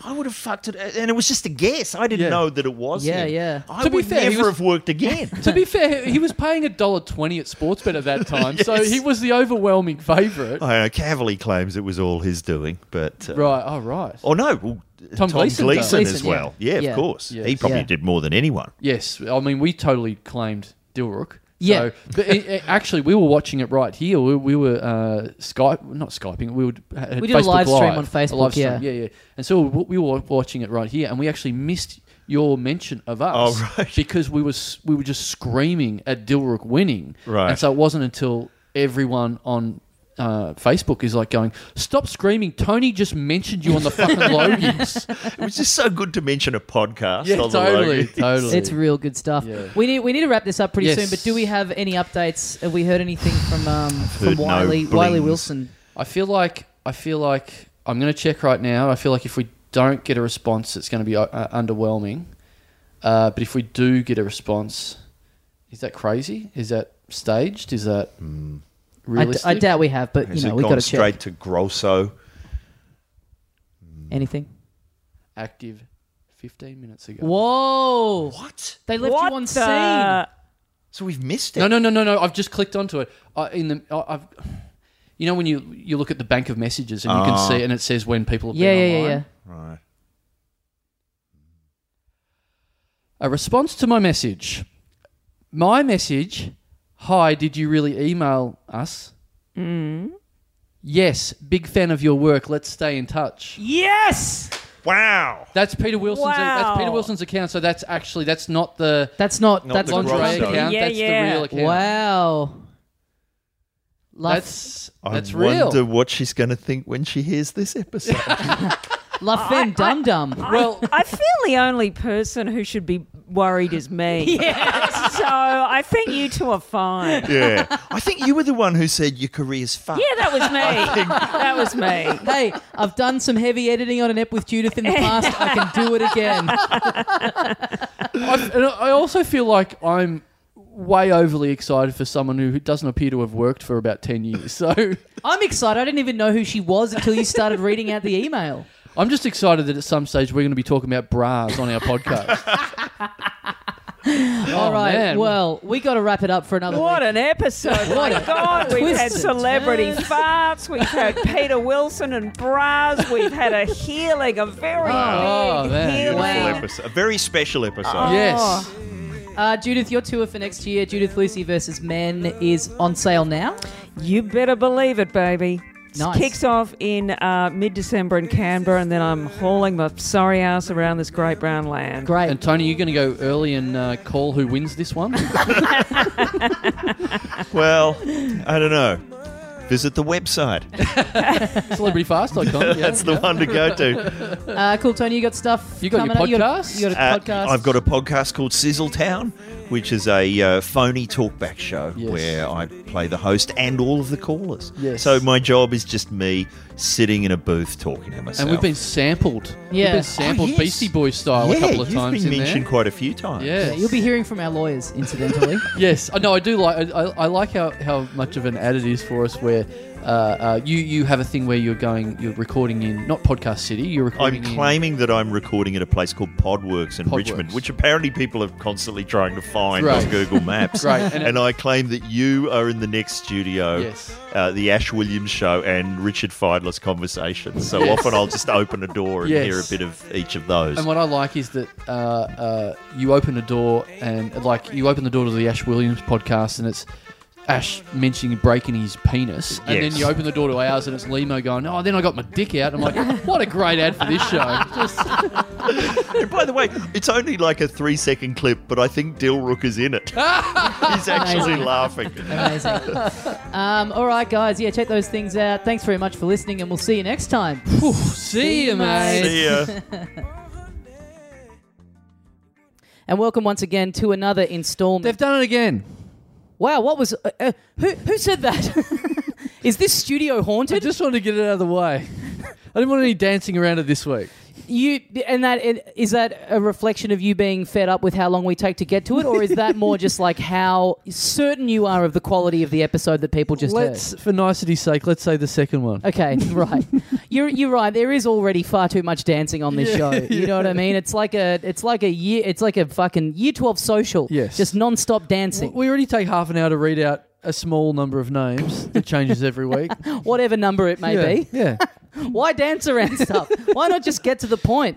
I would have fucked it, and it was just a guess. I didn't Yeah. know that it was. Yeah, him. yeah. I To be would fair, he never was- have worked again. to be fair, he was paying a dollar twenty at Sportsbet at that time, so he was the overwhelming favourite. I know Cavalli claims it was all his doing, but uh, Right. Oh, right. Oh no, well, Tom Tom, Gleeson Gleason, does. as Gleeson, yeah. well. Yeah, Yeah. of course. Yes. He probably Yeah. did more than anyone. Yes. I mean, we totally claimed Dilrook. Yeah. So, but it, it- actually, we were watching it right here. We, we were uh, Skype, not Skyping. We would had We did a Facebook live stream on a Facebook, live stream, yeah. yeah, yeah. And so we we were watching it right here, and we actually missed your mention of us Oh, right. because we was we were just screaming at Dilrook winning. Right. And so it wasn't until everyone on. Uh, Facebook is like going, stop screaming. Tony just mentioned you on the fucking Logies. It was just so good to mention a podcast. Yeah, on the totally, logo. totally. It's real good stuff. Yeah. We need we need to wrap this up pretty Yes. soon. But do we have any updates? Have we heard anything from um, from heard no Wiley Wiley blings. Wilson? I feel like I feel like I'm going to check right now. I feel like if we don't get a response, it's going to be uh, underwhelming. Uh, but if we do get a response, is that crazy? Is that staged? Is that I, d- realistic? I doubt we have, but Has you know it we gone got to straight check to Grosso? anything. active. Fifteen minutes ago. Whoa! What? They left What you on scene. the- So we've missed it. No, no, no, no, no. I've just clicked onto it. I, in the, I, I've, you know, when you you look at the bank of messages and you can see, and it says when people have Yeah, been yeah, yeah, online. yeah. Right. A response to my message. My message, hi, did you really email us? Mm. Yes, big fan of your work. Let's stay in touch. Yes. Wow. That's Peter Wilson's that's Peter Wow. Wilson's account, so that's actually that's not the That's not, Not that's the not Grosso. lingerie Grosso. account, Yeah, that's yeah. the real account. Wow. Love, That's I that's real. wonder what she's going to think when she hears this episode. La Femme Dum Dum. well, I feel the only person who should be worried is me. Yeah. so I think you two are fine. yeah. I think you were the one who said your career's fucked. Yeah, that was me. that was me. Hey, I've done some heavy editing on an ep with Judith in the past. I can do it again. I, and I also feel like I'm way overly excited for someone who doesn't appear to have worked for about 10 years. So I'm excited. I didn't even know who she was until you started reading out the email. I'm just excited that at some stage we're going to be talking about bras on our podcast. All right. Oh, man. Well, we got to wrap it up for another What week. an episode! My a God, we've twist had and celebrity turns. farts. We've had Peter Wilson and bras. We've had a healing, a very Wow. Oh, big man. healing. Beautiful Wow. episode. A very special episode. Oh. Oh. yes. uh, Judith, your tour for next year, Judith Lucy versus Men, is on sale now. You better believe it, baby. It Nice. Kicks off in uh, mid-December in Canberra, and then I'm hauling my sorry ass around this great brown land. Great. And Tony, you're going to go early and uh, call who wins this one. Well, I don't know. Visit the website. CelebrityFast.com. Yeah. That's the one to go to. uh, cool, Tony. You got stuff. You got your coming up? podcast? You got, Uh, a podcast. I've got a podcast called Sizzle Town, which is a uh, phony talkback show Yes. where I play the host and all of the callers. Yes. So my job is just me sitting in a booth talking to myself. And we've been sampled. We've Yeah. been sampled Oh, yes. Beastie Boys style yeah, a couple of you've times been in mentioned there. quite a few times. Yeah. You'll be hearing from our lawyers, incidentally. Yes, Uh, I know. I do like. I, I like how, how much of an ad it is for us. Where uh, uh, you you have a thing where you're going, you're recording in not podcast city. You're I'm recording. in- claiming that I'm recording at a place called Podworks in Podworks. Richmond, which apparently people are constantly trying to find Right. on Google Maps. Right, and And, I claim that you are in the next studio, Yes. uh, the Ash Williams show and Richard Feidler's conversations. So Yes. often I'll just open a door and Yes. hear a bit of each of those. And what I like is that uh, uh, you open a door and like you open the door to the Ash Williams podcast, and it's Ash mentioning breaking his penis, and Yes. then you open the door to ours, and it's Limo going, "Oh, then I got my dick out." I'm like, "What a great ad for this show!" Just And by the way, it's only like a three second clip, but I think Dilrook is in it. He's actually laughing. Amazing. um, all right, guys. Yeah, check those things out. Thanks very much for listening, and we'll see you next time. Phew, see you, mate. See ya. And welcome once again to another installment. They've done it again. wow, what was. Uh, uh, who, who said that? Is this studio I haunted? just wanted to get it out of the way. I didn't want any dancing around it this week. You and that it- is that a reflection of you being fed up with how long we take to get to it, or is that more just like how certain you are of the quality of the episode that people just let's, for nicety's sake, let's say the second one. heard? Okay, right. You're you're right. There is already far too much dancing on this show. You know what I mean? It's like a it's like a year it's like a fucking year twelve social. Yes. just non-stop dancing. We already take half an hour to read out a small number of names that changes every week. Whatever number it may be. Yeah. yeah. Why dance around stuff? Why not just get to the point?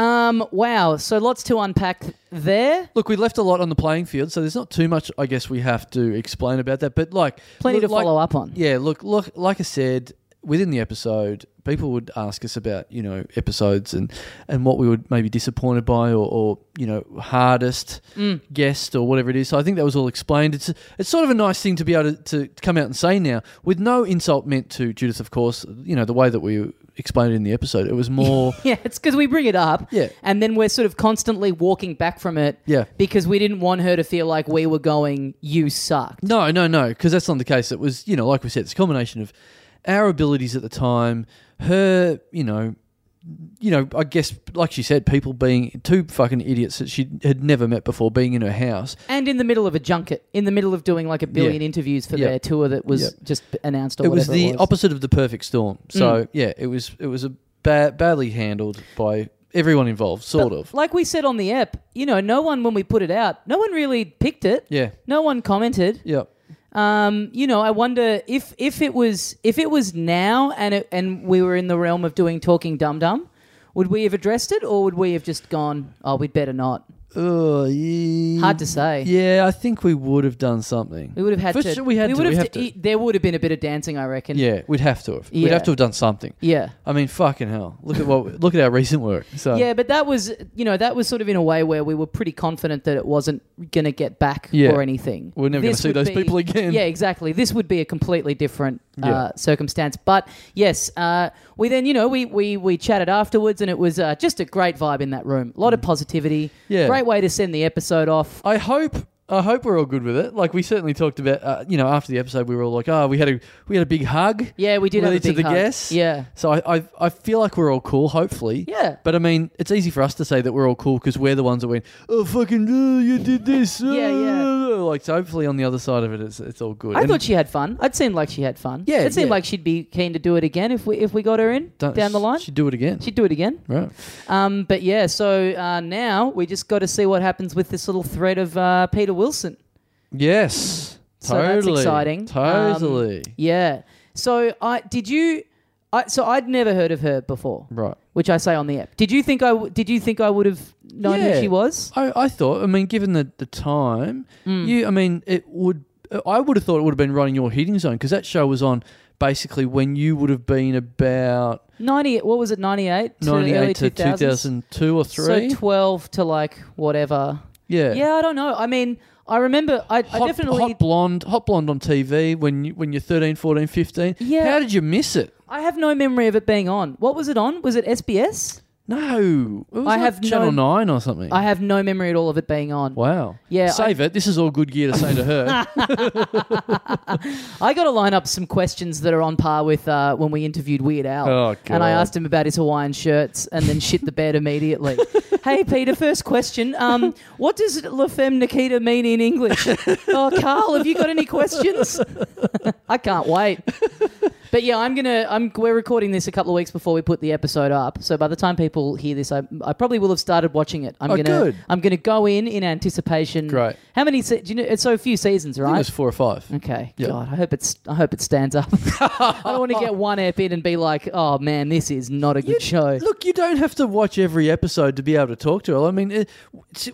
Um, wow. So lots to unpack there. Look, we left a lot on the playing field, so there's not too much I guess we have to explain about that. But like Plenty look, to like- follow up on. Yeah, look look like I said within the episode, people would ask us about, you know, episodes and, and what we would maybe disappointed by or, or you know, hardest guest or whatever it is. So I think that was all explained. It's it's sort of a nice thing to be able to, to come out and say now, with no insult meant to Judith, of course, you know, the way that we explained it in the episode. It was more Yeah, it's because we bring it up, Yeah. and then we're sort of constantly walking back from it, Yeah. because we didn't want her to feel like we were going, "You sucked." No, no, no, because that's not the case. It was, you know, like we said, it's a combination of our abilities at the time, her, you know, you know, I guess, like she said, people being two fucking idiots that she had never met before being in her house. And in the middle of a junket, in the middle of doing like a billion Yeah. interviews for Yep. their tour that was Yep. just announced, or It was whatever the it was. Mm. opposite of the perfect storm. So yeah, it was it was a bad, badly handled by everyone involved, sort of. Like we said on the app, you know, no one when we put it out, no one really picked it. Yeah. no one commented. Yeah. Um, you know, I wonder if if it was if it was now and it, and we were in the realm of doing talking dum dum, would we have addressed it, or would we have just gone, "Oh, we'd better not." Uh, yeah. Hard to say. Yeah, I think we would have done something. We would have had For to. sure we had to. would we have have to. e- There would have been a bit of dancing, I reckon. Yeah, we'd have to have. We'd Yeah. have to have done something. Yeah. I mean, fucking hell! Look at what look at our recent work. So Yeah, but that was, you know, that was sort of in a way where we were pretty confident that it wasn't going to get back Yeah. or anything. We're never gonna This see would those be- people again. Yeah, exactly. This would be a completely different Yeah. uh, circumstance. But yes, uh, we then, you know, we we we chatted afterwards, and it was uh, just a great vibe in that room. A lot of positivity. Mm. Yeah. Great way to send the episode off. I hope I hope we're all good with it. Like we certainly talked about. Uh, you know, after the episode, we were all like, "Oh, we had a we had a big hug." Yeah, we did with have a each of big the hug. guests. Yeah. So I, I I feel like we're all cool. Hopefully. Yeah. But I mean, it's easy for us to say that we're all cool because we're the ones that went, "Oh, fucking, uh, you did this." uh, Yeah, yeah. Like so, hopefully, on the other side of it, it's it's all good. I And thought she had fun. It seemed like she had fun. Yeah, it seemed yeah. like she'd be keen to do it again if we if we got her in don't- down the line. she'd do it again. She'd do it again. right. Um, but yeah, so uh, now we just got to see what happens with this little thread of uh, Peter Wilson. Yes. So totally. that's exciting. Um, Totally. Yeah. So I did you. I, so I'd never heard of her before, right. which I say on the app. Did you think I w- did you think I would have known Yeah. who she was? Mm. I, I thought. I mean, given the the time, Hmm. you. I mean, it would. I would have thought it would have been right in your heating zone because that show was on basically when you would have been about Ninety. What was it? Ninety eight to ninety early eight to two two thousand. thousand two or So three. twelve to like whatever. yeah. Yeah, I don't know. I mean, I remember. I, Hot, I definitely. hot blonde, hot blonde on TV when you, when you're 13, 14, 15. Yeah. How did you miss it? I have no memory of it being on. What was it on? Was it SBS? No, it was I like have Channel no- Nine or something. I have no memory at all of it being on. wow. Yeah, Save it. This is all good gear to say to her. I got to line up some questions that are on par with uh, when we interviewed Weird Al. Oh, and I God. asked him about his Hawaiian shirts and then shit the bed immediately. hey, Peter, first question. Um, what does La Femme Nikita mean in English? oh, Carl, have you got any questions? I can't wait. But yeah, I'm gonna. I'm. We're recording this a couple of weeks before we put the episode up. So by the time people hear this, I, I probably will have started watching it. I'm Oh, gonna. good. I'm gonna go in in anticipation. Great. How many? Se- do you know? It's so few seasons, I think it Mm. right? Mm. was four or five. Okay. Yeah. God, I hope it's. I hope it stands up. I don't want to get one ep in and be like, oh man, this is not a good show. Look, you don't have to watch every episode to be able to talk to her. I mean, it,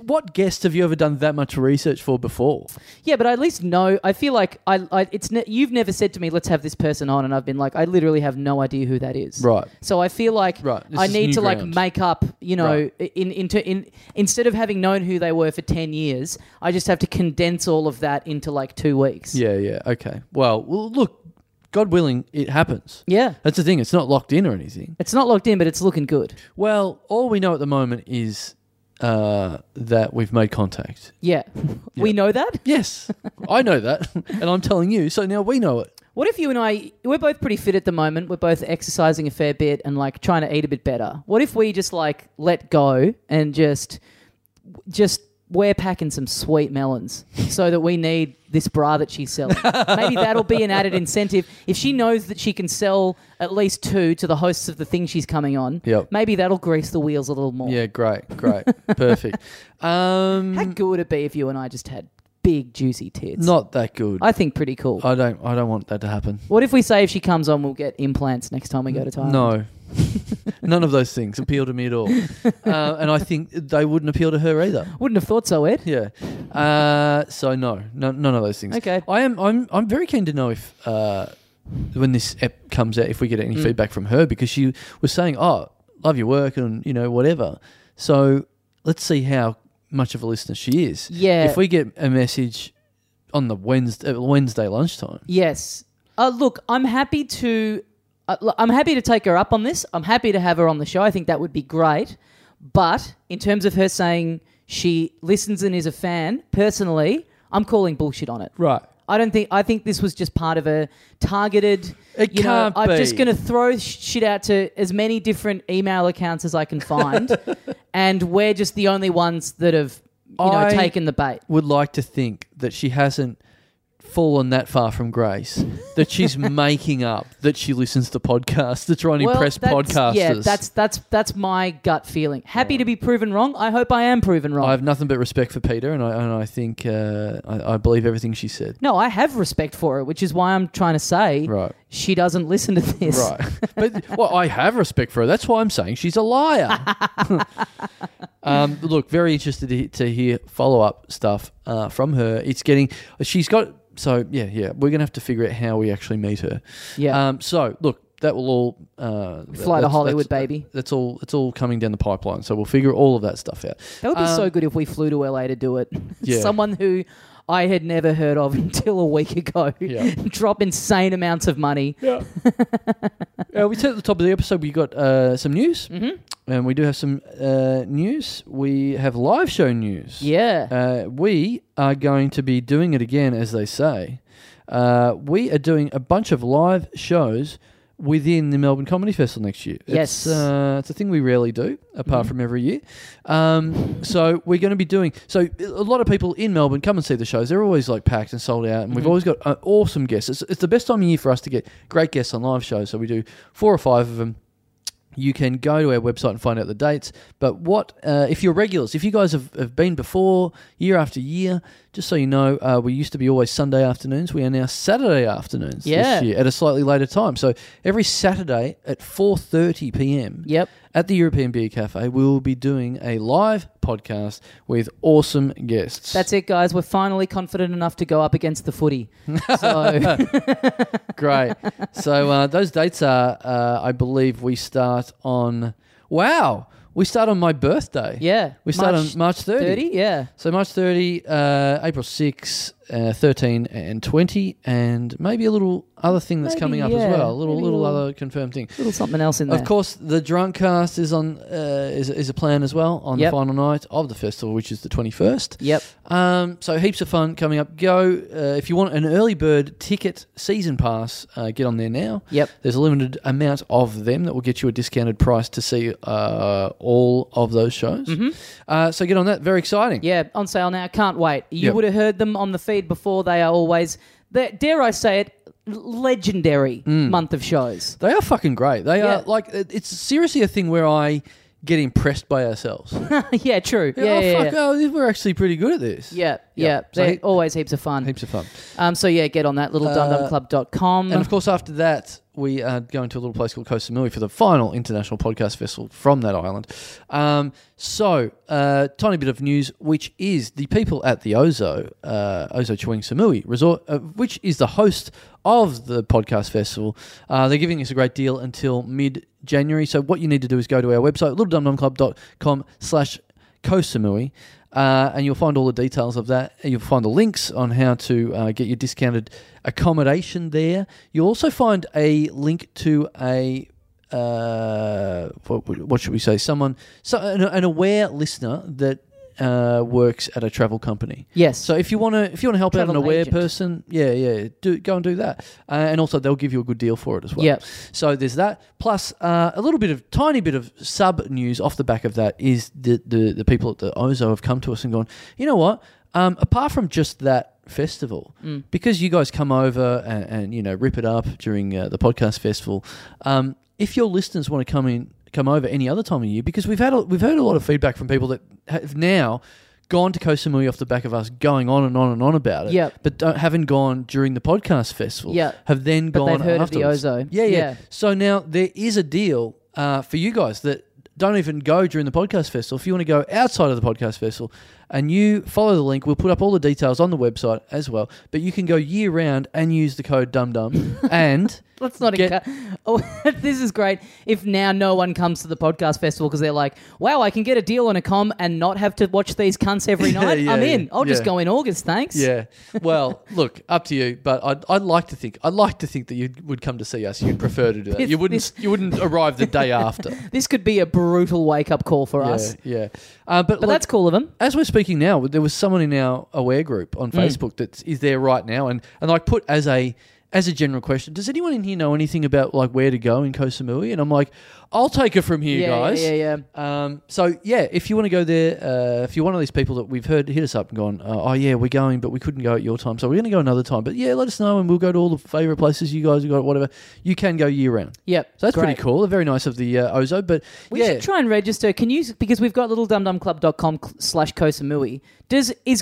what guest have you ever done that much research for before? Yeah, but I at least know. I feel like I. I it's ne- you've never said to me, "Let's have this person on," and I've been like, I literally have no idea who that is. Right. So I feel like Right, this I is need new to like ground. make up. You know, Right. in in, ter- in instead of having known who they were for ten years, I just have to condense all of that into like two weeks. Yeah, yeah, okay. Well, well look, God willing, it happens. Yeah. That's the thing. It's not locked in or anything. It's not locked in, but it's looking good. Well, all we know at the moment is uh, that we've made contact. Yeah. We know that. Yes, I know that, and I'm telling you. So now we know it. What if you and I? We're both pretty fit at the moment. We're both exercising a fair bit and like trying to eat a bit better. What if we just like let go and just just we're packing some sweet melons so that we need this bra that she's selling. Maybe that'll be an added incentive if she knows that she can sell at least two to the hosts of the thing she's coming on. Yep. Maybe that'll grease the wheels a little more. Yeah, great, great, perfect. How Um, good would it be if you and I just had big juicy tits? not that good. I, I think pretty cool. don't. I don't want that to happen. what if we say if she comes on, we'll get implants next time we go to Thailand? No. None of those things appeal to me at all. Uh, and I think they wouldn't appeal to her either. Wouldn't have thought so, Ed. Yeah. Uh, so no, no, none of those things. Okay. I am. I'm. I'm very keen to know if uh, when this app comes out, if we get Mm. any feedback from her because she was saying, "Oh, love your work and you know whatever." So let's see how much of a listener she is. Yeah. If we get a message on the Wednesday uh, Wednesday lunchtime. Yes. Uh, look, I'm happy to. Uh, look, I'm happy to take her up on this. I'm happy to have her on the show. I think that would be great. But in terms of her saying she listens and is a fan, personally, I'm calling bullshit on it. Right. I don't think. I think this was just part of a targeted. It you can't know, I'm be. just going to throw sh- shit out to as many different email accounts as I can find, and we're just the only ones that have you know I- taken the bait. would like to think that she hasn't fallen that far from grace that she's making up that she listens to podcasts to try and impress that's- podcasters. Yeah, that's that's that's my gut feeling. Happy to be proven wrong. I hope I am proven wrong. I have nothing but respect for Peter, and I and I think uh, I, I believe everything she said. no, I have respect for it, which is why I'm trying to say Right. she doesn't listen to this. Right, but well, I have respect for her. That's why I'm saying she's a liar. um, look, very interested to, to hear follow up stuff uh, from her. It's getting she's got so yeah yeah. We're gonna have to figure out how we actually meet her. Yeah. Um, so look, that will all uh, Fly to that's- Hollywood, that's- baby. That's all. It's all coming down the pipeline. So we'll figure all of that stuff out. That would be Um, so good if we flew to LA to do it. Yeah. Someone who I had never heard of until a week ago Yeah. drop insane amounts of money. Yeah. uh, we said at the top of the episode we got uh, some news, mm-hmm. and we do have some uh, news. We have live show news. Yeah. Uh, we are going to be doing it again, as they say. Uh, we are doing a bunch of live shows within the Melbourne Comedy Festival next year. Yes. Mm-hmm. It's, uh, it's a thing we rarely do, apart from every year. Um, so we're going to be doing. So a lot of people in Melbourne come and see the shows. They're always like packed and sold out, and Mm-hmm. we've always got uh, awesome guests. It's, it's the best time of year for us to get great guests on live shows. So we do four or five of them you can go to our website and find out the dates. But what uh, if you're regulars? If you guys have, have been before year after year, just so you know, uh, we used to be always Sunday afternoons. We are now Saturday afternoons Yeah. this year at a slightly later time. So every Saturday at 4:30 p.m. Yep. at the European Beer Cafe, we will be doing a live podcast with awesome guests. That's it, guys. We're finally confident enough to go up against the footy. So Great. So uh, those dates are, uh, I believe, we start on. Wow, we start on my birthday. Yeah. we start March on March 30. 30, yeah. So March 30, uh, April 6, uh, 13, and 20, and maybe a little other thing that's Maybe, coming up yeah. as well. A little, Maybe a little little- other confirmed thing. little something else in there. Of course, the drunk cast is on uh, is, is a plan as well on Yep. the final night of the festival, which is the twenty first. Yep. Um, so heaps of fun coming up. Go uh, if you want an early bird ticket season pass, uh, get on there now. Yep. There's a limited amount of them that will get you a discounted price to see uh, all of those shows. Mm-hmm. Uh, so get on that. Very exciting. Yeah, on sale now. Can't wait. You Yep. would have heard them on the feed before. They are always, they- dare I say it, legendary Mm. month of shows. They are fucking great. They Yeah. are like it- it's seriously a thing where I get impressed by ourselves. yeah, yeah, true. Yeah, yeah, oh, yeah. fuck, oh, we're actually pretty good at this. Yeah, yeah. Yeah. So They're he- always heaps of fun. heaps of fun. Um, so yeah, get on that littledumdumclub.com. And of course, after that, we are going to a little place called Koh Samui for the final international podcast festival from that island. Um, so, uh, tiny bit of news, which is the people at the Ozo, uh, Ozo Chewing Samui Resort, uh, which is the host of the podcast festival, uh, they're giving us a great deal until mid January. So, what you need to do is go to our website, littledumdumclub.com slash Kosamui. Uh, and you'll find all the details of that. You'll find the links on how to uh, get your discounted accommodation there. You'll also find a link to a uh, what, what should we say? Someone, so, an, an aware listener that uh, works at a travel company. yes. So if you want to, if you want to help out Travel an aware agent. person, yeah, yeah, do go and do that, uh, and also they'll give you a good deal for it as well. Yep. So there's that. Plus, uh, a little bit of tiny bit of sub news off the back of that is the the, the people at the Ozo have come to us and gone, you know what? Um, apart from just that festival, because you guys come over and, and you know rip it up during uh, the podcast festival, um, if your listeners want to come in, come over any other time of year, because we've had a, we've heard a lot of feedback from people that have now. Gone to Koh Samui off the back of us going on and on and on about it, Yep. but don't, haven't gone during the podcast festival. Yep. have then But gone they've heard of the afterwards. Ozo. Yeah, yeah, Yeah. So now there is a deal uh, for you guys that don't even go during the podcast festival. If you want to go outside of the podcast festival and you follow the link, we'll put up all the details on the website as well. But you can go year round and use the code DumDum and Let's not Get- encourage. Oh, this is great. If now no one comes to the podcast festival because they're like, "Wow, I can get a deal on a com and not have to watch these cunts every Yeah, night," yeah, I'm in. yeah, I'll just yeah. go in August, thanks. Yeah. Well, look, up to you. But I'd, I'd like to think I'd like to think that you would come to see us. You'd prefer to do that. This- You wouldn't. this- You wouldn't arrive the day after. This could be a brutal wake up call for us, Yeah. Yeah. Uh, but but like- that's cool of them. as we're speaking now, there was someone in our aware group on Mm. Facebook that is there right now, and and like put as a as a general question, does anyone in here know anything about like where to go in Koh Samui? And I'm like, I'll take it from here, Yeah, yeah, guys. yeah, yeah. Um, so yeah, if you want to go there, uh, if you're one of these people that we've heard hit us up and gone, uh, oh yeah, we're going, but we couldn't go at your time, so we're going to go another time. But yeah, let us know, and we'll go to all the favorite places you guys have got, whatever. You can go year round. Yep. So that's great. pretty cool. Very nice of the uh, Ozo, but We yeah, should try and register. Can you because we've got littledumdumclub.com cl- slash kosamui. Does is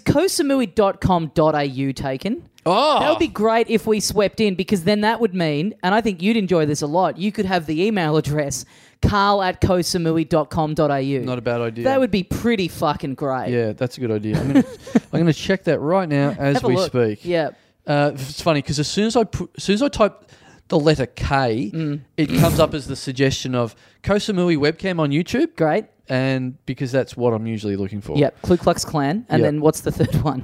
kosamui.com.au taken? oh, That would be great if we swept in because then that would mean, and I think you'd enjoy this a lot, you could have the email address carl at kosamui.com.au. not a bad idea. That would be pretty fucking great. Yeah, that's a good idea. I'm gonna, I'm gonna check that right now as Have a we look. speak. Yeah. Uh, it's funny because as soon as I pu- as soon as I type the letter K, Mm. it comes up as the suggestion of Kosamui webcam on YouTube, Great. and because that's what I'm usually looking for. Yep. Ku Klux Klan. And Yep. then what's the third one?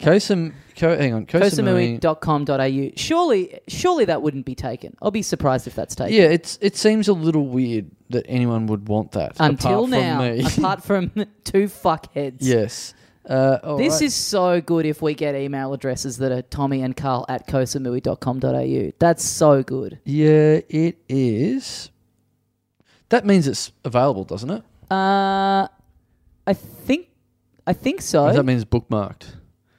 Kosam, Ko, hang on, Kosamui. kosamui.com.au. Surely, surely that wouldn't be taken. I'll be surprised if that's taken. Yeah, it's it seems a little weird that anyone would want that Until apart now, From me. apart from two fuckheads. yes. Uh, all This right. is so good if we get email addresses that are Tommy and Carl at kosamui.com.au. That's so good. yeah, it is. That means it's available, doesn't it? Uh, I think I think so. That means bookmarked.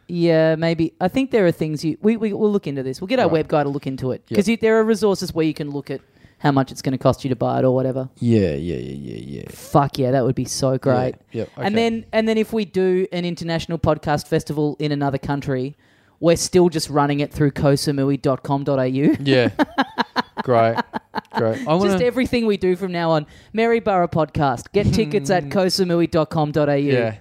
yeah, maybe. I think there are things you we, we we'll look into this. We'll get our Right. web guy to look into it because there are resources where you can look at how much it's going to cost you to buy it or whatever. Yeah, yeah, yeah, yeah, yeah. Fuck yeah, that would be so great. Yeah, yeah, okay. And then and then if we do an international podcast festival in another country, we're still just running it through kosamui.com.au. Yeah. great. Great. I want Just to. everything we do from now on. Maryborough podcast. Get tickets at kosamui.com.au. Hmm. Yeah.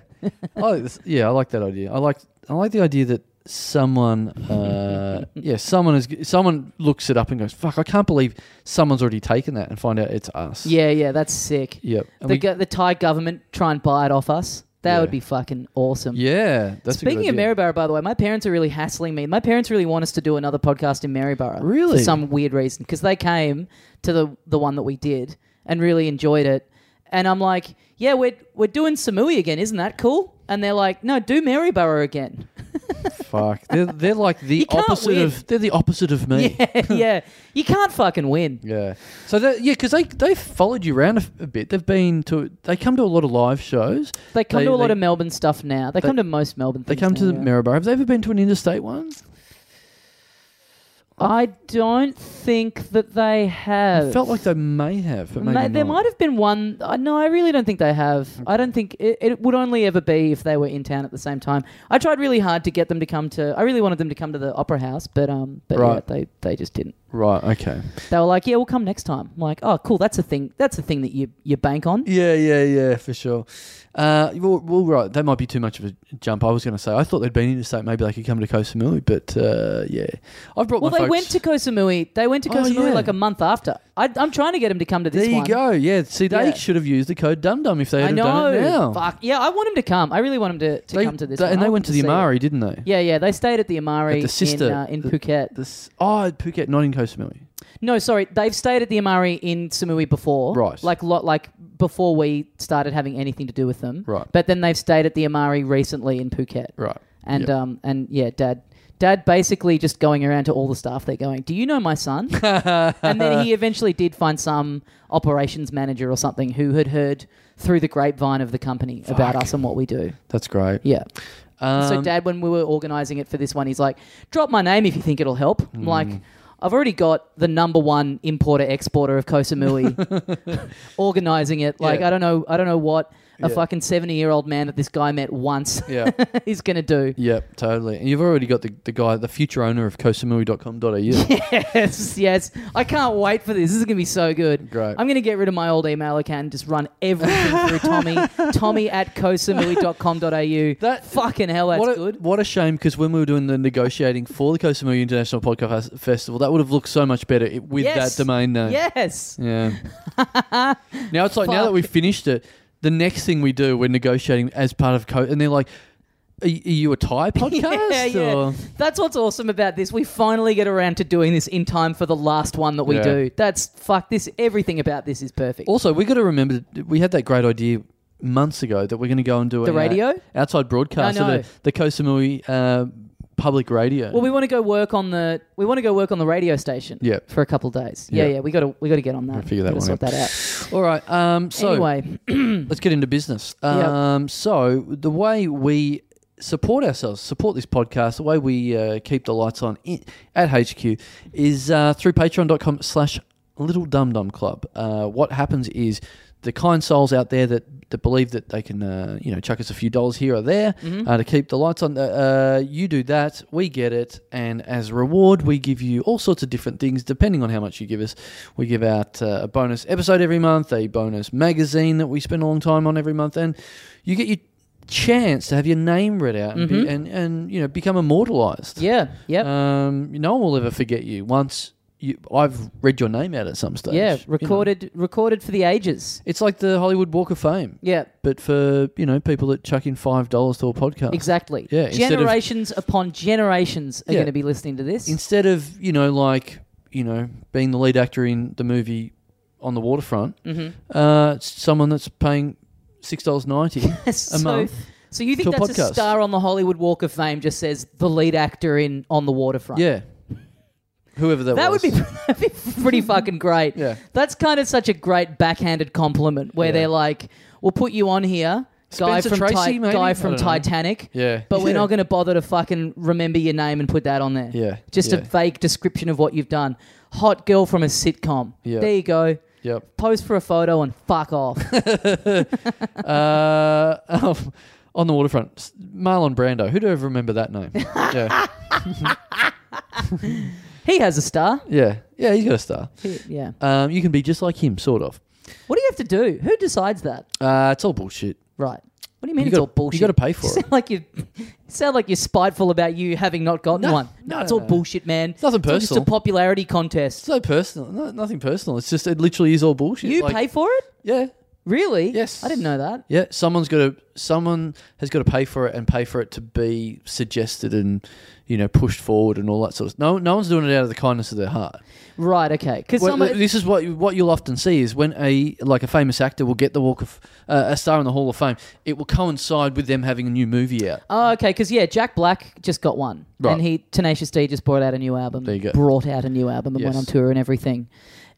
I like this, yeah, I like that idea. I like I like the idea that someone, uh, yeah, someone is someone looks it up and goes, "Fuck, I can't believe someone's already taken that," and find out it's us. Yeah, yeah, that's sick. Yep. And The, we- go- the Thai government try and buy it off us. That Yeah. would be fucking awesome. yeah. That's a Speaking good of idea. Maryborough, by the way, my parents are really hassling me. My parents really want us to do another podcast in Maryborough. Really? For some weird reason. Because they came to the, the one that we did and really enjoyed it. And I'm like, yeah, we're, we're doing Samui again. Isn't that cool? And they're like, no, do Maryborough again. fuck, they're, they're like the can't opposite win. of they're the opposite of me. yeah, yeah. You can't fucking win. Yeah. So that, yeah, because they they followed you around a, f- a bit. They've been to they come to a lot of live shows. They come They- to a lot they- of Melbourne stuff now. They, come to most Melbourne. They things come to now, the yeah. Maribor. Have they ever been to an interstate one? I don't think that they have. I felt like they may have, but maybe Ma- there not. might have been one. I no, I really don't think they have. I don't think it, it would only ever be if they were in town at the same time. I tried really hard to get them to come to. I really wanted them to come to the opera house, but um, but Right. yeah, they they just didn't. Right. Okay. They were like, yeah, we'll come next time. I'm like, oh, cool. That's a thing. That's a thing that you you bank on. Yeah, yeah, yeah, for sure. Uh, well, well, right, that might be too much of a jump. I was going to say I thought they'd been interstate. Maybe they could come to Koh Samui, but uh, yeah, I've brought. Well, my they folks- went to Koh Samui. They went to Koh Oh, Samui yeah. like a month after. I, I'm trying to get him to come to this There you one. go. Yeah. See, they Yeah. should have used the code Dum Dum if they had I have know. done it now. Fuck yeah! I want him to come. I really want him to, to They- come to this. they- one. and I they want went to the see it. Amari, didn't they? Yeah, yeah. They stayed at the Amari At the sister- in, uh, in the- Phuket. This oh at Phuket, not in Koh Samui. No, sorry, they've stayed at the Amari in Samui before, Right. Like, lo- like before we started having anything to do with them, Right. But then they've stayed at the Amari recently in Phuket, Right. And Yep. um, and yeah, Dad, Dad basically just going around to all the staff. They're going, "Do you know my son?" and then he eventually did find some operations manager or something who had heard through the grapevine of the company about us and what we do. That's great. Yeah. Um, so, Dad, when we were organising it for this one, he's like, "Drop my name if you think it'll help." I'm like, Mm. "I've already got the number one importer exporter of Kosamui organising it. Like, Yeah. I don't know, I don't know what a Yeah. fucking seventy year old man that this guy met once Yeah. is going to do." Yep, totally. And you've already got the, the guy, the future owner of kosamui.com.au. Yeah. Yes, yes. I can't wait for this. This is going to be so good. Great. I'm going to get rid of my old email account and just run everything through Tommy. Tommy at kosamui.com.au. That- fucking hell, that's what a, good. What a shame, because when we were doing the negotiating for the Kosamui International Podcast Fes- Festival, that would have looked so much better i- with Yes. that domain name. Yes. Yeah. now it's like now that Fuck. we've finished it, the next thing we do, we're negotiating as part of Co, and they're like, "Are, y- are you a Thai podcast?" Yeah, yeah. or- That's what's awesome about this. We finally get around to doing this in time for the last one that we Yeah. do. That's fuck this. Everything about this is perfect. Also, we got to remember that we had that great idea months ago that we're going to go and do The an, uh, radio? outside broadcast I know. of the, the Kosamui uh, public radio. well, we want to go work on the we want to go work on the radio station. Yeah. for a couple of days. Yeah, Yeah. yeah. We got to we got to get on that. figure that Gotta one sort out. that out. All right. Um, so anyway, let's get into business. Yep. Um, So the way we support ourselves, support this podcast, the way we uh, keep the lights on i at HQ is uh, through patreon.com slash little dum dum club. Uh, what happens is the kind souls out there that, that believe that they can, uh, you know, chuck us a few dollars here or there uh, to keep the lights on. Uh, uh, you do that, we get it, and as a reward, we give you all sorts of different things depending on how much you give us. We give out uh, a bonus episode every month, a bonus magazine that we spend a long time on every month, and you get your chance to have your name read out and, be, and, and you know become immortalized. yeah, Mm-hmm. yep. Um, no one will ever forget you once you. I've read your name out at some stage. yeah, you know. recorded recorded for the ages. It's like the Hollywood Walk of Fame, Yeah, but for you know people that chuck in five dollars to a podcast. exactly. Yeah, instead of- generations upon generations are Yeah. going to be listening to this. Instead of you know like you know being the lead actor in the movie on the waterfront, Mm-hmm. uh, it's someone that's paying six dollars ninety a so, month. So you think to a that's podcast. a star on the Hollywood Walk of Fame just says the lead actor in On the Waterfront? Yeah, whoever that, That would was. be that'd be pretty fucking great. Yeah. That's kind of such a great backhanded compliment where Yeah. they're like, we'll put you on here. Guy Spencer from, Tracy, maybe? guy I from don't know. Titanic. Yeah. But we're Yeah. not going to bother to fucking remember your name and put that on there. Yeah. Just a Yeah. vague description of what you've done. Hot girl from a sitcom. Yeah. There you go. Yep. Pose for a photo and fuck off. Uh, on the waterfront, S- Marlon Brando. Who'd ever remember that name? yeah, he has a star. yeah, yeah. He's got a star. He- yeah. Um, you can be just like him, sort of. What do you have to do? Who decides that? Uh, it's all bullshit. Right. What do you mean You it's gotta- all bullshit? you gotta pay for You it. Sound like you you sound like you're spiteful about you having not gotten No, one. no, No, it's no, all no. bullshit, man. It's nothing all personal. just a popularity It's contest. no personal, no, nothing personal. It's just it literally is all bullshit. You Like, pay for it? yeah, Really? Yes. I didn't know that. yeah. Someone's got to, someone has got to pay for it and pay for it to be suggested and you know pushed forward and all that sort of. No, no one's doing it out of the kindness of their heart. Right. Okay. Because Well, this is what what you'll often see is when a like a famous actor will get the walk of uh, a star in the Hall of Fame, it will coincide with them having a new movie out. Oh, okay. Because yeah, Jack Black just got one, Right. and he Tenacious D just brought out a new album. There you go. Brought out a new album and Yes. went on tour and everything.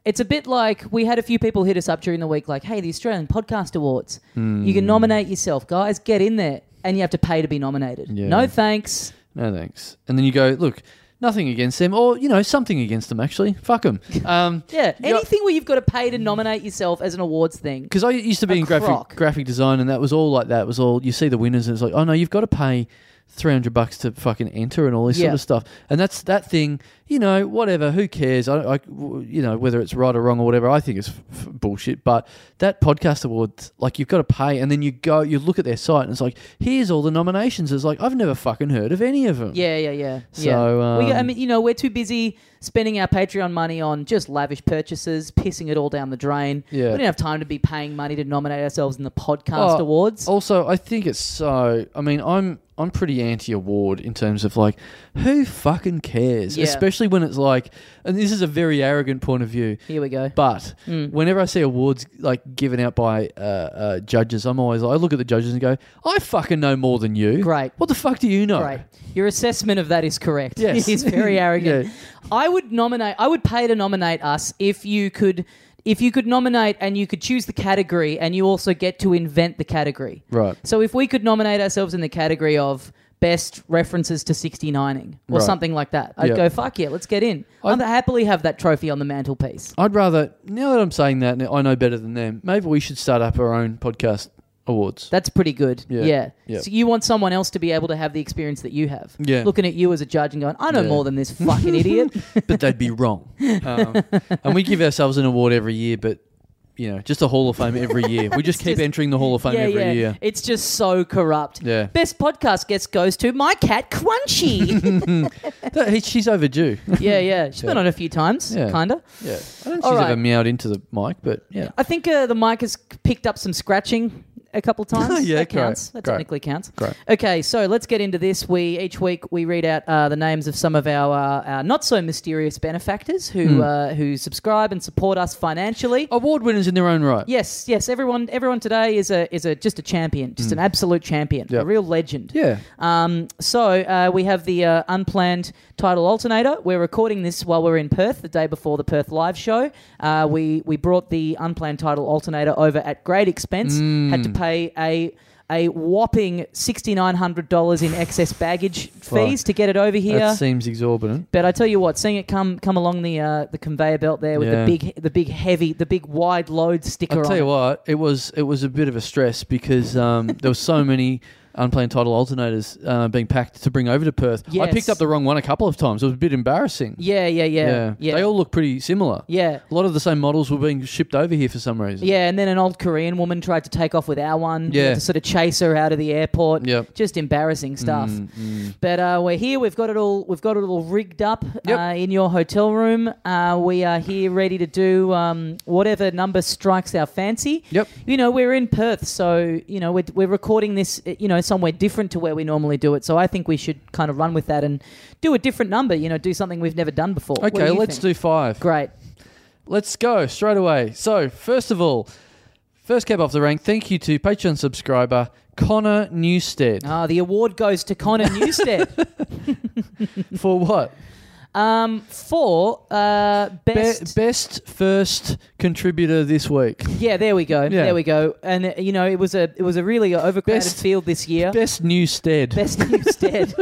It's a bit like we had a few people hit us up during the week, like, "Hey, the Australian Podcast Awards. You Hmm. can nominate yourself, guys. Get in there, and you have to pay to be nominated. Yeah. No thanks. No thanks. And then you go, look, Nothing against them, or you know, something against them actually. Fuck them. Um, Yeah, anything where you've got to pay to nominate yourself as an awards thing. Because I used to be A in graphic crock. graphic design, and that was all like that. It was all you see the winners, and it's like, oh no, you've got to pay three hundred bucks to fucking enter and all this Yeah. sort of stuff. And that's that thing, you know, whatever. Who cares? I, I- w- you know, whether it's right or wrong or whatever. I think it's f- f- bullshit. But that podcast award, like you've got to pay, and then you go, you look at their site, and it's like, here's all the nominations. It's like I've never fucking heard of any of them. Yeah, yeah, yeah. So, yeah. we, I um, mean, you know, we're too busy spending our Patreon money on just lavish purchases, pissing it all down the drain. Yeah. We don't have time to be paying money to nominate ourselves in the podcast Oh, awards. Also, I think it's so. I mean, I'm I'm pretty anti-award in terms of like, who fucking cares? Yeah. Especially when it's like, and this is a very arrogant point of view. Here we go. But Mm. whenever I see awards like given out by uh, uh, judges, I'm always like, I look at the judges and go, I fucking know more than you. Great. What the fuck do you know? Right. Your assessment of that is correct. Yes. He's very arrogant. Yeah. I would nominate I would pay to nominate us if you could if you could nominate and you could choose the category and you also get to invent the category. Right. So if we could nominate ourselves in the category of best references to 69ing or Right. something like that, I'd Yeah. go fuck yeah, let's get in. I'd I'd- happily have that trophy on the mantelpiece. I'd rather now that I'm saying that and I know better than them. Maybe we should start up our own podcast awards. That's pretty good. Yeah. Yeah. Yeah. So you want someone else to be able to have the experience that you have. Yeah. Looking at you as a judge and going, I know Yeah. more than this fucking idiot. but they'd be wrong. Um, and we give ourselves an award every year, but you know, just a Hall of Fame every year. We just keep just- entering the Hall of Fame every year. It's just so corrupt. Yeah. Best podcast guest goes to my cat Crunchy. That- he- she's overdue. yeah, yeah. She's been Yeah. on a few times, Yeah. kinda. yeah, I don't think All she's right. ever meowed into the mic, but yeah, I think uh, the mic has picked up some scratching a couple times. Yeah, that great, counts. That great. technically counts. Great. Okay, so let's get into this. We each week we read out uh, the names of some of our, uh, our not so mysterious benefactors who Hmm. uh, who subscribe and support us financially. award winners in their own right. Yes, yes. Everyone, everyone today is a is a just a champion, Hmm. just an absolute champion, Yeah. a real legend. Yeah. Um, so uh, we have the uh, unplanned title alternator. We're recording this while we're in Perth, the day before the Perth live show. Uh, we we brought the unplanned title alternator over at great expense. Mm. Had to pay a a whopping sixty nine hundred dollars in excess baggage fees to get it over here. That seems exorbitant. But I tell you what, seeing it come come along the uh, the conveyor belt there with Yeah. the big the big heavy the big wide load sticker. I'll on tell it. you what, it was it was a bit of a stress because um, there was so many unplanned title alternators uh, being packed to bring over to Perth. I Yes. picked up the wrong one a couple of times. It was a bit embarrassing. Yeah, yeah, yeah, yeah. yeah. They all look pretty similar. yeah. A lot of the same models were being shipped over here for some reason. Yeah, and then an old Korean woman tried to take off with our one. Yeah. Mm, Yeah. To sort of chase her out of the airport. Yep. Just embarrassing stuff. But uh, we're here. We've got it all. We've got it all rigged up Yep. uh, in your hotel room. Uh, we are here, ready to do um, whatever number strikes our fancy. Yep. You know, we're in Perth, so you know we're, we're recording this. uh, You know, somewhere different to where we normally do it. So I think we should kind of run with that and do a different number. You know, do something we've never done before. Okay, let's do five. do. Great. Let's go straight away. So, first of all, first cab off the rank, thank you to Patreon subscriber Connor Newstead. Ah, the award goes to Connor Newstead. For what? Um, for uh, best, Be- best first contributor this week. yeah, there we go, Yeah. there we go, and uh, you know it was a it was a really uh, overcrowded Best- field this year. Best Newstead. Best Newstead.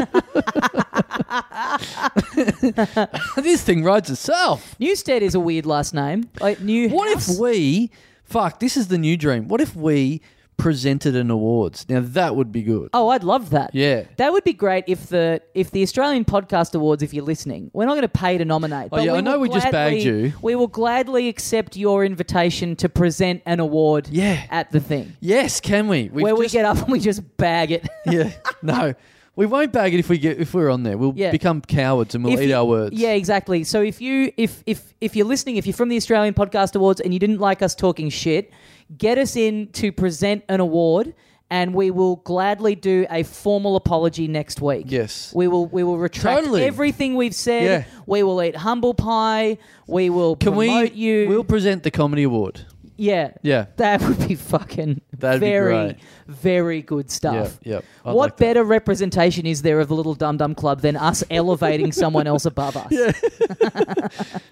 this thing rides itself. Newstead is a weird last name. Like New. What if we, fuck, this is the new dream. What if we presented an awards? Now, that would be good. Oh, I'd love that. Yeah. That would be great if the if the Australian Podcast Awards, if you're listening, we're not going to pay to nominate. Oh, yeah, I know will we just bagged you. We will gladly accept your invitation to present an award. Yeah. At the thing Yes, can we? We've Uh, where we just- get up and we just bag it. yeah. No, we won't bag it if we get if we're on there. We'll Yeah. become cowards and we'll If eat you- our words. Yeah, exactly. So if you if if if you're listening, if you're from the Australian Podcast Awards and you didn't like us talking shit, get us in to present an award and we will gladly do a formal apology next week. Yes. We will we will retract Totally. everything we've said. Yeah. We will eat humble pie. We will Can promote we? you. We'll present the comedy award. yeah. Yeah. That would be fucking That'd be very, great. very good stuff. Yep, yep. I'd What like that. better representation is there of the little Dum Dum Club than us elevating someone else above us?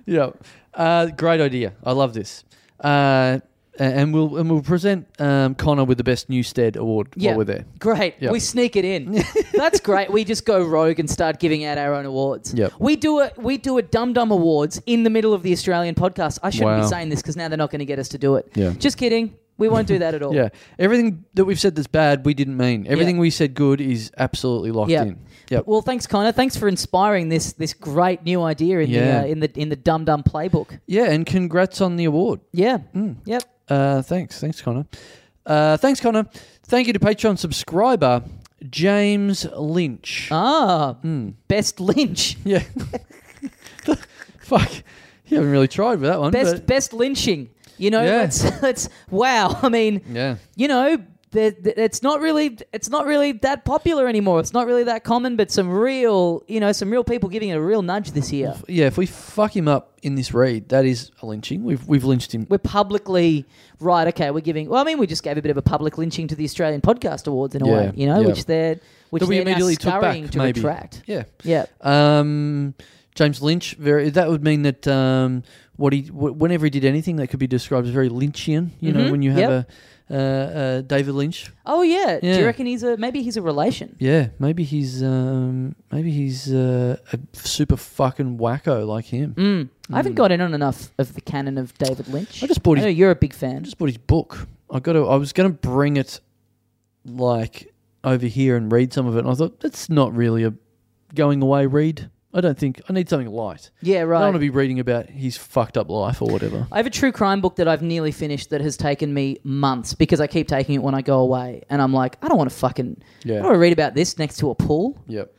Yeah. Uh, great idea. I love this. Uh, a- and we'll and we'll present um, Connor with the best Newstead award while we're there. Great. Yep. We sneak it in. That's great. We just go rogue and start giving out our own awards. Yep. We do a we do a Dum Dum Awards in the middle of the Australian podcast. I shouldn't Wow. be saying this because now they're not going to get us to do it. Yeah. Just kidding. We won't do that at all. Yeah, everything that we've said that's bad, we didn't mean. Everything Yeah. we said good is absolutely locked Yeah. in. Yep. Well, thanks, Connor. Thanks for inspiring this this great new idea in the Yeah. uh, in the in the Dum Dum playbook. Yeah, and congrats on the award. Yeah. Yep. Uh, thanks, thanks, Connor. Uh, thanks, Connor. Thank you to Patreon subscriber James Lynch. Hmm. Ah, best Lynch, yeah, fuck, you haven't really tried with that one. best but- best lynching. You know, Yeah. let's let's. Wow. I mean, yeah, you know, the, the, it's not really it's not really that popular anymore. It's not really that common, but some real you know some real people giving it a real nudge this year. yeah. If we fuck him up in this read, that is a lynching. We've we've lynched him. We're publicly right. Okay, we're giving. Well, I mean, we just gave a bit of a public lynching to the Australian Podcast Awards in a Yeah, way, you know, yeah. which they're which That we they're now immediately took scurrying back, to maybe. retract. Yeah. Yeah. Um, James Lynch. Very. That would mean that um, what he w- whenever he did anything that could be described as very Lynchian. You know, Mhm, when you have a uh, uh, David Lynch. Oh yeah. Do Yeah. you reckon he's a maybe he's a relation? Yeah, maybe he's um, maybe he's uh, a super fucking wacko like him. Mm. I haven't gotten on enough of the canon of David Lynch. I just bought I know his. you're a big I fan. just bought his book. I got. to I was going to bring it, like over here and read some of it. And I thought that's not really a going away read. I don't think I need something light. yeah, I don't right. want to be reading about his fucked up life or whatever. I have a true crime book that I've nearly finished that has taken me months because I keep taking it when I go away, and I'm like, I don't want to fucking, I Yeah. don't want to read about this next to a pool. Yep.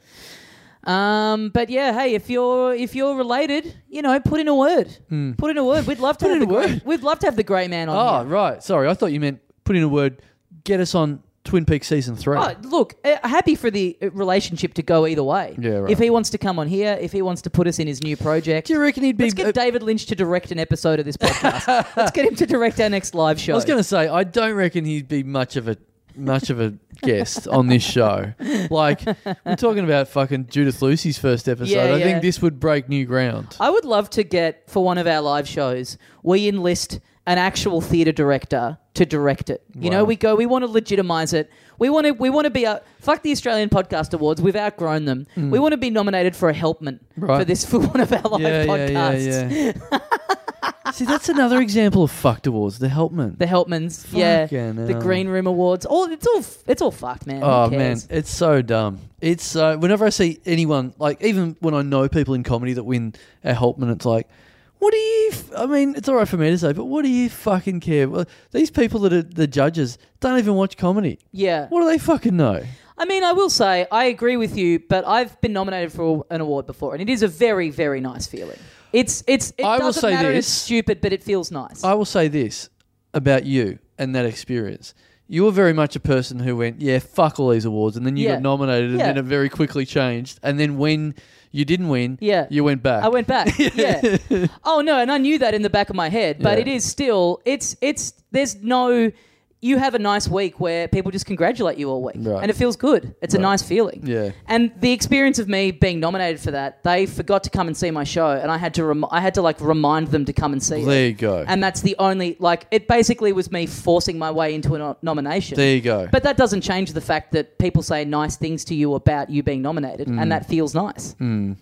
Um, but yeah, hey, if you're if you're related, you know, put in a word. Put in a word. We'd love to Hmm. Put have in the a gray- word. we'd love to have the grey man Oh, on. here. right. Sorry, I thought you meant put in a word. Get us on Twin Peaks season three. Oh, look, uh, happy for the uh, relationship to go either way. Yeah, right. If he wants to come on here, if he wants to put us in his new project, Do you reckon he'd be? let's get David Lynch to direct an episode of this podcast. let's get him to direct our next live show. I was going to say I don't reckon he'd be much of a much of a guest on this show. Like we're talking about fucking Judith Lucy's first episode. Yeah, I yeah. think this would break new ground. I would love to get for one of our live shows. We enlist an actual theater director to direct it. You know, Wow. we go. We want to legitimize it. We want to. We want to be a fuck the Australian Podcast Awards. We've outgrown them. We want to be nominated for a helpman for Hmm. Right. this for one of our live podcasts. yeah, yeah. See, that's another example of fucked awards. The Helpman. The helpmans, yeah, Fucking the hell. green room awards. All it's all f- it's all fucked, man. Who Oh man, cares? it's so dumb. It's so. Whenever I see anyone, like even when I know people in comedy that win a Helpman, it's like, what do you? F- I mean, it's all right for me to say, but what do you fucking care? Well, these people that are the judges don't even watch comedy. yeah. What do they fucking know? I mean, I will say I agree with you, but I've been nominated for an award before, and it is a very, very nice feeling. It's it's it I will doesn't say matter. if this. It's stupid, but it feels nice. I will say this about you and that experience. You were very much a person who went, yeah, fuck all these awards, and then you Yeah. got nominated, and Yeah. then it very quickly changed. And then when you didn't win, Yeah. you went back. I went back. yeah. Oh no, and I knew that in the back of my head, but Yeah. it is still it's it's there's no you have a nice week where people just congratulate you all week Right. and it feels good. It's a nice feeling. Yeah. And the experience of me being nominated for that, they forgot to come and see my show and I had to rem- I had to like remind them to come and see There it. you go. And that's the only like it basically was me forcing my way into a no- nomination. There you go. But that doesn't change the fact that people say nice things to you about you being nominated Mm. and that feels nice. Hmm.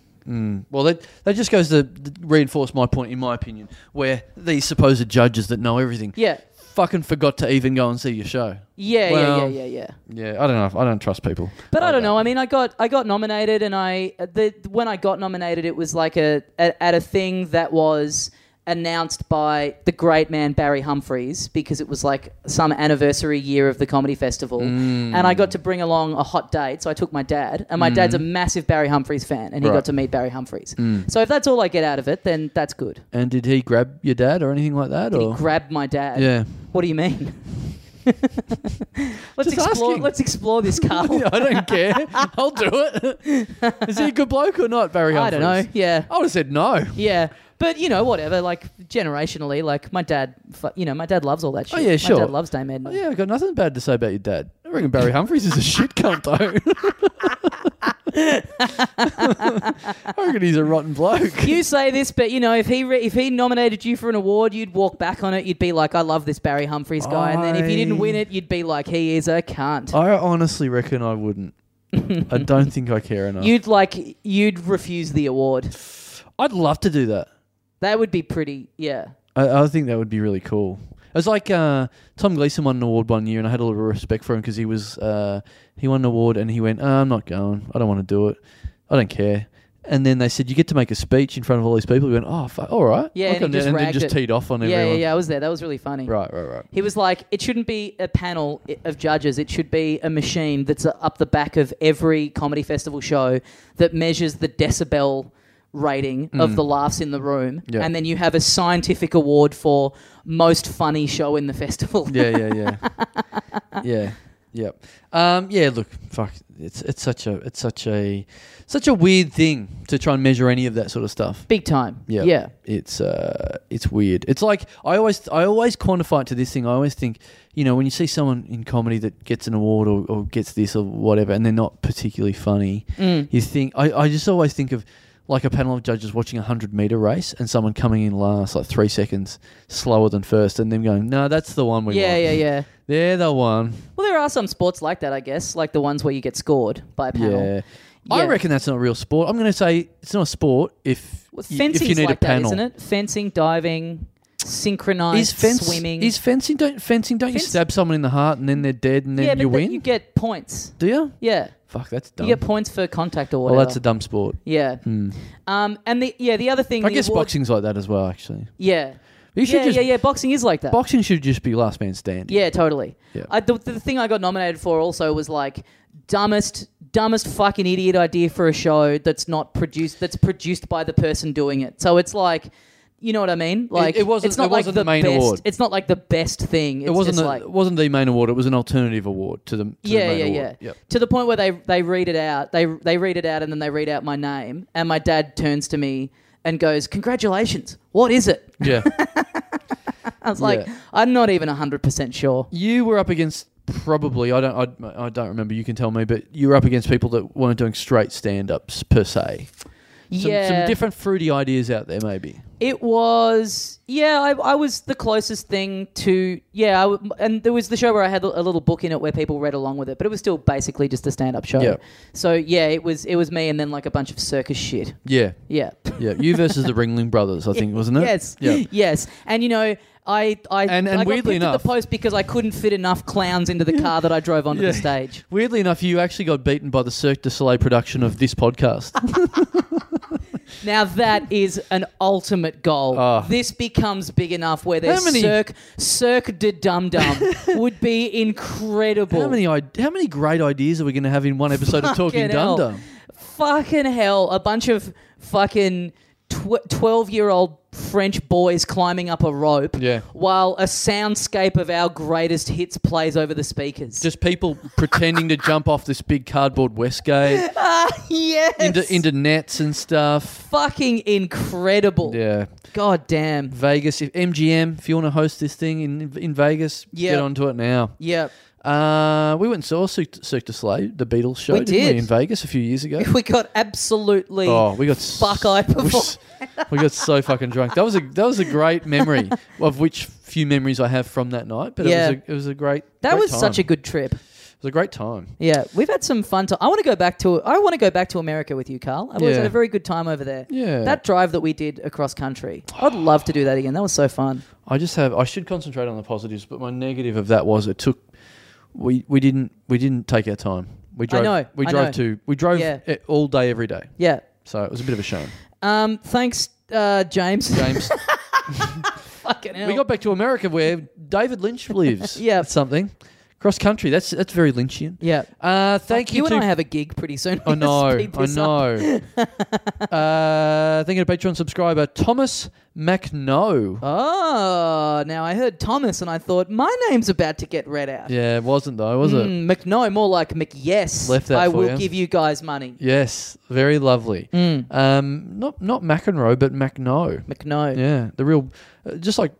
Well, that that just goes to reinforce my point, in my opinion, where these supposed judges that know everything, Yeah. fucking forgot to even go and see your show. Yeah, Well- yeah, yeah, yeah, yeah. Yeah, I don't know. I don't trust people. But I like don't that. know. I mean, I got I got nominated, and I the when I got nominated, it was like a, a at a thing that was announced by the great man Barry Humphries because it was like some anniversary year of the comedy festival, Mm. and I got to bring along a hot date. So I took my dad, and my dad's a massive Barry Humphries fan, and he Mm. Right. Mm. got to meet Barry Humphries. So if that's all I get out of it, then that's good. And did he grab your dad or anything like that? Did or he grab my dad? yeah, What do you mean? let's Just explore. asking. Let's explore this, Carl. I don't care. I'll do it. Is he a good bloke or not, Barry? I don't know. Humphries? Yeah. I would have said no. Yeah, but you know, whatever. Like generationally, like my dad, fu- you know, my dad loves all that shit. Oh, yeah, My sure. dad loves Dame Edna. Oh, yeah, I've got nothing bad to say about your dad. I reckon Barry Humphries is a shit cunt though. I reckon he's a rotten bloke. You say this, but you know, if he re- if he nominated you for an award, you'd walk back on it. You'd be like, "I love this Barry Humphries guy," and then if you didn't win it, you'd be like, "He is a cunt." I honestly reckon I wouldn't. I don't think I care enough. You'd like you'd refuse the award. I'd love to do that. That would be pretty. Yeah. I, I think that would be really cool. It was like uh, Tom Gleason won an award one year, and I had a little respect for him because he was uh, he won an award and he went, oh, "I'm not going. I don't want to do it. I don't care." And then they said, "You get to make a speech in front of all these people." He went, "Oh, fuck, all right." Yeah, I'll and come he down," just and then ragged just it. teed off on Yeah, yeah, everyone. yeah. I was there. That was really funny. Right, right, right. He was like, it shouldn't be a panel i- of judges. It should be a machine that's uh, up the back of every comedy festival show that measures the decibel rating of the laughs in the room. Mm. Yeah. And then you have a scientific award for most funny show in the festival. yeah, yeah, yeah, yeah, yep. Um, yeah, look, fuck, it's it's such a it's such a such a weird thing to try and measure any of that sort of stuff. Big time. Yeah, Yeah. it's uh, it's weird. It's like I always I always quantify it to this thing. I always think, you know, when you see someone in comedy that gets an award or, or gets this or whatever, and they're not particularly funny, Mm. you think I, I just always think of. Like a panel of judges watching a hundred meter race, and someone coming in last, like three seconds slower than first, and them going, "No, that's the one we want." Yeah, yeah, yeah. They're the one. Well, there are some sports like that, I guess, like the ones where you get scored by a panel. Yeah. I Yeah. reckon that's not a real sport. I'm going to say it's not a sport if, Well, you, if fencing's you need like a panel. that, isn't it? Fencing, diving, synchronized Is fence, swimming. Is fencing don't fencing don't Fence- you stab someone in the heart and then they're dead and then yeah, but you th- win? you get points. Do you? Yeah. Fuck, that's dumb. You get points for contact or well, whatever. that's a dumb sport. Yeah. Um, and the yeah, the other thing. I the guess award- boxing's like that as well. Actually, Yeah. you should yeah, just yeah, yeah. Boxing is like that. boxing should just be last man standing. yeah, totally. Yeah. I, the, the thing I got nominated for also was like dumbest, dumbest fucking idiot idea for a show that's not produced. That's produced by the person doing it. So it's like. You know what I mean? Like it wasn't- It's not it like wasn't the the main best, award. It's not like the best thing. It's it wasn't just the, like it wasn't the main award. It was an alternative award to the to the yeah, main yeah, yeah. award. Yep. To the point where they they read it out. They they read it out and then they read out my name. And my dad turns to me and goes, "Congratulations! What is it?" Yeah. I was like, Yeah. I'm not even 100% sure. You were up against probably I don't I, I don't remember. You can tell me, but you were up against people that weren't doing straight stand ups per se. Some, yeah. some different fruity ideas out there, maybe. It was, yeah, I, I was the closest thing to, yeah, I w and there was the show where I had a little book in it where people read along with it, but it was still basically just a stand up show. Yeah. So, yeah, it was it was me and then like a bunch of circus shit. Yeah, Yeah. yeah. You versus the Ringling Brothers, I think, wasn't it? Yes. Yeah. Yes. And you know, I I And- and I got weirdly picked at enough- the post because I couldn't fit enough clowns into the car that I drove onto Yeah. the stage. Weirdly enough, you actually got beaten by the Cirque du Soleil production of this podcast. Now that is an ultimate goal. Oh. This becomes big enough where there's How many- Cirque, Cirque de Dum Dum would be incredible. how many i- how many great ideas are we going to have in one episode of Talking Fucking hell. Dum Dum? Fucking hell, a bunch of fucking tw- 12 year old French boys climbing up a rope Yeah. while a soundscape of our greatest hits plays over the speakers. Just people pretending to jump off this big cardboard west gate Ah, yes. into into nets and stuff. fucking incredible. Yeah. God damn. Vegas. If MGM, if you want to host this thing in in Vegas, Yeah. get onto it now. Yep. Uh, we went and saw Cirque, Cirque du Soleil, the Beatles show, We didn't did. we, in Vegas a few years ago? We got absolutely oh, we got buck-eyed s- we before. s- We got so fucking drunk. That was a that was a great memory, of which few memories I have from that night. But Yeah. it was a, it was a great. That great was time. such a good trip. It was a great time. Yeah, we've had some fun time. I want to go back to I want to go back to America with you, Carl. I was Yeah. had a very good time over there. Yeah. That drive that we did across country. I'd love to do that again. That was so fun. I just have I should concentrate on the positives, but my negative of that was it took we we didn't we didn't take our time. We drove know, we I drove know. to we drove Yeah. it all day every day. Yeah. So it was a bit of a shame. Um thanks uh James. James, Fucking hell. we got back to America where David Lynch lives. Yeah. That's something cross country. That's that's very Lynchian. Yeah. Uh, thank you you. and I to have a gig pretty soon. I know, Let's speed I this up. know. uh, thank you to Patreon subscriber Thomas McNo. Uh, Oh, now I heard Thomas and I thought my name's about to get read out. Yeah, it wasn't though, was it? Mm, McNo, more like McYes. Left that I for will you. give you guys money. Mm, Yes, very lovely. Um, not not McEnroe, but McNo. McNo. Yeah, the real, uh, just like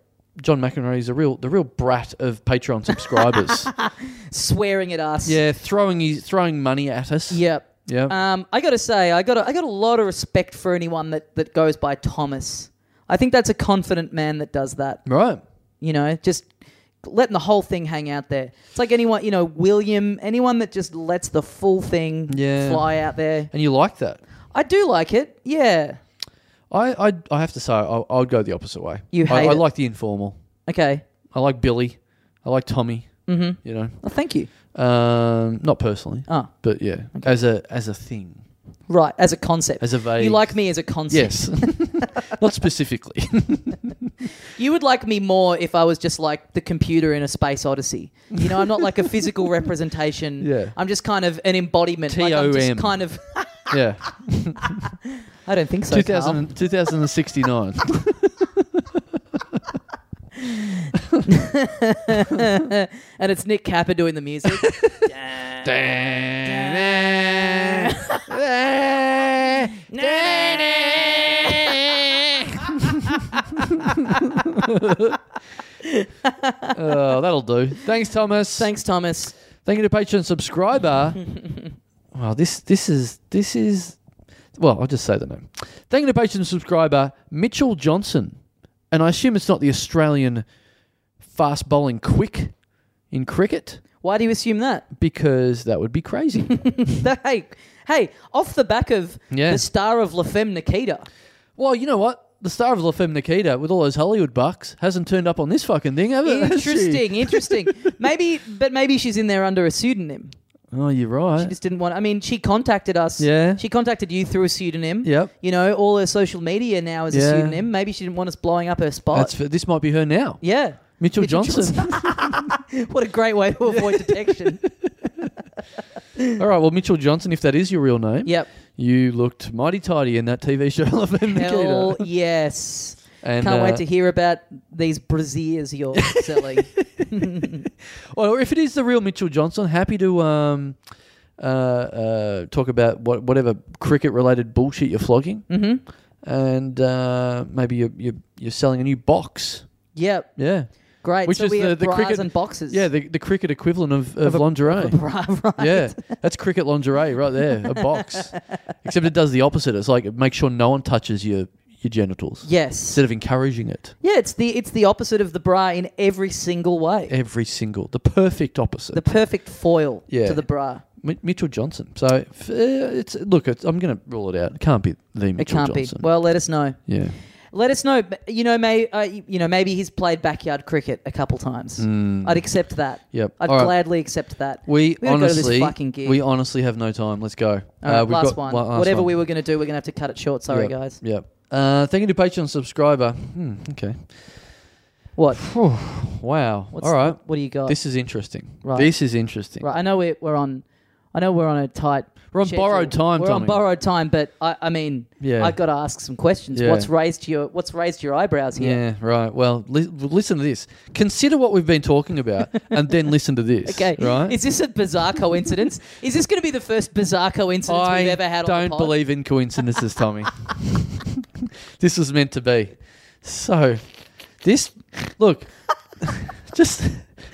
John McEnroe is a real the real brat of Patreon subscribers. Swearing at us. yeah, throwing his- throwing money at us. Yep. Yeah. Um, I got to say, I got a, I got a lot of respect for anyone that, that goes by Thomas. I think that's a confident man that does that. right. You know, just letting the whole thing hang out there. It's like anyone, you know, William, anyone that just lets the full thing Yeah. fly out there. And you like that. I do like it. Yeah. I I, I have to say, I, I would go the opposite way. You I, hate I it. like the informal. Okay. I like Billy. I like Tommy. Mm-hmm. You Well, thank you. know, um, not personally, Oh, but yeah, as a as a thing, right. As a concept. as a vague. you like me as a concept. Yes. not specifically. You would like me more if I was just like the computer in a space odyssey. You know, I'm not like a physical representation. Yeah. I'm just kind of an embodiment. Like I'm TOM. just kind of yeah. I don't think so. 2000, Carl. and- 2069. and it's Nick Capper doing the music. oh, that'll do. Thanks, Thomas. Thanks, Thomas. Thank you to Patreon subscriber. well, this this is this is well, I'll just say the name. Thank you to Patreon subscriber Mitchell Johnson, and I assume it's not the Australian fast bowling quick in cricket Why do you assume that? because that would be crazy. That- hey, hey, off the back of Yeah. the star of La Femme Nikita. well, you know what? The star of La Femme Nikita with all those Hollywood bucks hasn't turned up on this fucking thing, have it? Has she? Interesting, interesting. Maybe, but maybe she's in there under a pseudonym. Oh, you're right. She just didn't want. I mean, she contacted us. Yeah. She contacted you through a pseudonym. Yep. You know, all her social media now is a Yeah. pseudonym. Maybe she didn't want us blowing up her spot. That's f- this might be her now. yeah. Mitchell, Mitchell Johnson. What a great way to avoid detection. all right, well, Mitchell Johnson, if that is your real name, Yep. you looked mighty tidy in that TV show La Femme Hell Nikita. yes. And, Can't uh, wait to hear about these brasiers you're selling. Or if it is the real Mitchell Johnson, happy to um, uh, uh, talk about what, whatever cricket related bullshit you're flogging. Mhm. And uh, maybe you're, you're, you're selling a new box. yep. Yeah. Great. Which so is we the- have the bras cricket- and boxes. Yeah, the, the cricket equivalent of, of, lingerie. Bra, right. Yeah, that's cricket lingerie right there, a box. Except it does the opposite. It's like it makes sure no one touches your, your genitals Yes. instead of encouraging it. Yeah, it's the it's the opposite of the bra in every single way. Every single, the perfect opposite. The perfect foil Yeah. to the bra. Mi- Mitchell Johnson. So f- uh, it's look, it's, I'm going to rule it out. It can't be the Mitchell It can't Johnson. be. Well, let us know. yeah, Let us know. But, You know, may uh, you know maybe he's played backyard cricket a couple times. I'd accept that. Yep. I'd Hmm. All right. gladly accept that. we, We gotta go to this honestly, fucking gig. we honestly have no time. Let's go. Uh, All right, we've last got one. one- last Whatever one. we were going to do, we're going to have to cut it short. Sorry, Yep. guys. Yep. Uh, thank you to Patreon subscriber. Hmm, okay. What? Wow. What's, All right. What do you got? This is interesting. Right. This is interesting. Right, I know we're, we're on. I know we're on a tight. We're on schedule. borrowed time, We're Tommy. on borrowed time, but I, I mean, Yeah. I've got to ask some questions. Yeah. What's raised your What's raised your eyebrows here? Yeah, right. Well, li- well, listen to this. Consider what we've been talking about and then listen to this. Okay, Right? Is this a bizarre coincidence? Is this going to be the first bizarre coincidence I we've ever had? don't on the pod? believe in coincidences, Tommy. this was meant to be. So, this, look, just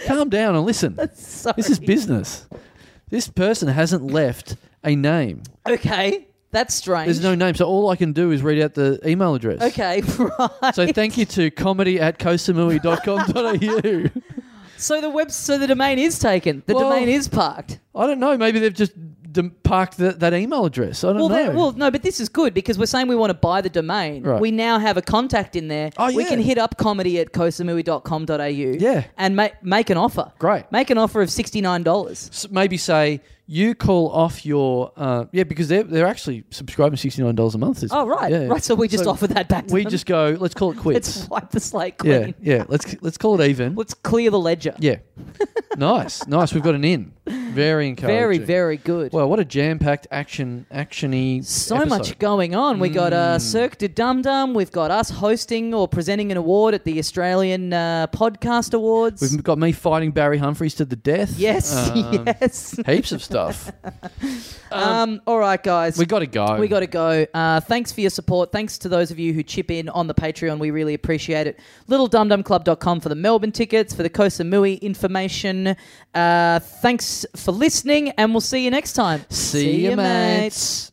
calm down and listen. Sorry. This is business. This person hasn't left a name. okay. That's strange. There's no name. So, all I can do is read out the email address. Okay, right. So, thank you to comedy at kosamui.com.au. So the web, so the domain is taken. The Well- domain is parked. I don't know. Maybe they've just d- parked that, that email address. I don't Well, know. that, well, no, but this is good because we're saying we want to buy the domain. Right. We now have a contact in there. Oh, We yeah. can hit up comedy at kosamui.com.au Yeah. and ma- make an offer. Great. Make an offer of $69. S- maybe say you call off your uh, yeah because they're they're actually subscribing sixty nine dollars a month. Oh, right. Yeah. Right. So we just So offer that back to We them. just go. Let's call it quits. Let's wipe the slate clean. yeah, yeah. Let's let's call it even. Let's clear the ledger. Yeah, nice, nice. We've got an in. Very encouraging. Very, very good. Well, what a jam packed action actiony. so episode. Mm. much going on. We got uh, Cirque de Dum Dum. We've got us hosting or presenting an award at the Australian uh, Podcast Awards. We've got me fighting Barry Humphries to the death. yes, Um, yes. Heaps of stuff. Um, all right, guys. We got to go. We got to go. Uh, thanks for your support. Thanks to those of you who chip in on the Patreon. We really appreciate it. LittleDumDumClub.com for the Melbourne tickets, for the Kosamui information. Uh, thanks for listening, and we'll see you next time. See, you, mates.